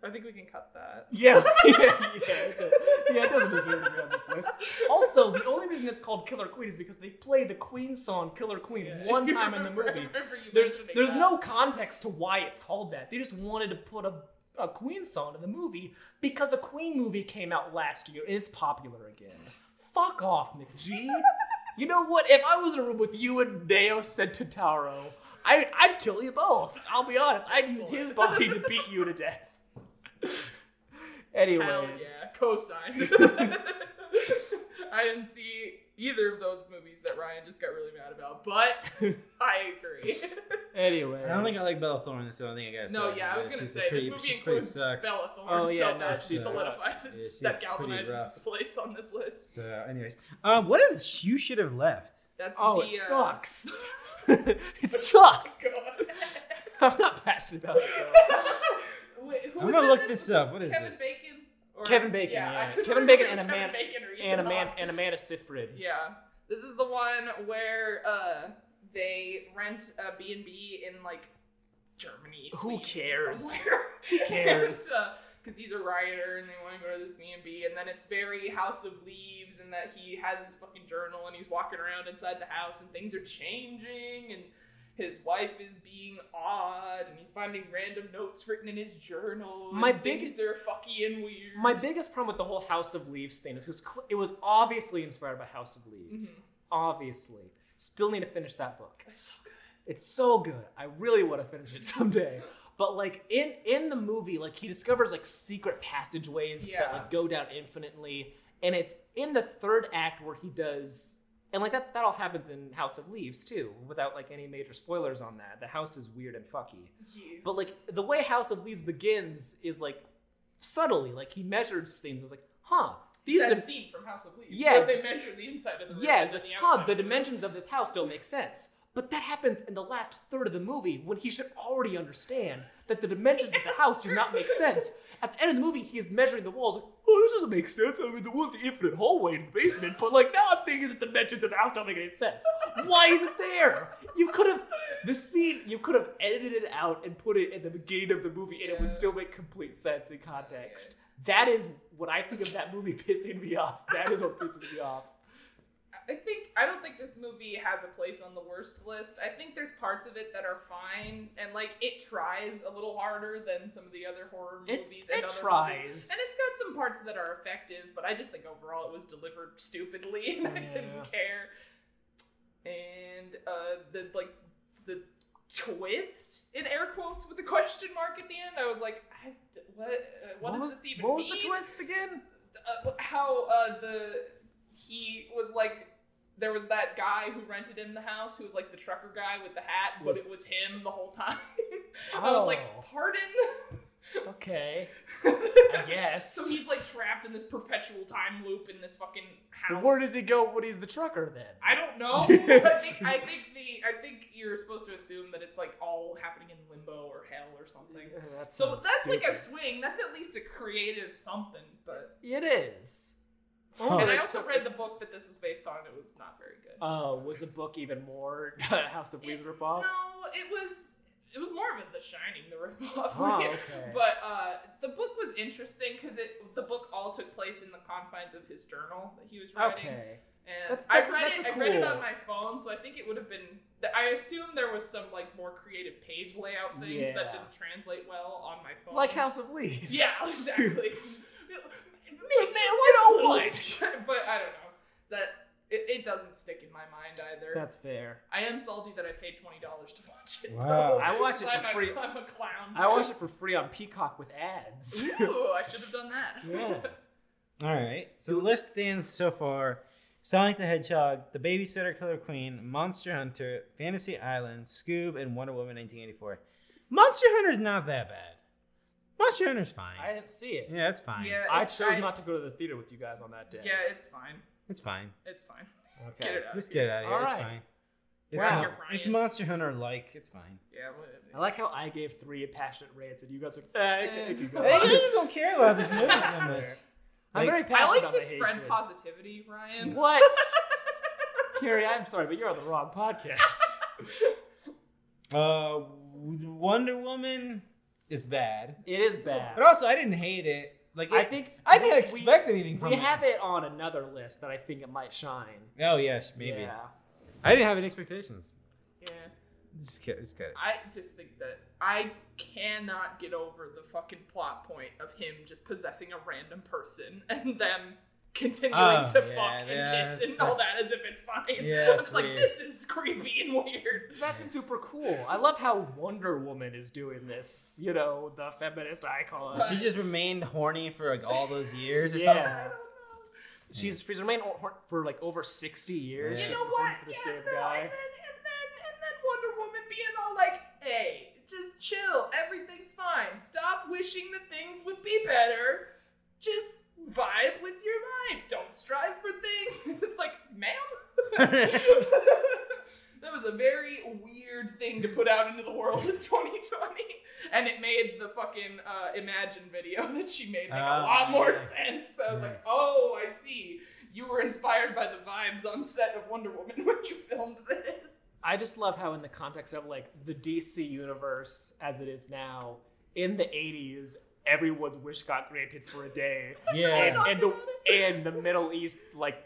Speaker 3: So I think we can cut that.
Speaker 2: yeah, *laughs* yeah, yeah. Yeah, it doesn't deserve to be on this list. Also, the only reason it's called Killer Queen is because they play the Queen song Killer Queen
Speaker 3: Yeah.
Speaker 2: one time
Speaker 3: *laughs*
Speaker 2: in the
Speaker 3: Remember-
Speaker 2: movie.
Speaker 3: remember you
Speaker 2: There's
Speaker 3: mentioning
Speaker 2: there's
Speaker 3: that.
Speaker 2: no context to why it's called that. They just wanted to put a a Queen song in the movie because a Queen movie came out last year and it's popular again. Fuck off, McGee. you know what? If I was in a room with you and Deo said Totaro, I, I'd kill you both. I'll be honest. I'd use his
Speaker 3: Excellent.
Speaker 2: body to beat you to death.
Speaker 3: Hell
Speaker 2: Anyways,
Speaker 3: yeah, cosine.
Speaker 2: *laughs*
Speaker 3: *laughs* I didn't see either of those movies that Ryan just got really mad about, but
Speaker 2: *laughs*
Speaker 3: I agree. *laughs*
Speaker 2: anyways.
Speaker 1: I don't think I like Bella Thorne. That's the only thing I guess.
Speaker 3: no, yeah, I was gonna say this movie includes Bella Thorne,
Speaker 2: Oh, yeah,
Speaker 3: so
Speaker 2: no,
Speaker 3: that
Speaker 2: she
Speaker 3: solidifies
Speaker 2: sucks.
Speaker 1: Yeah, she's
Speaker 3: that
Speaker 1: pretty rough.
Speaker 3: galvanizes its place on this list.
Speaker 1: So, anyways, uh, what is you should have left?
Speaker 3: That's
Speaker 2: Oh,
Speaker 3: the,
Speaker 2: it
Speaker 3: uh, *laughs*
Speaker 2: sucks. *laughs* it
Speaker 3: Oh
Speaker 2: sucks. I'm not passionate about it.
Speaker 3: *laughs*
Speaker 2: Though.
Speaker 3: Wait, who
Speaker 1: I'm
Speaker 3: was
Speaker 1: gonna
Speaker 3: it?
Speaker 1: look
Speaker 3: was-
Speaker 1: this up. What is
Speaker 3: Kevin
Speaker 1: this?
Speaker 3: Bacon? Or-
Speaker 2: Kevin Bacon, yeah.
Speaker 3: I couldn't
Speaker 2: Kevin
Speaker 3: remember
Speaker 2: Bacon
Speaker 3: if it was
Speaker 2: and
Speaker 3: Kevin
Speaker 2: Amanda-
Speaker 3: Bacon or Ethan
Speaker 2: and Amanda
Speaker 3: Hawke.
Speaker 2: and Amanda Seyfried.
Speaker 3: Yeah, this is the one where uh, they rent a B and B in like Germany.
Speaker 2: Who
Speaker 3: Sweden,
Speaker 2: cares?
Speaker 3: somewhere. *laughs*
Speaker 2: cares?
Speaker 3: Because he's a writer, and they want to go to this B and B, and then it's very House of Leaves, and that he has his fucking journal, and he's walking around inside the house, and things are changing, and his wife is being odd, and he's finding random notes written in his journal.
Speaker 2: My
Speaker 3: and
Speaker 2: biggest-
Speaker 3: things are fucking and weird.
Speaker 2: My biggest problem with the whole House of Leaves thing is because it was obviously inspired by House of Leaves.
Speaker 3: Mhm.
Speaker 2: Obviously. Still need to finish that book.
Speaker 3: That's so good.
Speaker 2: It's so good. I really want to finish it *laughs* someday. But like in in the movie, like he discovers like secret passageways that
Speaker 3: Yeah.
Speaker 2: like go down infinitely, and it's in the third act where he does, and like that that all happens in House of Leaves too, without like any major spoilers on that. The house is weird and fucky,
Speaker 3: Yeah.
Speaker 2: but like the way House of Leaves begins is like subtly, like he measures things. It's like, huh, these
Speaker 3: that
Speaker 2: are
Speaker 3: scene from House of Leaves.
Speaker 2: Yeah.
Speaker 3: where they measure the inside of the room.
Speaker 2: yeah, it's
Speaker 3: and
Speaker 2: like,
Speaker 3: the outside
Speaker 2: huh,
Speaker 3: of
Speaker 2: the
Speaker 3: room.
Speaker 2: dimensions of this house don't make sense. But that happens in the last third of the movie when he should already understand that the dimensions of the house do not make sense. At the end of the movie, he's measuring the walls. Like, oh, this doesn't make sense. I mean, there was the infinite hallway in the basement, but like now I'm thinking that the dimensions of the house don't make any sense. Why is it there? You could have the scene. You could have edited it out and put it at the beginning of the movie, and it
Speaker 3: Yeah.
Speaker 2: would still make complete sense in context. That is what I think of that movie pissing me off. That is what pisses me off.
Speaker 3: I think I don't think this movie has a place on the worst list. I think there's parts of it that are fine, and like it tries a little harder than some of the other horror
Speaker 2: It,
Speaker 3: movies and
Speaker 2: it
Speaker 3: other movies.
Speaker 2: tries.
Speaker 3: And it's got some parts that are effective, but I just think overall it was delivered stupidly, *laughs* and I
Speaker 2: Yeah.
Speaker 3: didn't care. And uh, the like the twist in air quotes with a question mark at the end, I was like, I, what, uh, what, does
Speaker 2: was,
Speaker 3: this even
Speaker 2: What
Speaker 3: mean?
Speaker 2: was the twist again?
Speaker 3: uh, how uh, the he was like there was that guy who rented him the house who was like the trucker guy with the hat, but
Speaker 2: Was-
Speaker 3: it was him the whole time. *laughs* *laughs* I was like,
Speaker 2: Oh.
Speaker 3: pardon. *laughs*
Speaker 2: Okay, I guess.
Speaker 3: So he's like trapped in this perpetual time loop in this fucking house.
Speaker 2: But where does he go when he's the trucker then?
Speaker 3: I
Speaker 2: *laughs*
Speaker 3: don't know. I think I think the I think you're supposed to assume that it's like all happening in limbo or hell or something.
Speaker 2: Yeah, that
Speaker 3: So
Speaker 2: sounds
Speaker 3: that's like a
Speaker 2: stupid.
Speaker 3: swing. That's at least a creative something. But
Speaker 2: It is. It's
Speaker 1: Huh.
Speaker 2: only
Speaker 3: and
Speaker 2: that
Speaker 3: I
Speaker 2: it
Speaker 3: also
Speaker 2: took-
Speaker 3: read the book that this was based on. It was not very good.
Speaker 2: Uh, was the book even more *laughs* House of Leaves ripoff?
Speaker 3: No, it was it was more of a The Shining, the ripoff. *laughs*
Speaker 2: Huh, Oh, okay.
Speaker 3: But uh, the book was interesting because it the book all took place in the confines of his journal that he was writing.
Speaker 2: okay.
Speaker 3: And
Speaker 2: That's-
Speaker 3: I
Speaker 2: that's-
Speaker 3: read
Speaker 2: that's
Speaker 3: it.
Speaker 2: a
Speaker 3: I read it
Speaker 2: cool-
Speaker 3: on my phone, so I think it would have been. th- I assume there was some like more creative page layout things
Speaker 2: Yeah.
Speaker 3: that didn't translate well on my phone.
Speaker 2: Like House of Leaves. *laughs*
Speaker 3: *laughs* Yeah, exactly.
Speaker 2: Like,
Speaker 3: Maybe
Speaker 2: man, you know what?
Speaker 3: it's- *laughs* but I don't know. That it, it doesn't stick in my mind either.
Speaker 2: That's fair.
Speaker 3: I am salty that I paid twenty dollars to watch it.
Speaker 1: Wow.
Speaker 3: though.
Speaker 2: I watched it
Speaker 3: 'Cause
Speaker 2: for
Speaker 3: I'm
Speaker 2: free.
Speaker 3: A, I'm a clown.
Speaker 2: I watched it for free on Peacock with ads.
Speaker 3: Ooh, I should have done that.
Speaker 2: yeah.
Speaker 3: *laughs*
Speaker 1: All right. So the list stands so far: Sonic the Hedgehog, The Babysitter Killer Queen, Monster Hunter, Fantasy Island, Scoob, and Wonder Woman 1984. Monster Hunter's not that bad. Monster Hunter's fine.
Speaker 2: I didn't see it.
Speaker 1: yeah, it's fine.
Speaker 3: Yeah,
Speaker 2: I
Speaker 3: it-
Speaker 2: chose not to go to the theater with you guys on that day.
Speaker 3: Yeah, it's fine.
Speaker 1: It's fine.
Speaker 3: It's fine.
Speaker 2: Okay.
Speaker 3: Get it out.
Speaker 1: Just get it out of here.
Speaker 2: All
Speaker 1: It's
Speaker 2: right.
Speaker 1: fine. It's,
Speaker 2: Wow.
Speaker 1: mon- it's Monster Hunter like. It's fine.
Speaker 3: Yeah.
Speaker 2: I like how I gave three passionate rants and you guys are like, eh, it can- it can go.
Speaker 1: I just don't care about this movie
Speaker 2: That's
Speaker 1: so much.
Speaker 2: fair.
Speaker 1: Like-
Speaker 2: I'm very
Speaker 3: I
Speaker 2: passionate
Speaker 3: like
Speaker 2: about
Speaker 3: to
Speaker 2: my
Speaker 3: spread
Speaker 2: hatred.
Speaker 3: positivity, Ryan.
Speaker 2: What? Carrie, I'm sorry, but you're on the wrong
Speaker 3: *laughs*
Speaker 2: podcast.
Speaker 1: Uh, Wonder Woman is bad,
Speaker 2: it is bad.
Speaker 1: but also I didn't hate it. Like
Speaker 2: I
Speaker 1: it-
Speaker 2: think
Speaker 1: I didn't
Speaker 2: we-
Speaker 1: expect anything from
Speaker 2: We
Speaker 1: it.
Speaker 2: have it on another list that I think it might shine.
Speaker 1: Oh yes, maybe.
Speaker 2: Yeah.
Speaker 1: I didn't have any expectations.
Speaker 3: *laughs* Yeah.
Speaker 1: Just cut, just cut it.
Speaker 3: I just think that I cannot get over the fucking plot point of him just possessing a random person and them continuing
Speaker 1: Oh,
Speaker 3: to
Speaker 1: yeah, yeah,
Speaker 3: fuck and kiss and all
Speaker 1: that's-
Speaker 3: that as if *laughs* it's fine.
Speaker 1: Yeah,
Speaker 3: I
Speaker 1: it's
Speaker 3: was like,
Speaker 1: weird.
Speaker 3: this is creepy and weird.
Speaker 2: That's super cool. I love how Wonder Woman is doing this. You know, the feminist icon.
Speaker 1: She just remained horny for like all those years or
Speaker 2: Yeah.
Speaker 1: something.
Speaker 3: I don't know.
Speaker 2: She's she's remained o- hor- for like over sixty years.
Speaker 1: Yeah.
Speaker 3: You
Speaker 2: She's
Speaker 3: know
Speaker 2: been
Speaker 3: what?
Speaker 2: For the
Speaker 3: yeah,
Speaker 2: same
Speaker 3: no,
Speaker 2: guy.
Speaker 3: And then and then and then Wonder Woman being all like, "Hey, just chill. Everything's fine. Stop wishing that things would be better. Just vibe with your life. Don't strive for things." *laughs* it's like,
Speaker 2: *laughs*
Speaker 3: ma'am. That was a very weird thing to put out into the world in 2020, and it made the fucking uh, Imagine video *laughs* that she made make
Speaker 2: Oh,
Speaker 3: a
Speaker 1: Ah,
Speaker 3: lot more
Speaker 1: yeah.
Speaker 3: sense. So I was
Speaker 1: Yeah.
Speaker 3: like, "Oh, I see." You were inspired by the vibes on set of Wonder Woman *laughs* when you filmed this.
Speaker 2: I just love how in the context of like the DC universe as it is now in the eighties, everyone's wish got granted for a day,
Speaker 3: *laughs*
Speaker 2: and,
Speaker 1: Yeah.
Speaker 2: and the
Speaker 3: Talked about
Speaker 2: and the Middle East like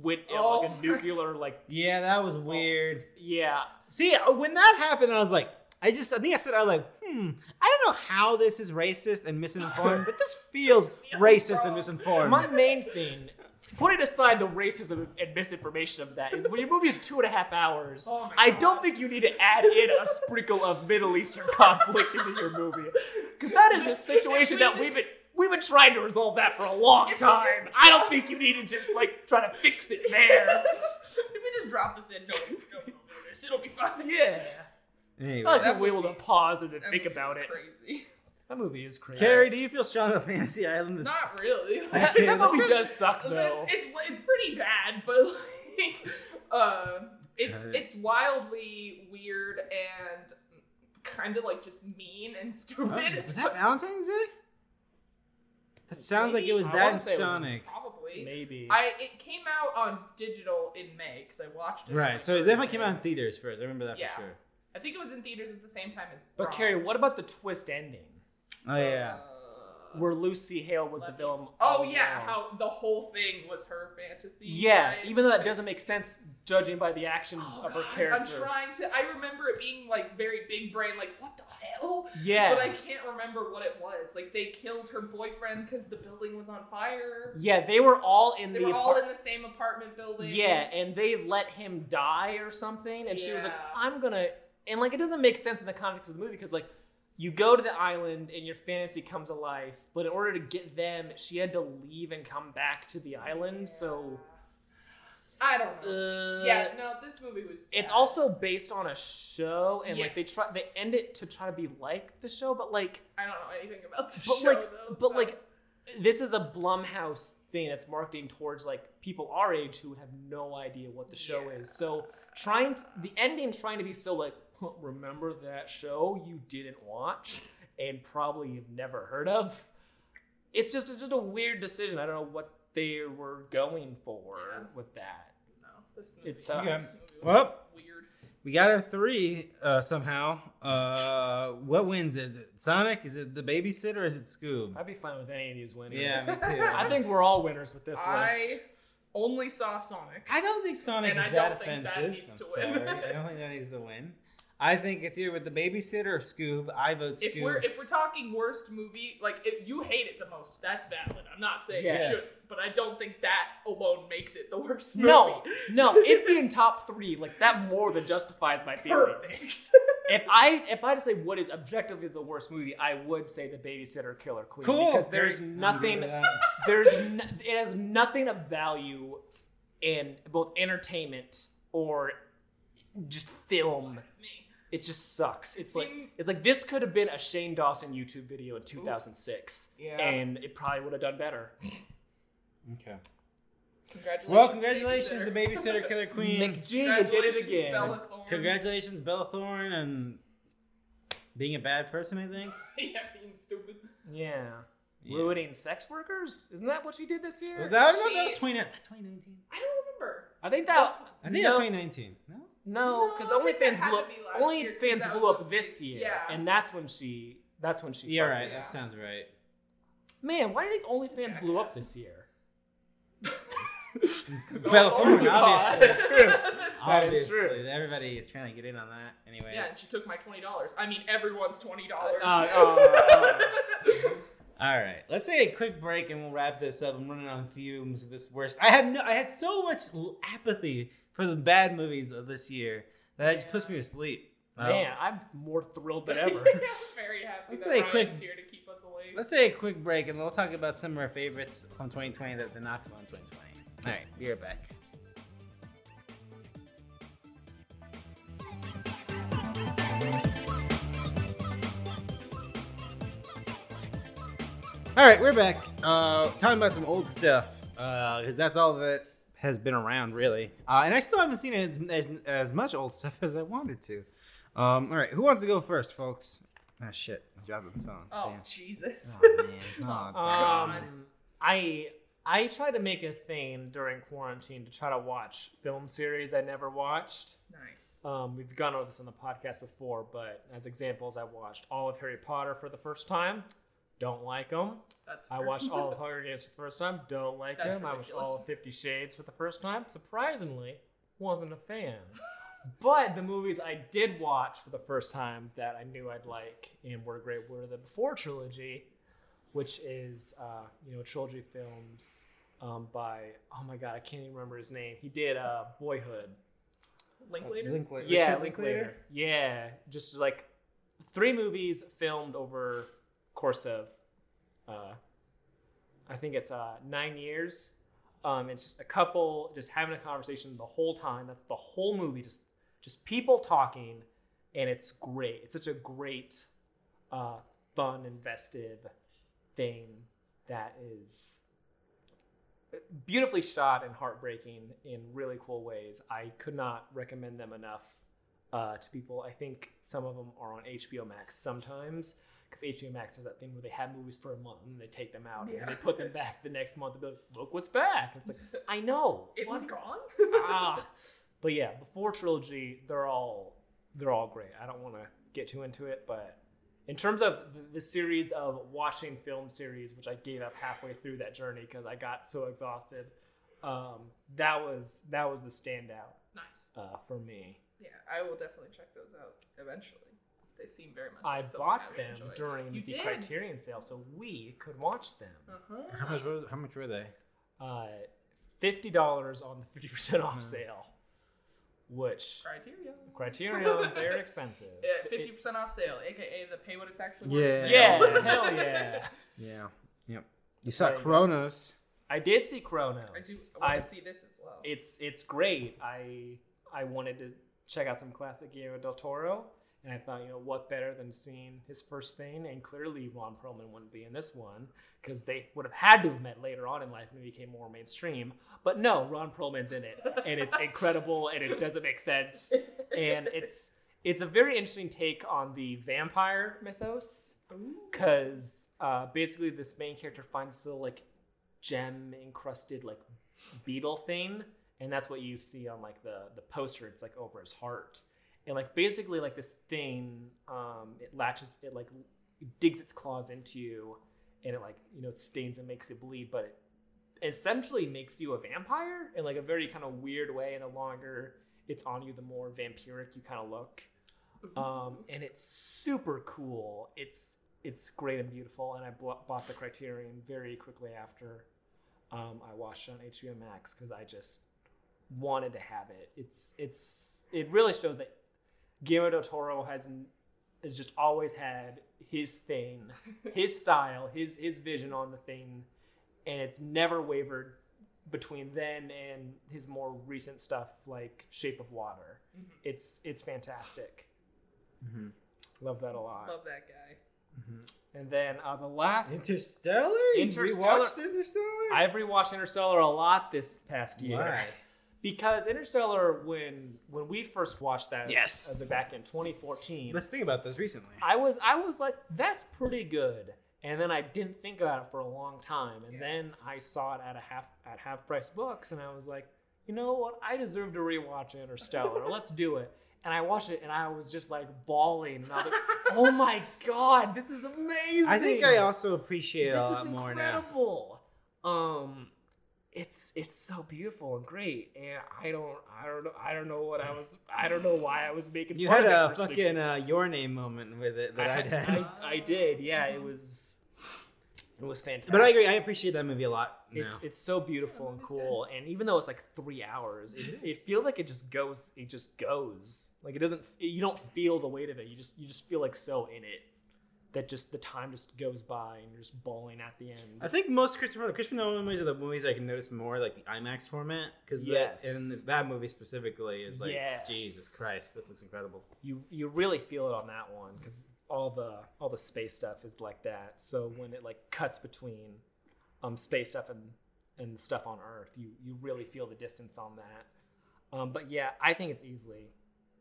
Speaker 2: went in
Speaker 3: Oh
Speaker 2: like a
Speaker 3: my-
Speaker 2: nuclear like
Speaker 1: Yeah, that was weird.
Speaker 2: yeah.
Speaker 1: See, uh, when that happened, I was like, I just, I think I said, I was like, hmm, I don't know how this is racist and misinformed, but
Speaker 2: *laughs*
Speaker 1: this feels
Speaker 3: feels
Speaker 1: racist and
Speaker 3: wrong.
Speaker 1: misinformed.
Speaker 2: My main thing, putting aside the racism and misinformation of that, is when your movie is two and a half hours,
Speaker 3: Oh my
Speaker 2: I
Speaker 3: God.
Speaker 2: don't think you need to add in a sprinkle of Middle Eastern conflict into your movie. Because that is a situation
Speaker 3: If we
Speaker 2: that
Speaker 3: just-
Speaker 2: we've been. We've been trying to resolve that for a long
Speaker 3: If we
Speaker 2: time.
Speaker 3: just-
Speaker 2: I don't think you need to just like try to fix it there.
Speaker 3: *laughs* if we just drop this in, no one no, no, notice. It'll be fine.
Speaker 2: Yeah. I
Speaker 1: anyway.
Speaker 2: like that we able to
Speaker 3: movie-
Speaker 2: pause and then
Speaker 3: That
Speaker 2: think
Speaker 3: movie
Speaker 2: about
Speaker 3: was
Speaker 2: it.
Speaker 3: Crazy.
Speaker 2: That movie is crazy.
Speaker 1: Carrie, do you feel strong about Fantasy Island? It's-
Speaker 3: Not really.
Speaker 2: that,
Speaker 1: Okay,
Speaker 2: that movie
Speaker 1: that's-
Speaker 2: does suck
Speaker 3: It's,
Speaker 2: though.
Speaker 3: it's it's pretty bad, but like, *laughs* uh, it's
Speaker 1: Got it.
Speaker 3: it's wildly weird and kind of like just mean and *laughs* stupid.
Speaker 1: Oh, was that Valentine's Day? That sounds like it was
Speaker 2: I
Speaker 1: that
Speaker 2: wanna
Speaker 1: and
Speaker 2: say it was-
Speaker 1: Sonic.
Speaker 3: Probably.
Speaker 2: Maybe.
Speaker 3: I it came out on digital in May because I watched it.
Speaker 1: Right, so it
Speaker 3: Like,
Speaker 1: definitely came out in theaters first. I remember that
Speaker 3: Yeah.
Speaker 1: for sure.
Speaker 3: I think it was in theaters at the same time as.
Speaker 2: but Carrie, Oh,
Speaker 3: Bronx.
Speaker 2: what about the twist ending?
Speaker 1: Oh, yeah.
Speaker 3: Uh,
Speaker 2: where Lucy Hale was the
Speaker 3: Levy.
Speaker 2: villain.
Speaker 3: Oh
Speaker 2: all
Speaker 3: yeah,
Speaker 2: along.
Speaker 3: how the whole thing was her fantasy.
Speaker 2: Yeah,
Speaker 3: right?
Speaker 2: even though that
Speaker 3: It's-
Speaker 2: doesn't make sense judging by the actions
Speaker 3: Oh,
Speaker 2: of her
Speaker 3: God,
Speaker 2: character.
Speaker 3: I'm trying to. I remember it being like very big brain, like what the hell?
Speaker 2: Yeah.
Speaker 3: But I can't remember what it was. Like they killed her boyfriend because the building was on fire.
Speaker 2: yeah, they were all in
Speaker 3: They
Speaker 2: the
Speaker 3: were all
Speaker 2: apart-
Speaker 3: in the same apartment building.
Speaker 2: Yeah, and they let him die or something and she was like
Speaker 3: Yeah.
Speaker 2: I'm going to and like it doesn't make sense in the context of the movie cuz like you go to the island and your fantasy comes alive, but in order to get them, she had to leave and come back to the island. So,
Speaker 3: I don't know.
Speaker 2: uh,
Speaker 3: yeah, no, this movie was. Bad.
Speaker 2: It's also based on a show, and like they try,
Speaker 3: Yes.
Speaker 2: they end it to try to be like the show, but like,
Speaker 3: I don't know anything about the
Speaker 2: but
Speaker 3: show
Speaker 2: like,
Speaker 3: though.
Speaker 2: but
Speaker 3: so-
Speaker 2: like, this is a Blumhouse thing that's marketing towards like people our age who have no idea what the show
Speaker 3: Yeah.
Speaker 2: is. So trying to, the ending, trying to be so like, "Huh, remember that show you didn't watch and probably you've never heard of. It's just it's just a weird decision. I don't know what they were going for
Speaker 3: Yeah.
Speaker 2: with that.
Speaker 3: no, this movie.
Speaker 2: It sucks.
Speaker 3: this movie was
Speaker 1: Well.
Speaker 3: weird.
Speaker 1: We got our three uh, somehow. Uh, what wins? Is it Sonic? Is it the babysitter? Or is it Scoob?
Speaker 2: I'd be fine with any of these winners.
Speaker 1: Yeah, me *laughs* too.
Speaker 2: *laughs* I think we're all winners with this
Speaker 3: I
Speaker 2: list.
Speaker 3: only saw Sonic.
Speaker 1: I don't think Sonic
Speaker 3: And
Speaker 1: is
Speaker 3: I
Speaker 1: that
Speaker 3: don't think that
Speaker 1: offensive.
Speaker 3: needs to
Speaker 1: I'm
Speaker 3: win.
Speaker 1: sorry. I don't think that needs to win. I think it's either with the babysitter or Scoob. I vote Scoob.
Speaker 3: If we're if we're talking worst movie, like if you hate it the most, that's valid. I'm not saying
Speaker 2: Yes.
Speaker 3: you should, but I don't think that alone makes it the worst movie.
Speaker 2: No, no, it being top three, like that more than justifies my feelings.
Speaker 3: *laughs* perfect.
Speaker 2: If I if I had to say what is objectively the worst movie, I would say The Babysitter Killer Queen
Speaker 1: cool
Speaker 2: because there's
Speaker 1: Great.
Speaker 2: nothing,
Speaker 1: I'm good with that.
Speaker 2: there's no, it has nothing of value in both entertainment or just film.
Speaker 3: Me.
Speaker 2: It just sucks. It's like
Speaker 3: Seems-
Speaker 2: it's like this could have been a Shane Dawson YouTube video in 2006,
Speaker 1: Yeah.
Speaker 2: and it probably would have done better.
Speaker 1: Okay.
Speaker 3: Congratulations.
Speaker 1: Well, congratulations, the
Speaker 3: babysitter.
Speaker 1: babysitter killer queen.
Speaker 2: McG, you did it
Speaker 3: Congratulations,
Speaker 2: again.
Speaker 3: Bella Thorne.
Speaker 1: Congratulations, Bella Thorne, and being a bad person. I think.
Speaker 3: *laughs* yeah, being stupid.
Speaker 2: Yeah.
Speaker 1: Yeah.
Speaker 2: Ruining sex workers? Isn't that what she did this year?
Speaker 1: Well, that, no,
Speaker 3: She-
Speaker 1: that was 20, 2019.
Speaker 3: I don't remember.
Speaker 2: I think that
Speaker 1: I think
Speaker 2: no,
Speaker 1: that's 2019. No.
Speaker 2: no, because
Speaker 3: No, I think
Speaker 2: OnlyFans
Speaker 3: that
Speaker 2: blew
Speaker 3: had to be last year, 'cause
Speaker 2: OnlyFans
Speaker 3: that
Speaker 2: blew
Speaker 3: was
Speaker 2: up
Speaker 3: a
Speaker 2: this
Speaker 3: big-
Speaker 2: year,
Speaker 3: yeah.
Speaker 2: and that's when she that's when she.
Speaker 1: Yeah,
Speaker 2: fucked
Speaker 1: right.
Speaker 2: it.
Speaker 3: yeah.
Speaker 1: That sounds right.
Speaker 2: Man, why do you think OnlyFans blew up
Speaker 3: Jackass.
Speaker 2: this year? *laughs*
Speaker 1: Bella Thorne,
Speaker 2: Oh,
Speaker 1: *laughs* obviously.
Speaker 2: that's true. *laughs* That is
Speaker 1: Obviously,
Speaker 2: true.
Speaker 1: Everybody is trying to get in on that. Anyways.
Speaker 3: yeah, and she took my twenty dollars. I mean, everyone's twenty dollars.
Speaker 2: Uh,
Speaker 3: *laughs*
Speaker 2: uh,
Speaker 1: All right, let's take a quick break and we'll wrap this up. I'm running on fumes. This worst. I had no. I had so much l- apathy for the bad movies of this year that it just puts me to sleep. Oh.
Speaker 2: Man, I'm more thrilled than
Speaker 3: *laughs*
Speaker 2: ever. *laughs* Um,
Speaker 3: I'm very happy
Speaker 1: Let's
Speaker 3: that
Speaker 1: say
Speaker 3: Ryan's
Speaker 1: quick-
Speaker 3: here to keep us awake.
Speaker 1: Let's take a quick break and we'll talk about some of our favorites from 2020 that did not come on 2020. All right, we are back. All right, we're back. Uh, talking about some old stuff because that's all that has been around, really. Uh, and I still haven't seen as, as, as much old stuff as I wanted to. Um, all right, who wants to go first, folks? Ah, shit. I dropped the phone.
Speaker 3: Oh
Speaker 1: Damn.
Speaker 3: Jesus.
Speaker 1: *laughs* Oh, man. Oh, damn.
Speaker 3: God.
Speaker 2: Um, I I tried to make a theme during quarantine to try to watch film series I never watched.
Speaker 3: nice.
Speaker 2: Um, we've gone over this on the podcast before, but as examples, I watched all of Harry Potter for the first time. Don't like them.
Speaker 3: That's.
Speaker 2: I
Speaker 3: fair.
Speaker 2: watched all
Speaker 3: *laughs*
Speaker 2: of Hunger Games for the first time. Don't like
Speaker 3: That's
Speaker 2: them. I watched all
Speaker 3: ridiculous.
Speaker 2: of Fifty Shades for the first time. Surprisingly, wasn't a fan. but the movies I did watch for the first time that I knew I'd like and were great were the Before trilogy, which is uh, you know trilogy films um, by oh my god I can't even remember his name. He did uh, Boyhood. Oh,
Speaker 3: Linklater.
Speaker 1: Uh, Linklater.
Speaker 2: Yeah,
Speaker 1: Richard
Speaker 2: Linklater. Yeah, just like three movies filmed over course of, uh, I think it's uh, nine years. Um, it's just a couple just having a conversation the whole time. That's the whole movie, just just people talking, and it's great. It's such a great, uh, fun, invested thing that is beautifully shot and heartbreaking in really cool ways. I could not recommend them enough uh, to people. I think some of them are on HBO Max sometimes because HBO Max does that thing where they have movies for a month and they take them out
Speaker 3: Yeah.
Speaker 2: and they put them back the next month and be like, look what's back. It's like,
Speaker 3: *laughs*
Speaker 2: I know.
Speaker 3: It
Speaker 2: What?
Speaker 3: was gone.
Speaker 2: *laughs* ah. But yeah, before trilogy, they're all they're all great. I don't want to get too into it, but in terms of the- the series of watching film series, which I gave up halfway through that journey because I got so exhausted, um, that was that was the standout
Speaker 3: Nice.
Speaker 2: uh, for me.
Speaker 3: Yeah, I will definitely check those out eventually. They seem very much.
Speaker 2: I
Speaker 3: like something
Speaker 2: bought
Speaker 3: would
Speaker 2: them
Speaker 3: enjoy.
Speaker 2: during
Speaker 3: You
Speaker 2: the
Speaker 3: did?
Speaker 2: Criterion sale, so we could watch them. *laughs*
Speaker 3: Uh-huh.
Speaker 1: How much was? How much were they?
Speaker 2: Uh, Fifty dollars on the fifty percent off
Speaker 3: Mm-hmm.
Speaker 1: Mhm.
Speaker 2: sale, which
Speaker 3: Criteria.
Speaker 2: Criterion
Speaker 3: *laughs*
Speaker 2: they're expensive.
Speaker 3: Fifty
Speaker 2: It-
Speaker 3: percent off sale, aka the pay what it's actually
Speaker 1: Yeah.
Speaker 3: worth. sale.
Speaker 2: yeah,
Speaker 3: *laughs*
Speaker 2: hell yeah!
Speaker 1: Yeah. Yep. You saw
Speaker 2: There you go.
Speaker 1: Kronos.
Speaker 2: *laughs* I did see
Speaker 3: I do
Speaker 2: Chronos.
Speaker 3: want
Speaker 2: I
Speaker 3: to see this as well.
Speaker 2: it's it's great. I I wanted to check out some classic Guillermo del Toro, and I thought, you know, what better than seeing his first thing? And clearly, Ron Perlman wouldn't be in this one because they would have had to have met later on in life when it became more mainstream. But no, Ron Perlman's in it, and it's incredible, and it doesn't make sense, and it's it's a very interesting take on the vampire mythos
Speaker 3: Ooh.
Speaker 2: because uh, basically this main character finds the like gem encrusted like beetle thing and that's what you see on like the the poster it's like over his heart and like basically like this thing um it latches it like digs its claws into you and it like you know stains and makes it bleed but it essentially makes you a vampire in like a very kind of weird way and the longer it's on you the more vampiric you kind of look um, and it's super cool. It's it's great and beautiful, and I bl- bought the Criterion very quickly after um, I watched it on HBO Max because I just wanted to have it. It's it's it really shows that Guillermo del Toro has n- has just always had his thing, his style, his his vision on the thing, and it's never wavered between then and his more recent stuff like Shape of Water.
Speaker 3: Mhm.
Speaker 2: It's it's fantastic.
Speaker 1: Mm-hmm.
Speaker 2: Love that a lot.
Speaker 3: Love that guy.
Speaker 2: And then uh, the last,
Speaker 1: Interstellar.
Speaker 2: Interstellar-
Speaker 1: You rewatched Interstellar.
Speaker 2: I've rewatched Interstellar a lot this past year
Speaker 1: Why?
Speaker 2: because Interstellar, when when we first watched that,
Speaker 1: Yes.
Speaker 2: uh, the back in 2014,
Speaker 1: Let's think about this recently.
Speaker 2: I was I was like, that's pretty good. And then I didn't think about it for a long time. And
Speaker 3: Yeah.
Speaker 2: then I saw it at a half at half price books, and I was like, you know what? I deserve to rewatch Interstellar. Let's do it. And I watched it, and I was just like bawling. And I was like, oh my god, this is amazing.
Speaker 1: I think I also appreciate it a
Speaker 2: this
Speaker 1: lot
Speaker 2: is
Speaker 1: more now.
Speaker 2: incredible. Um, it's it's so beautiful and great, and I don't I don't know I don't know what I was I don't know why I was making.
Speaker 1: You
Speaker 2: fun
Speaker 1: had
Speaker 2: of
Speaker 1: a
Speaker 2: it for six-
Speaker 1: fucking uh, your name moment with it that I,
Speaker 2: I,
Speaker 1: had.
Speaker 2: I, I did, yeah. It was it was
Speaker 1: *laughs*
Speaker 2: fantastic.
Speaker 1: but I agree. I appreciate that movie a lot. Now.
Speaker 2: It's it's so beautiful
Speaker 3: Yeah,
Speaker 2: and
Speaker 3: it's
Speaker 2: cool, and even though it's like three hours, it,
Speaker 3: It
Speaker 2: it
Speaker 3: is.
Speaker 2: feels like it just goes. It just goes. Like it doesn't. You don't feel the weight of it. You just you just feel like so in it that just the time just goes by, and you're just bawling at the end.
Speaker 1: I think most Christopher Christopher Nolan movies are the movies I can notice more, like the IMAX format, because
Speaker 2: Yes.
Speaker 1: and that movie specifically is like
Speaker 2: Yes.
Speaker 1: Jesus Christ, this looks incredible.
Speaker 2: you you really feel it on that one because all the all the space stuff is like that. So when it like cuts between um space stuff and and the stuff on Earth, you you really feel the distance on that. Um, but yeah, I think it's easily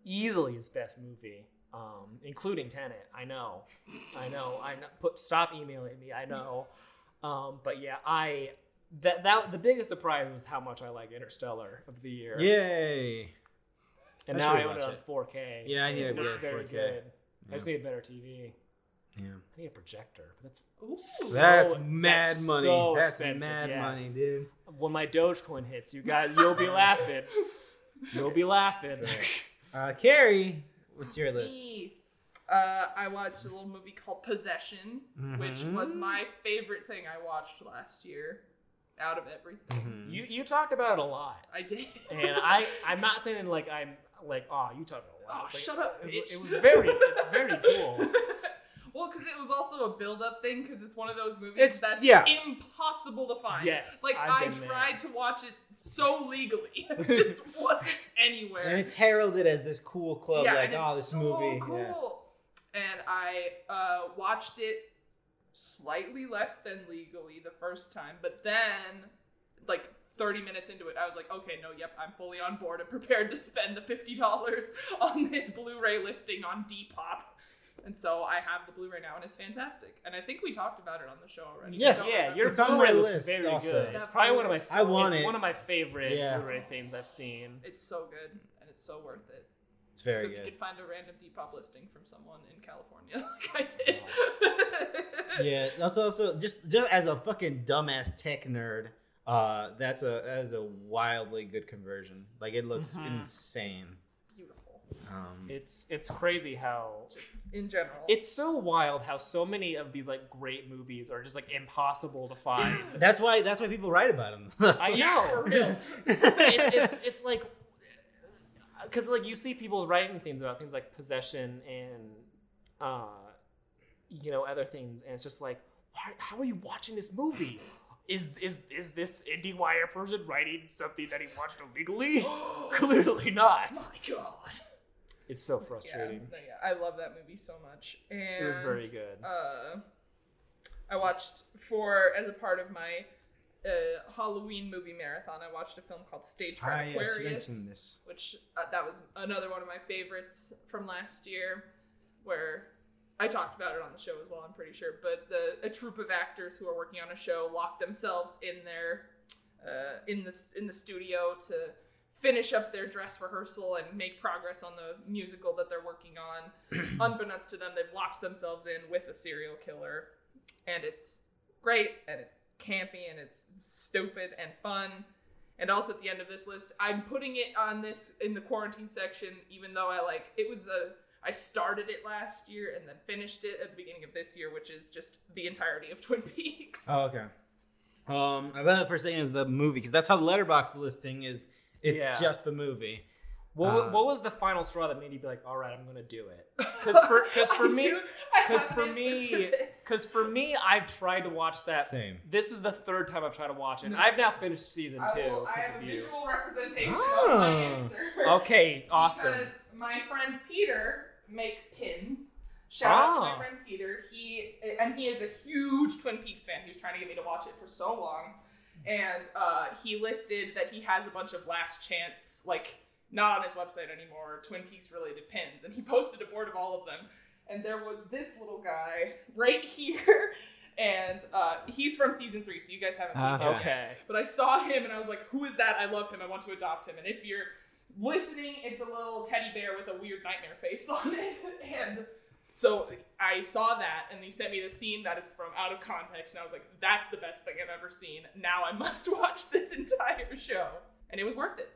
Speaker 2: easily his best movie, um, including Tenet. I know, I know, I know. Put stop emailing me. I know. Um, but yeah, I that that the biggest surprise was how much I like Interstellar of the year.
Speaker 1: Yay!
Speaker 2: and
Speaker 1: I
Speaker 2: now
Speaker 1: should
Speaker 2: I own it
Speaker 1: watch
Speaker 2: on
Speaker 1: it.
Speaker 2: 4K.
Speaker 1: Yeah, I need
Speaker 2: it
Speaker 1: to
Speaker 2: looks
Speaker 1: get
Speaker 2: very
Speaker 1: 4K.
Speaker 2: good. I just
Speaker 1: Yeah.
Speaker 2: need a better TV.
Speaker 1: Yeah,
Speaker 2: I need a projector. But that's
Speaker 1: that's
Speaker 3: Ooh.
Speaker 2: that's
Speaker 1: mad money.
Speaker 2: so
Speaker 1: that's
Speaker 2: expensive,
Speaker 1: mad
Speaker 2: yes.
Speaker 1: money, dude.
Speaker 2: when my Dogecoin hits, you guys, you'll be laughing.
Speaker 1: *laughs*
Speaker 2: You'll be laughing.
Speaker 1: Right. Uh, Carrie, what's your list?
Speaker 3: Me. Uh, I watched a little movie called Possession, which
Speaker 2: Mm-hmm.
Speaker 1: Mhm.
Speaker 3: was my favorite thing I watched last year, out of everything.
Speaker 1: Mhm.
Speaker 2: *laughs* You you talked about it a lot,
Speaker 3: I did.
Speaker 2: and
Speaker 3: *laughs*
Speaker 2: I I'm not saying like I'm like oh you talked about it a lot.
Speaker 3: Oh,
Speaker 2: It's like-
Speaker 3: shut up,
Speaker 2: It was,
Speaker 3: bitch.
Speaker 2: it was very it's
Speaker 3: *laughs*
Speaker 2: very cool.
Speaker 3: well, because it was also a build-up thing, because it's one of those movies
Speaker 1: It's-
Speaker 3: that's
Speaker 1: yeah.
Speaker 3: impossible to find.
Speaker 2: Yes,
Speaker 3: like
Speaker 2: I've
Speaker 3: I
Speaker 2: been there.
Speaker 3: tried to watch it so legally, *laughs* it just wasn't anywhere.
Speaker 1: And it's heralded as this cool club, like
Speaker 3: and it's
Speaker 1: oh, this
Speaker 3: so
Speaker 1: movie.
Speaker 3: Cool.
Speaker 1: Yeah.
Speaker 3: And I uh, watched it slightly less than legally the first time, but then like 30 minutes into it, I was like, okay, no, yep, I'm fully on board and prepared to spend the $50 *laughs* on this Blu-ray listing on Depop. And so I have the Blu-ray now, and it's fantastic. And I think we talked about it on the show already.
Speaker 1: Yes.
Speaker 3: Don't
Speaker 2: Yeah,
Speaker 3: remember.
Speaker 2: your
Speaker 1: It's on
Speaker 2: Blu-ray
Speaker 1: my
Speaker 2: looks
Speaker 1: list
Speaker 2: very
Speaker 1: also.
Speaker 2: good. It's
Speaker 3: That
Speaker 2: probably one of
Speaker 3: Blu-ray's-
Speaker 2: my
Speaker 1: I want
Speaker 2: it's
Speaker 1: it.
Speaker 2: one of my favorite
Speaker 1: Yeah.
Speaker 2: Blu-ray things I've seen.
Speaker 3: it's so good, and it's so worth it.
Speaker 1: It's very
Speaker 3: so if
Speaker 1: good.
Speaker 3: you can find a random Depop listing from someone in California, *laughs* like I did.
Speaker 4: yeah, that's also just just as a fucking dumbass tech nerd. Uh, that's a that is a wildly good conversion. Like it looks
Speaker 2: Mhm.
Speaker 4: insane.
Speaker 3: *laughs* Beautiful.
Speaker 4: Um,
Speaker 2: It's it's crazy how
Speaker 3: Just in general. *gasps*
Speaker 2: it's so wild how so many of these like great movies are just like impossible to
Speaker 3: *laughs*
Speaker 2: find.
Speaker 4: that's why that's why people write about *laughs* him.
Speaker 2: I
Speaker 3: Yeah,
Speaker 2: know.
Speaker 3: for real.
Speaker 2: it's, it's, it's like because like you see people writing things about things like possession and uh you know other things and it's just like why, how are you watching this movie is is is this IndieWire person writing something that he watched
Speaker 3: *gasps*
Speaker 2: illegally? *laughs* Clearly not.
Speaker 3: Oh my god.
Speaker 2: It's so
Speaker 3: Yeah,
Speaker 2: frustrating.
Speaker 3: no, yeah, I love that movie so much. And
Speaker 2: It was very good.
Speaker 3: uh, I watched for as a part of my uh, Halloween movie marathon. I watched a film called
Speaker 4: Ah,
Speaker 2: Ah,
Speaker 3: Stagecoach Aquarius,
Speaker 1: this.
Speaker 3: which uh, that was another one of my favorites from last year, where I talked about it on the show as well. I'm pretty sure, but the a troupe of actors who are working on a show lock themselves in their uh, in this in the studio to finish up their dress rehearsal and make progress on the musical that they're working on unbeknownst to them, they've locked themselves in with a serial killer. And it's great, and it's campy, and it's stupid and fun. And also at the end of this list, I'm putting it on this in the quarantine section, even though I like it was a I started it last year and then finished it at the beginning of this year, which is just the entirety of Twin Peaks.
Speaker 4: oh, okay.
Speaker 1: Um, I thought the first thing is the movie because that's how the letterbox listing is. It's
Speaker 2: Yeah.
Speaker 1: just the movie.
Speaker 2: What, wa-
Speaker 1: Uh,
Speaker 2: what was the final straw that made you be like, all right, I'm gonna do
Speaker 3: *laughs*
Speaker 2: it? Because for, cause for
Speaker 3: I
Speaker 2: me,
Speaker 3: do- I have
Speaker 2: because
Speaker 3: an
Speaker 2: for
Speaker 3: answer
Speaker 2: me,
Speaker 3: this.
Speaker 2: because for me, I've tried to watch that.
Speaker 4: Same.
Speaker 2: This is the third time I've tried to watch it. I've now finished season
Speaker 3: Mm. I,
Speaker 2: two
Speaker 3: will- I
Speaker 2: because
Speaker 3: have
Speaker 2: of
Speaker 3: a
Speaker 2: you.
Speaker 3: visual representation of my
Speaker 1: Ah.
Speaker 3: answer.
Speaker 2: Okay, awesome.
Speaker 3: Because my friend Peter makes pins. Shout out to
Speaker 2: Ah.
Speaker 3: my friend Peter. He and he is a huge Twin Peaks fan. He was trying to get me to watch it for so long, and uh, he listed that he has a bunch of last chance, like not on his website anymore, Twin Peaks related pins, and he *laughs* posted a board of all of them. And there was this little guy right *laughs* here, and uh, he's from season three, so you guys haven't seen
Speaker 1: Ah.
Speaker 2: Uh-huh.
Speaker 3: him.
Speaker 1: Yeah.
Speaker 2: Okay.
Speaker 3: But I saw him and I was like, who is that? I love him. I want to adopt him. And if you're listening, it's a little teddy bear with a weird nightmare face *laughs* on it. and so I saw that and he sent me the scene that it's from out of context. And I was like, that's the best thing I've ever seen. Now I *laughs* must watch this entire show. And it was worth it.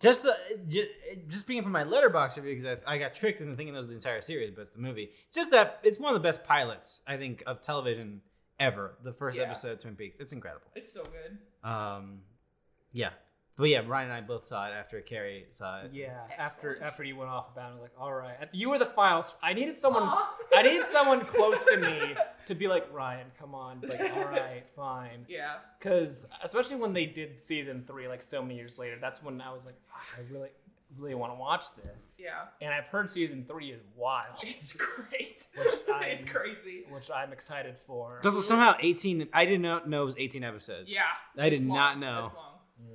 Speaker 1: Just the just, just being from my letterbox review because I, I got tricked into thinking that was the entire series, but it's the movie. Just that it's one of the best pilots I think of television ever. The first
Speaker 3: Yeah.
Speaker 1: episode of Twin Peaks, it's incredible.
Speaker 3: It's so good.
Speaker 1: Um, yeah, but yeah, Ryan and I both saw it after Carrie saw it.
Speaker 2: Yeah. After
Speaker 3: Excellent.
Speaker 2: after you went off about it, I was like, all right, you were the final. str- I needed someone.
Speaker 3: Aw.
Speaker 2: I needed someone close to me to be like, Ryan, come on. Like, all right, fine.
Speaker 3: *laughs* Yeah.
Speaker 2: Because especially when they did season three, like so many years later, that's when I was like, "Ah, I really, really want to watch this.
Speaker 3: Yeah.
Speaker 2: And I've heard season three is wild, *laughs*
Speaker 3: It's great.
Speaker 2: Which I'm-
Speaker 3: *laughs* it's crazy.
Speaker 2: which I'm excited for.
Speaker 1: It's also somehow 18. I did not know it was 18 episodes.
Speaker 3: Yeah.
Speaker 1: I did
Speaker 3: It's long.
Speaker 1: not know.
Speaker 3: It's long.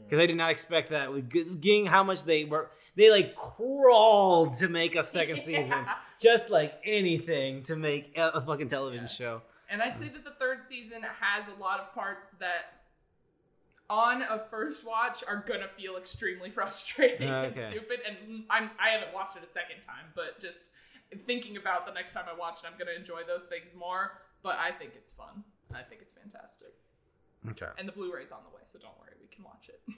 Speaker 1: Because I did not expect that. With g- getting how much they were, they like crawled to make a second season,
Speaker 3: *laughs* Yeah.
Speaker 1: just like anything to make a, a fucking television
Speaker 3: Yeah.
Speaker 1: show.
Speaker 3: And I'd say that the third season has a lot of parts that, on a first watch, are gonna feel extremely *laughs* frustrating and
Speaker 1: Ah, Okay.
Speaker 3: stupid. And I'm I haven't watched it a second time, but just thinking about the next time I watch it, I'm gonna enjoy those things more. But I think it's fun. I think it's fantastic.
Speaker 1: Okay.
Speaker 3: And the Blu-ray's on the way, so don't worry, we can watch it. *laughs*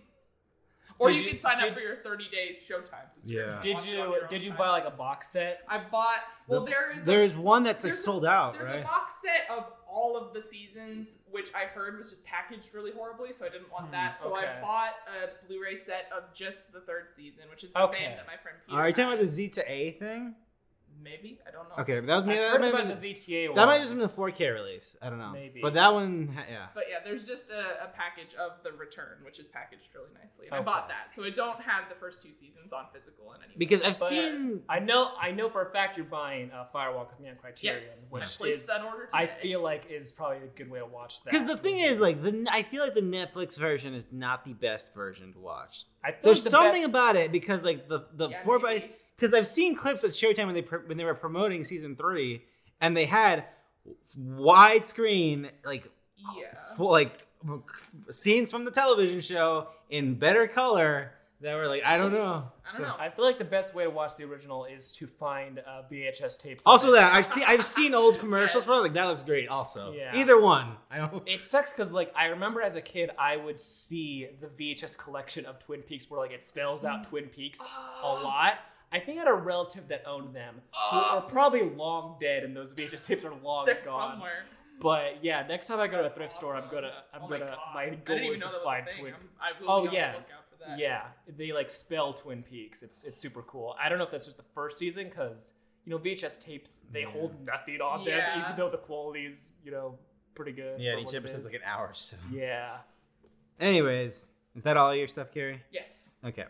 Speaker 3: or
Speaker 2: Did
Speaker 3: you,
Speaker 2: you-
Speaker 3: can sign
Speaker 2: did-
Speaker 3: up for your 30 days Showtime subscription.
Speaker 1: Yeah.
Speaker 2: Did
Speaker 3: Watch it on
Speaker 2: you
Speaker 3: your own
Speaker 2: did you
Speaker 3: time.
Speaker 2: buy like a box set?
Speaker 3: I bought. Well, there is. a-
Speaker 1: There is one that's like
Speaker 3: there's a-
Speaker 1: sold out,
Speaker 3: There's
Speaker 1: right?
Speaker 3: a box set of all of the seasons, which I heard was just packaged really horribly, so I didn't want
Speaker 2: Hmm,
Speaker 3: that. So
Speaker 2: okay.
Speaker 3: I bought a Blu-ray set of just the third season, which is the
Speaker 2: Okay.
Speaker 3: same that my friend Peter.
Speaker 1: Are you talking
Speaker 3: had.
Speaker 1: about the Z to A thing?
Speaker 3: Maybe I don't know.
Speaker 1: Okay, but that was
Speaker 2: I
Speaker 1: me. That,
Speaker 2: heard
Speaker 1: might have
Speaker 2: about
Speaker 1: been-
Speaker 2: the ZTA one.
Speaker 1: that might have just been the 4K release. I don't know.
Speaker 2: Maybe.
Speaker 1: But that one, ha- yeah.
Speaker 3: But yeah, there's just a, a package of the return, which is packaged really nicely, and
Speaker 2: Okay.
Speaker 3: I bought that. So I don't have the first two seasons on physical in any. way.
Speaker 1: Because I've
Speaker 2: But-
Speaker 1: seen.
Speaker 2: I know I know for a fact you're buying uh, Firewalk with Me on Criterion,
Speaker 3: yes, I
Speaker 2: which
Speaker 3: placed
Speaker 2: is
Speaker 3: that order. Today.
Speaker 2: I feel like is probably a good way to watch that.
Speaker 1: Because the thing is, like, the I feel like the Netflix version is not the best version to watch.
Speaker 2: I feel
Speaker 1: There's
Speaker 2: like the
Speaker 1: something
Speaker 2: best-
Speaker 1: about it because, like, the the
Speaker 3: Yeah,
Speaker 1: four by
Speaker 3: maybe.
Speaker 1: because I've seen clips at Showtime when they pr- when they were promoting season three, and they had widescreen like
Speaker 3: yeah.
Speaker 1: full, like scenes from the television show in better color that were like, I don't know.
Speaker 3: I don't
Speaker 1: So-
Speaker 3: know.
Speaker 2: I feel like the best way to watch the original is to find uh, VHS tapes. of
Speaker 1: Also,
Speaker 2: it.
Speaker 1: that I've seen I've seen old commercials
Speaker 3: Yes.
Speaker 1: for it. Like that looks great. Also,
Speaker 2: Yeah.
Speaker 1: either one. I don't. *laughs*
Speaker 2: It sucks because like I remember as a kid, I would see the VHS collection of Twin Peaks where like it spells out
Speaker 3: Mm.
Speaker 2: Twin
Speaker 3: Oh,
Speaker 2: Peaks *gasps* a lot. I think I had a relative that owned them, who are probably long dead, and those VHS tapes are long
Speaker 3: Oh. They're
Speaker 2: gone.
Speaker 3: somewhere.
Speaker 2: But yeah, next time I go to a
Speaker 3: That's
Speaker 2: thrift store, I'm
Speaker 3: awesome.
Speaker 2: gonna I'm
Speaker 3: Oh my
Speaker 2: gonna
Speaker 3: God.
Speaker 2: my,
Speaker 3: I
Speaker 2: goal
Speaker 3: didn't even
Speaker 2: is
Speaker 3: know
Speaker 2: to
Speaker 3: that was
Speaker 2: find
Speaker 3: a thing.
Speaker 2: Twin.
Speaker 3: I'm- I will
Speaker 2: Oh,
Speaker 3: be on the
Speaker 2: yeah.
Speaker 3: lookout for that.
Speaker 2: Yeah, they like spell Twin Peaks. It's it's super cool. I don't know if that's just the first season because you know VHS tapes they
Speaker 4: Yeah.
Speaker 2: hold nothing on them,
Speaker 3: Yeah.
Speaker 2: even though the quality's you know pretty good.
Speaker 4: Yeah,
Speaker 2: for
Speaker 4: and each
Speaker 2: what it
Speaker 4: episode's
Speaker 2: is.
Speaker 4: like an hour or so.
Speaker 2: yeah.
Speaker 1: Anyways, is that all your stuff, Carrie?
Speaker 3: Yes.
Speaker 1: Okay.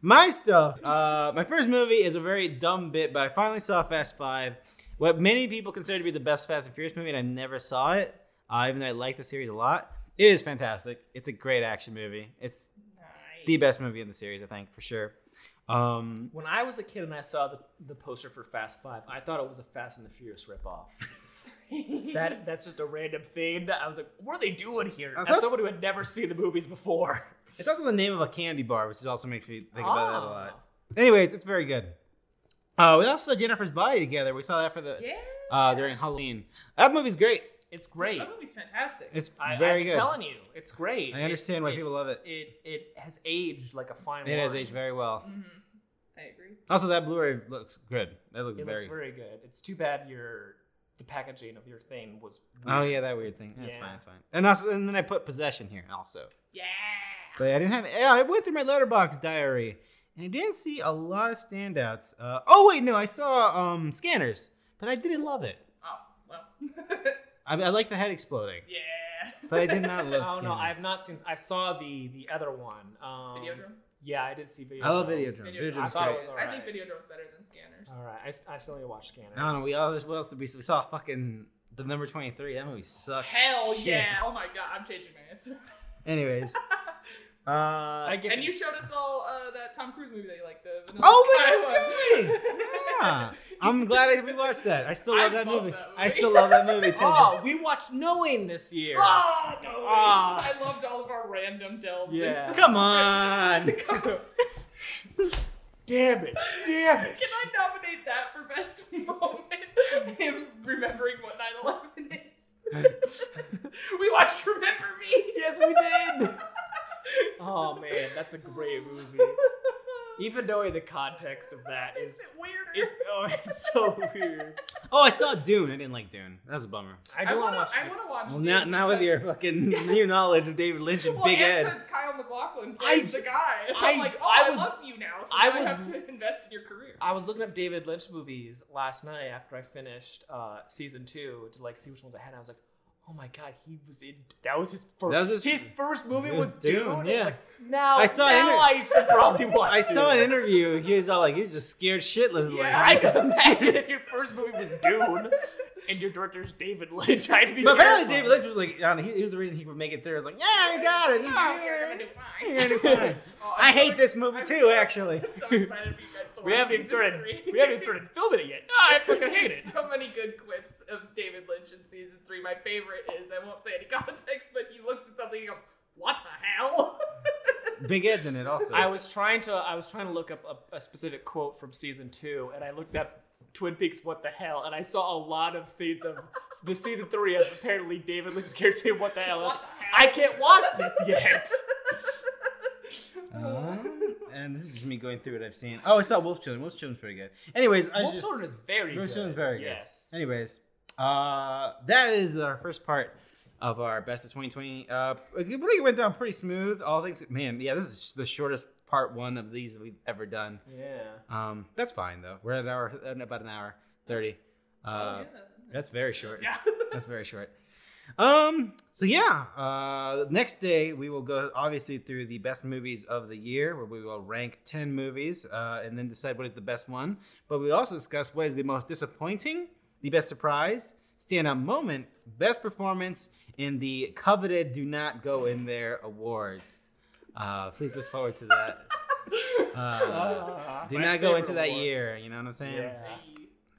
Speaker 1: My stuff. Uh, my first movie is a very dumb bit, but I finally saw Fast Five, what many people consider to be the best Fast and Furious movie, and I never saw it, uh, even though I like the series a lot. It is fantastic. It's a great action movie. It's
Speaker 3: Nice.
Speaker 1: the best movie in the series, I think, for sure. Um,
Speaker 2: When I was a kid and I saw the, the poster for Fast Five, I thought it was a Fast and the Furious ripoff.
Speaker 4: *laughs*
Speaker 3: *laughs*
Speaker 1: *laughs*
Speaker 2: that that's just a random thing. That I was like, what are they doing here?
Speaker 1: Uh,
Speaker 2: As
Speaker 1: that's-
Speaker 2: someone who had never seen the movies before.
Speaker 1: it's also the name of a candy bar, which is also makes me think about that a lot.
Speaker 2: Ah.
Speaker 1: Anyways, it's very good. Uh, we also saw Jennifer's Body together. We saw that for the
Speaker 3: Yeah.
Speaker 1: uh, during Halloween. That movie's great.
Speaker 2: It's great.
Speaker 3: That movie's fantastic.
Speaker 1: It's
Speaker 2: I,
Speaker 1: very
Speaker 2: I'm
Speaker 1: good.
Speaker 2: telling you, it's great.
Speaker 1: I understand
Speaker 2: It-
Speaker 1: why
Speaker 2: it-
Speaker 1: people love it.
Speaker 2: It it has aged like a fine
Speaker 1: It has
Speaker 2: wine.
Speaker 1: aged very well.
Speaker 3: hmm I agree.
Speaker 1: Also, that Blu-ray looks good. That looks
Speaker 2: It
Speaker 1: very.
Speaker 2: looks very good. It's too bad your the packaging of your thing was.
Speaker 1: Oh
Speaker 2: weird.
Speaker 1: yeah, that weird thing. That's
Speaker 2: Yeah.
Speaker 1: fine. That's fine. And also, and then I put possession here also.
Speaker 3: Yeah.
Speaker 1: But I didn't have. yeah, I went through my letterbox diary, and I didn't see a lot of standouts. Uh, oh wait, no, I saw um, Scanners, but I didn't love it.
Speaker 3: Oh well. *laughs*
Speaker 1: I, I like the head exploding,
Speaker 3: yeah.
Speaker 1: but I
Speaker 3: *laughs*
Speaker 1: did not love.
Speaker 2: Oh no,
Speaker 1: Scanners.
Speaker 2: I've not seen. I saw the the other one. Um,
Speaker 3: Videodrome.
Speaker 2: Yeah, I did see video.
Speaker 1: I love Videodrome.
Speaker 3: Videodrome.
Speaker 1: Videodrome's
Speaker 2: I thought it
Speaker 1: great.
Speaker 2: was
Speaker 3: I think
Speaker 2: alright.
Speaker 3: Videodrome's better than Scanners.
Speaker 2: All right, I, s- I still need to watch Scanners.
Speaker 1: I don't know. We all. What else did we see? We saw fucking the number twenty three. That movie
Speaker 2: Uh,
Speaker 1: sucks.
Speaker 3: Hell
Speaker 1: shit.
Speaker 3: yeah! Oh my god, I'm changing my answer. *laughs*
Speaker 1: Anyways, uh,
Speaker 2: I get
Speaker 3: And
Speaker 2: the-
Speaker 3: you showed us all uh, that Tom Cruise movie that you liked, the Vanilla
Speaker 1: Oh,
Speaker 3: Sky
Speaker 1: Vanilla
Speaker 3: one. *laughs*
Speaker 1: yeah. I'm glad I rewatched that. I still
Speaker 3: I
Speaker 1: love that,
Speaker 3: love
Speaker 1: movie.
Speaker 3: that
Speaker 1: I
Speaker 3: movie.
Speaker 1: still love that
Speaker 3: *laughs*
Speaker 1: movie. Tenzin.
Speaker 2: Oh, we watched Knowing this year.
Speaker 3: Ah, no.
Speaker 2: Ah.
Speaker 3: I loved all of our random delves. *laughs*
Speaker 2: Yeah.
Speaker 1: Come on.
Speaker 3: Can
Speaker 2: *laughs* Damn it! Damn it!
Speaker 3: I nominate that for best *laughs* moment? Him remembering what 9/11
Speaker 2: *laughs*
Speaker 3: is. we watched Remember Me.
Speaker 2: yes, we did. *laughs* oh man, that's a great
Speaker 3: *laughs*
Speaker 2: movie. Even knowing the context of that
Speaker 3: Makes
Speaker 2: is,
Speaker 3: it weirder.
Speaker 2: it's oh, it's so *laughs* weird.
Speaker 1: Oh, I saw Dune. I didn't like Dune. That was a bummer.
Speaker 2: I
Speaker 3: I
Speaker 2: do
Speaker 3: want
Speaker 2: want
Speaker 3: to.
Speaker 2: to watch.
Speaker 3: I
Speaker 2: it.
Speaker 3: want to watch.
Speaker 1: Well,
Speaker 3: Dune
Speaker 1: now, now with
Speaker 3: because-
Speaker 1: your fucking new knowledge of David Lynch and
Speaker 3: Well,
Speaker 1: Big Ed.
Speaker 3: because Kyle McLaughlin
Speaker 1: I
Speaker 3: plays
Speaker 1: j-
Speaker 3: the guy. And
Speaker 2: I-
Speaker 3: I'm like, oh,
Speaker 2: I
Speaker 3: I,
Speaker 2: was-
Speaker 3: love you now, so
Speaker 2: I
Speaker 3: I,
Speaker 2: was-
Speaker 3: have to invest in your career.
Speaker 2: I was looking up David Lynch movies last night after I finished uh, season two to like see which ones I had. And I was like, oh my god, he was in. That was his first.
Speaker 1: That was his-
Speaker 2: first movie
Speaker 1: it
Speaker 2: was,
Speaker 1: was
Speaker 2: Dune.
Speaker 1: Dune,
Speaker 2: It's
Speaker 1: yeah.
Speaker 2: Like, now
Speaker 1: I saw an
Speaker 2: now
Speaker 1: inter-
Speaker 2: I should probably watch.
Speaker 1: *laughs* I saw an
Speaker 2: Dune.
Speaker 1: interview. He was all like, he was just scared shitless.
Speaker 3: Yeah.
Speaker 2: I
Speaker 1: Like,
Speaker 2: can *laughs* imagine if your first movie was Dune and your director's David Lynch. *laughs* I'd
Speaker 1: *laughs*
Speaker 2: be
Speaker 1: but apparently
Speaker 2: terrified.
Speaker 1: David Lynch was like, I don't know, he, he was the reason he would make it through. I was like, yeah, I got it. Just
Speaker 3: Oh,
Speaker 1: do
Speaker 3: you're gonna
Speaker 1: it. *laughs*
Speaker 3: do fine.
Speaker 1: You're gonna do fine.
Speaker 3: Oh, I'm
Speaker 1: I
Speaker 3: so
Speaker 1: hate
Speaker 3: ex-
Speaker 1: this movie
Speaker 3: I'm
Speaker 1: too,
Speaker 3: so- *laughs*
Speaker 1: actually.
Speaker 3: I'm so excited for you guys to watch
Speaker 2: We haven't
Speaker 1: *laughs*
Speaker 2: even
Speaker 3: season
Speaker 2: started.
Speaker 3: three.
Speaker 2: We haven't even started filming it yet. No, *laughs* I fucking hate
Speaker 3: There's
Speaker 2: it.
Speaker 3: So many good quips of David Lynch in season three. My favorite is I won't say any *laughs* context, but he looks at something and goes, "What the hell?"
Speaker 1: Big Ed's in it also.
Speaker 2: I was trying to. I was trying to look up a, a specific quote from season two, and I looked up Twin Peaks. What the hell? And I saw a lot of things of the season three of apparently David Lynch cares saying what the hell. I, was
Speaker 3: What
Speaker 2: like,
Speaker 3: the
Speaker 2: I
Speaker 3: hell?
Speaker 2: can't watch this
Speaker 1: *laughs*
Speaker 2: yet.
Speaker 1: Um, and this is just me going through what I've seen. Oh, I saw Wolf Children. Wolf Children's pretty good. Anyways, I was
Speaker 2: Wolf
Speaker 1: just.
Speaker 2: Children is very.
Speaker 1: Wolf
Speaker 2: good.
Speaker 1: Children's very good.
Speaker 2: Yes.
Speaker 1: Anyways, uh, that is our first part of our best of 2020. Uh, I think it went down pretty smooth. All things, man. Yeah, this is the shortest part one of these that we've ever done.
Speaker 2: Yeah.
Speaker 1: Um, that's fine though. We're at an hour, at about an hour thirty. Uh, that's very short.
Speaker 3: Oh, *laughs* yeah.
Speaker 1: That's very short. Um, so yeah, uh, next day we will go obviously through the best movies of the year, where we will rank ten movies uh, and then decide what is the best one. But we also discuss what is the most disappointing, the best surprise, standout moment, best performance, and the coveted "Do Not Go in There" awards. Uh, please look forward to that. Uh,
Speaker 2: Ah,
Speaker 1: do
Speaker 2: my
Speaker 3: *laughs*
Speaker 1: not go
Speaker 2: *laughs* favorite
Speaker 1: into that
Speaker 2: award.
Speaker 1: year. You know what I'm saying?
Speaker 2: Yeah.
Speaker 3: Hey.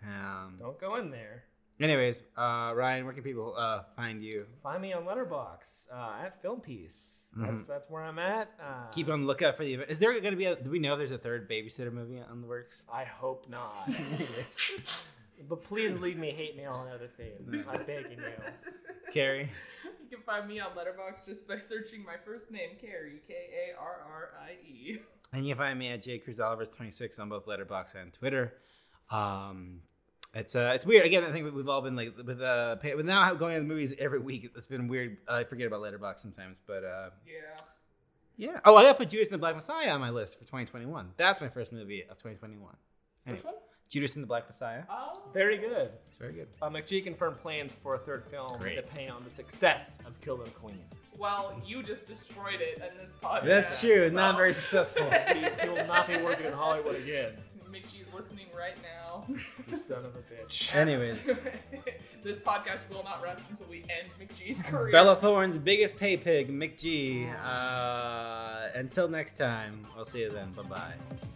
Speaker 3: *laughs*
Speaker 1: Um,
Speaker 2: Don't go in there.
Speaker 1: Anyways, uh, Ryan, where can people uh, find you?
Speaker 2: Find me on Letterbox uh, at Film Piece. That's that's where I'm at. Uh,
Speaker 1: Mm-hmm. Keep on the lookout for the event. Is there going to be a? Do we know if there's a third babysitter movie on the works?
Speaker 2: I hope
Speaker 1: *laughs*
Speaker 2: not. but please leave me hate mail and other things.
Speaker 1: *laughs*
Speaker 2: I'm begging you.
Speaker 1: Carrie,
Speaker 3: You can find me on Letterboxd just by searching my first name, Carrie, K A R R I
Speaker 1: *laughs*
Speaker 3: E.
Speaker 1: and you can find me at J Cruz Oliver's twenty six on both Letterbox and Twitter. Um, it's uh, it's weird. Again, I think we've all been like with uh, pa- with now going to the movies every week. It's been weird. I forget about Letterbox sometimes, but uh,
Speaker 3: Yeah.
Speaker 1: yeah. Oh, I got to put Judas and the Black Messiah on my list for twenty twenty one. That's my first movie of twenty twenty one.
Speaker 3: Which one?
Speaker 1: Judas and the Black Messiah.
Speaker 3: Oh.
Speaker 2: Very good.
Speaker 1: It's very good.
Speaker 2: Uh, McGee confirmed plans for a third film
Speaker 1: Great.
Speaker 2: depending on the success of Killer Queen.
Speaker 3: Well, you just destroyed it in this podcast.
Speaker 1: That's true.
Speaker 3: so-
Speaker 1: Not very
Speaker 3: *laughs*
Speaker 1: successful.
Speaker 2: He, he will not be working in Hollywood again.
Speaker 3: Mitchie's listening right
Speaker 1: *laughs*
Speaker 3: now.
Speaker 2: You son of a bitch.
Speaker 1: Anyways.
Speaker 3: *laughs* this podcast will not rest until we end McGee's career.
Speaker 1: Bella Thorne's biggest pay pig, McG. Uh, until next time, I'll see you then. Bye bye.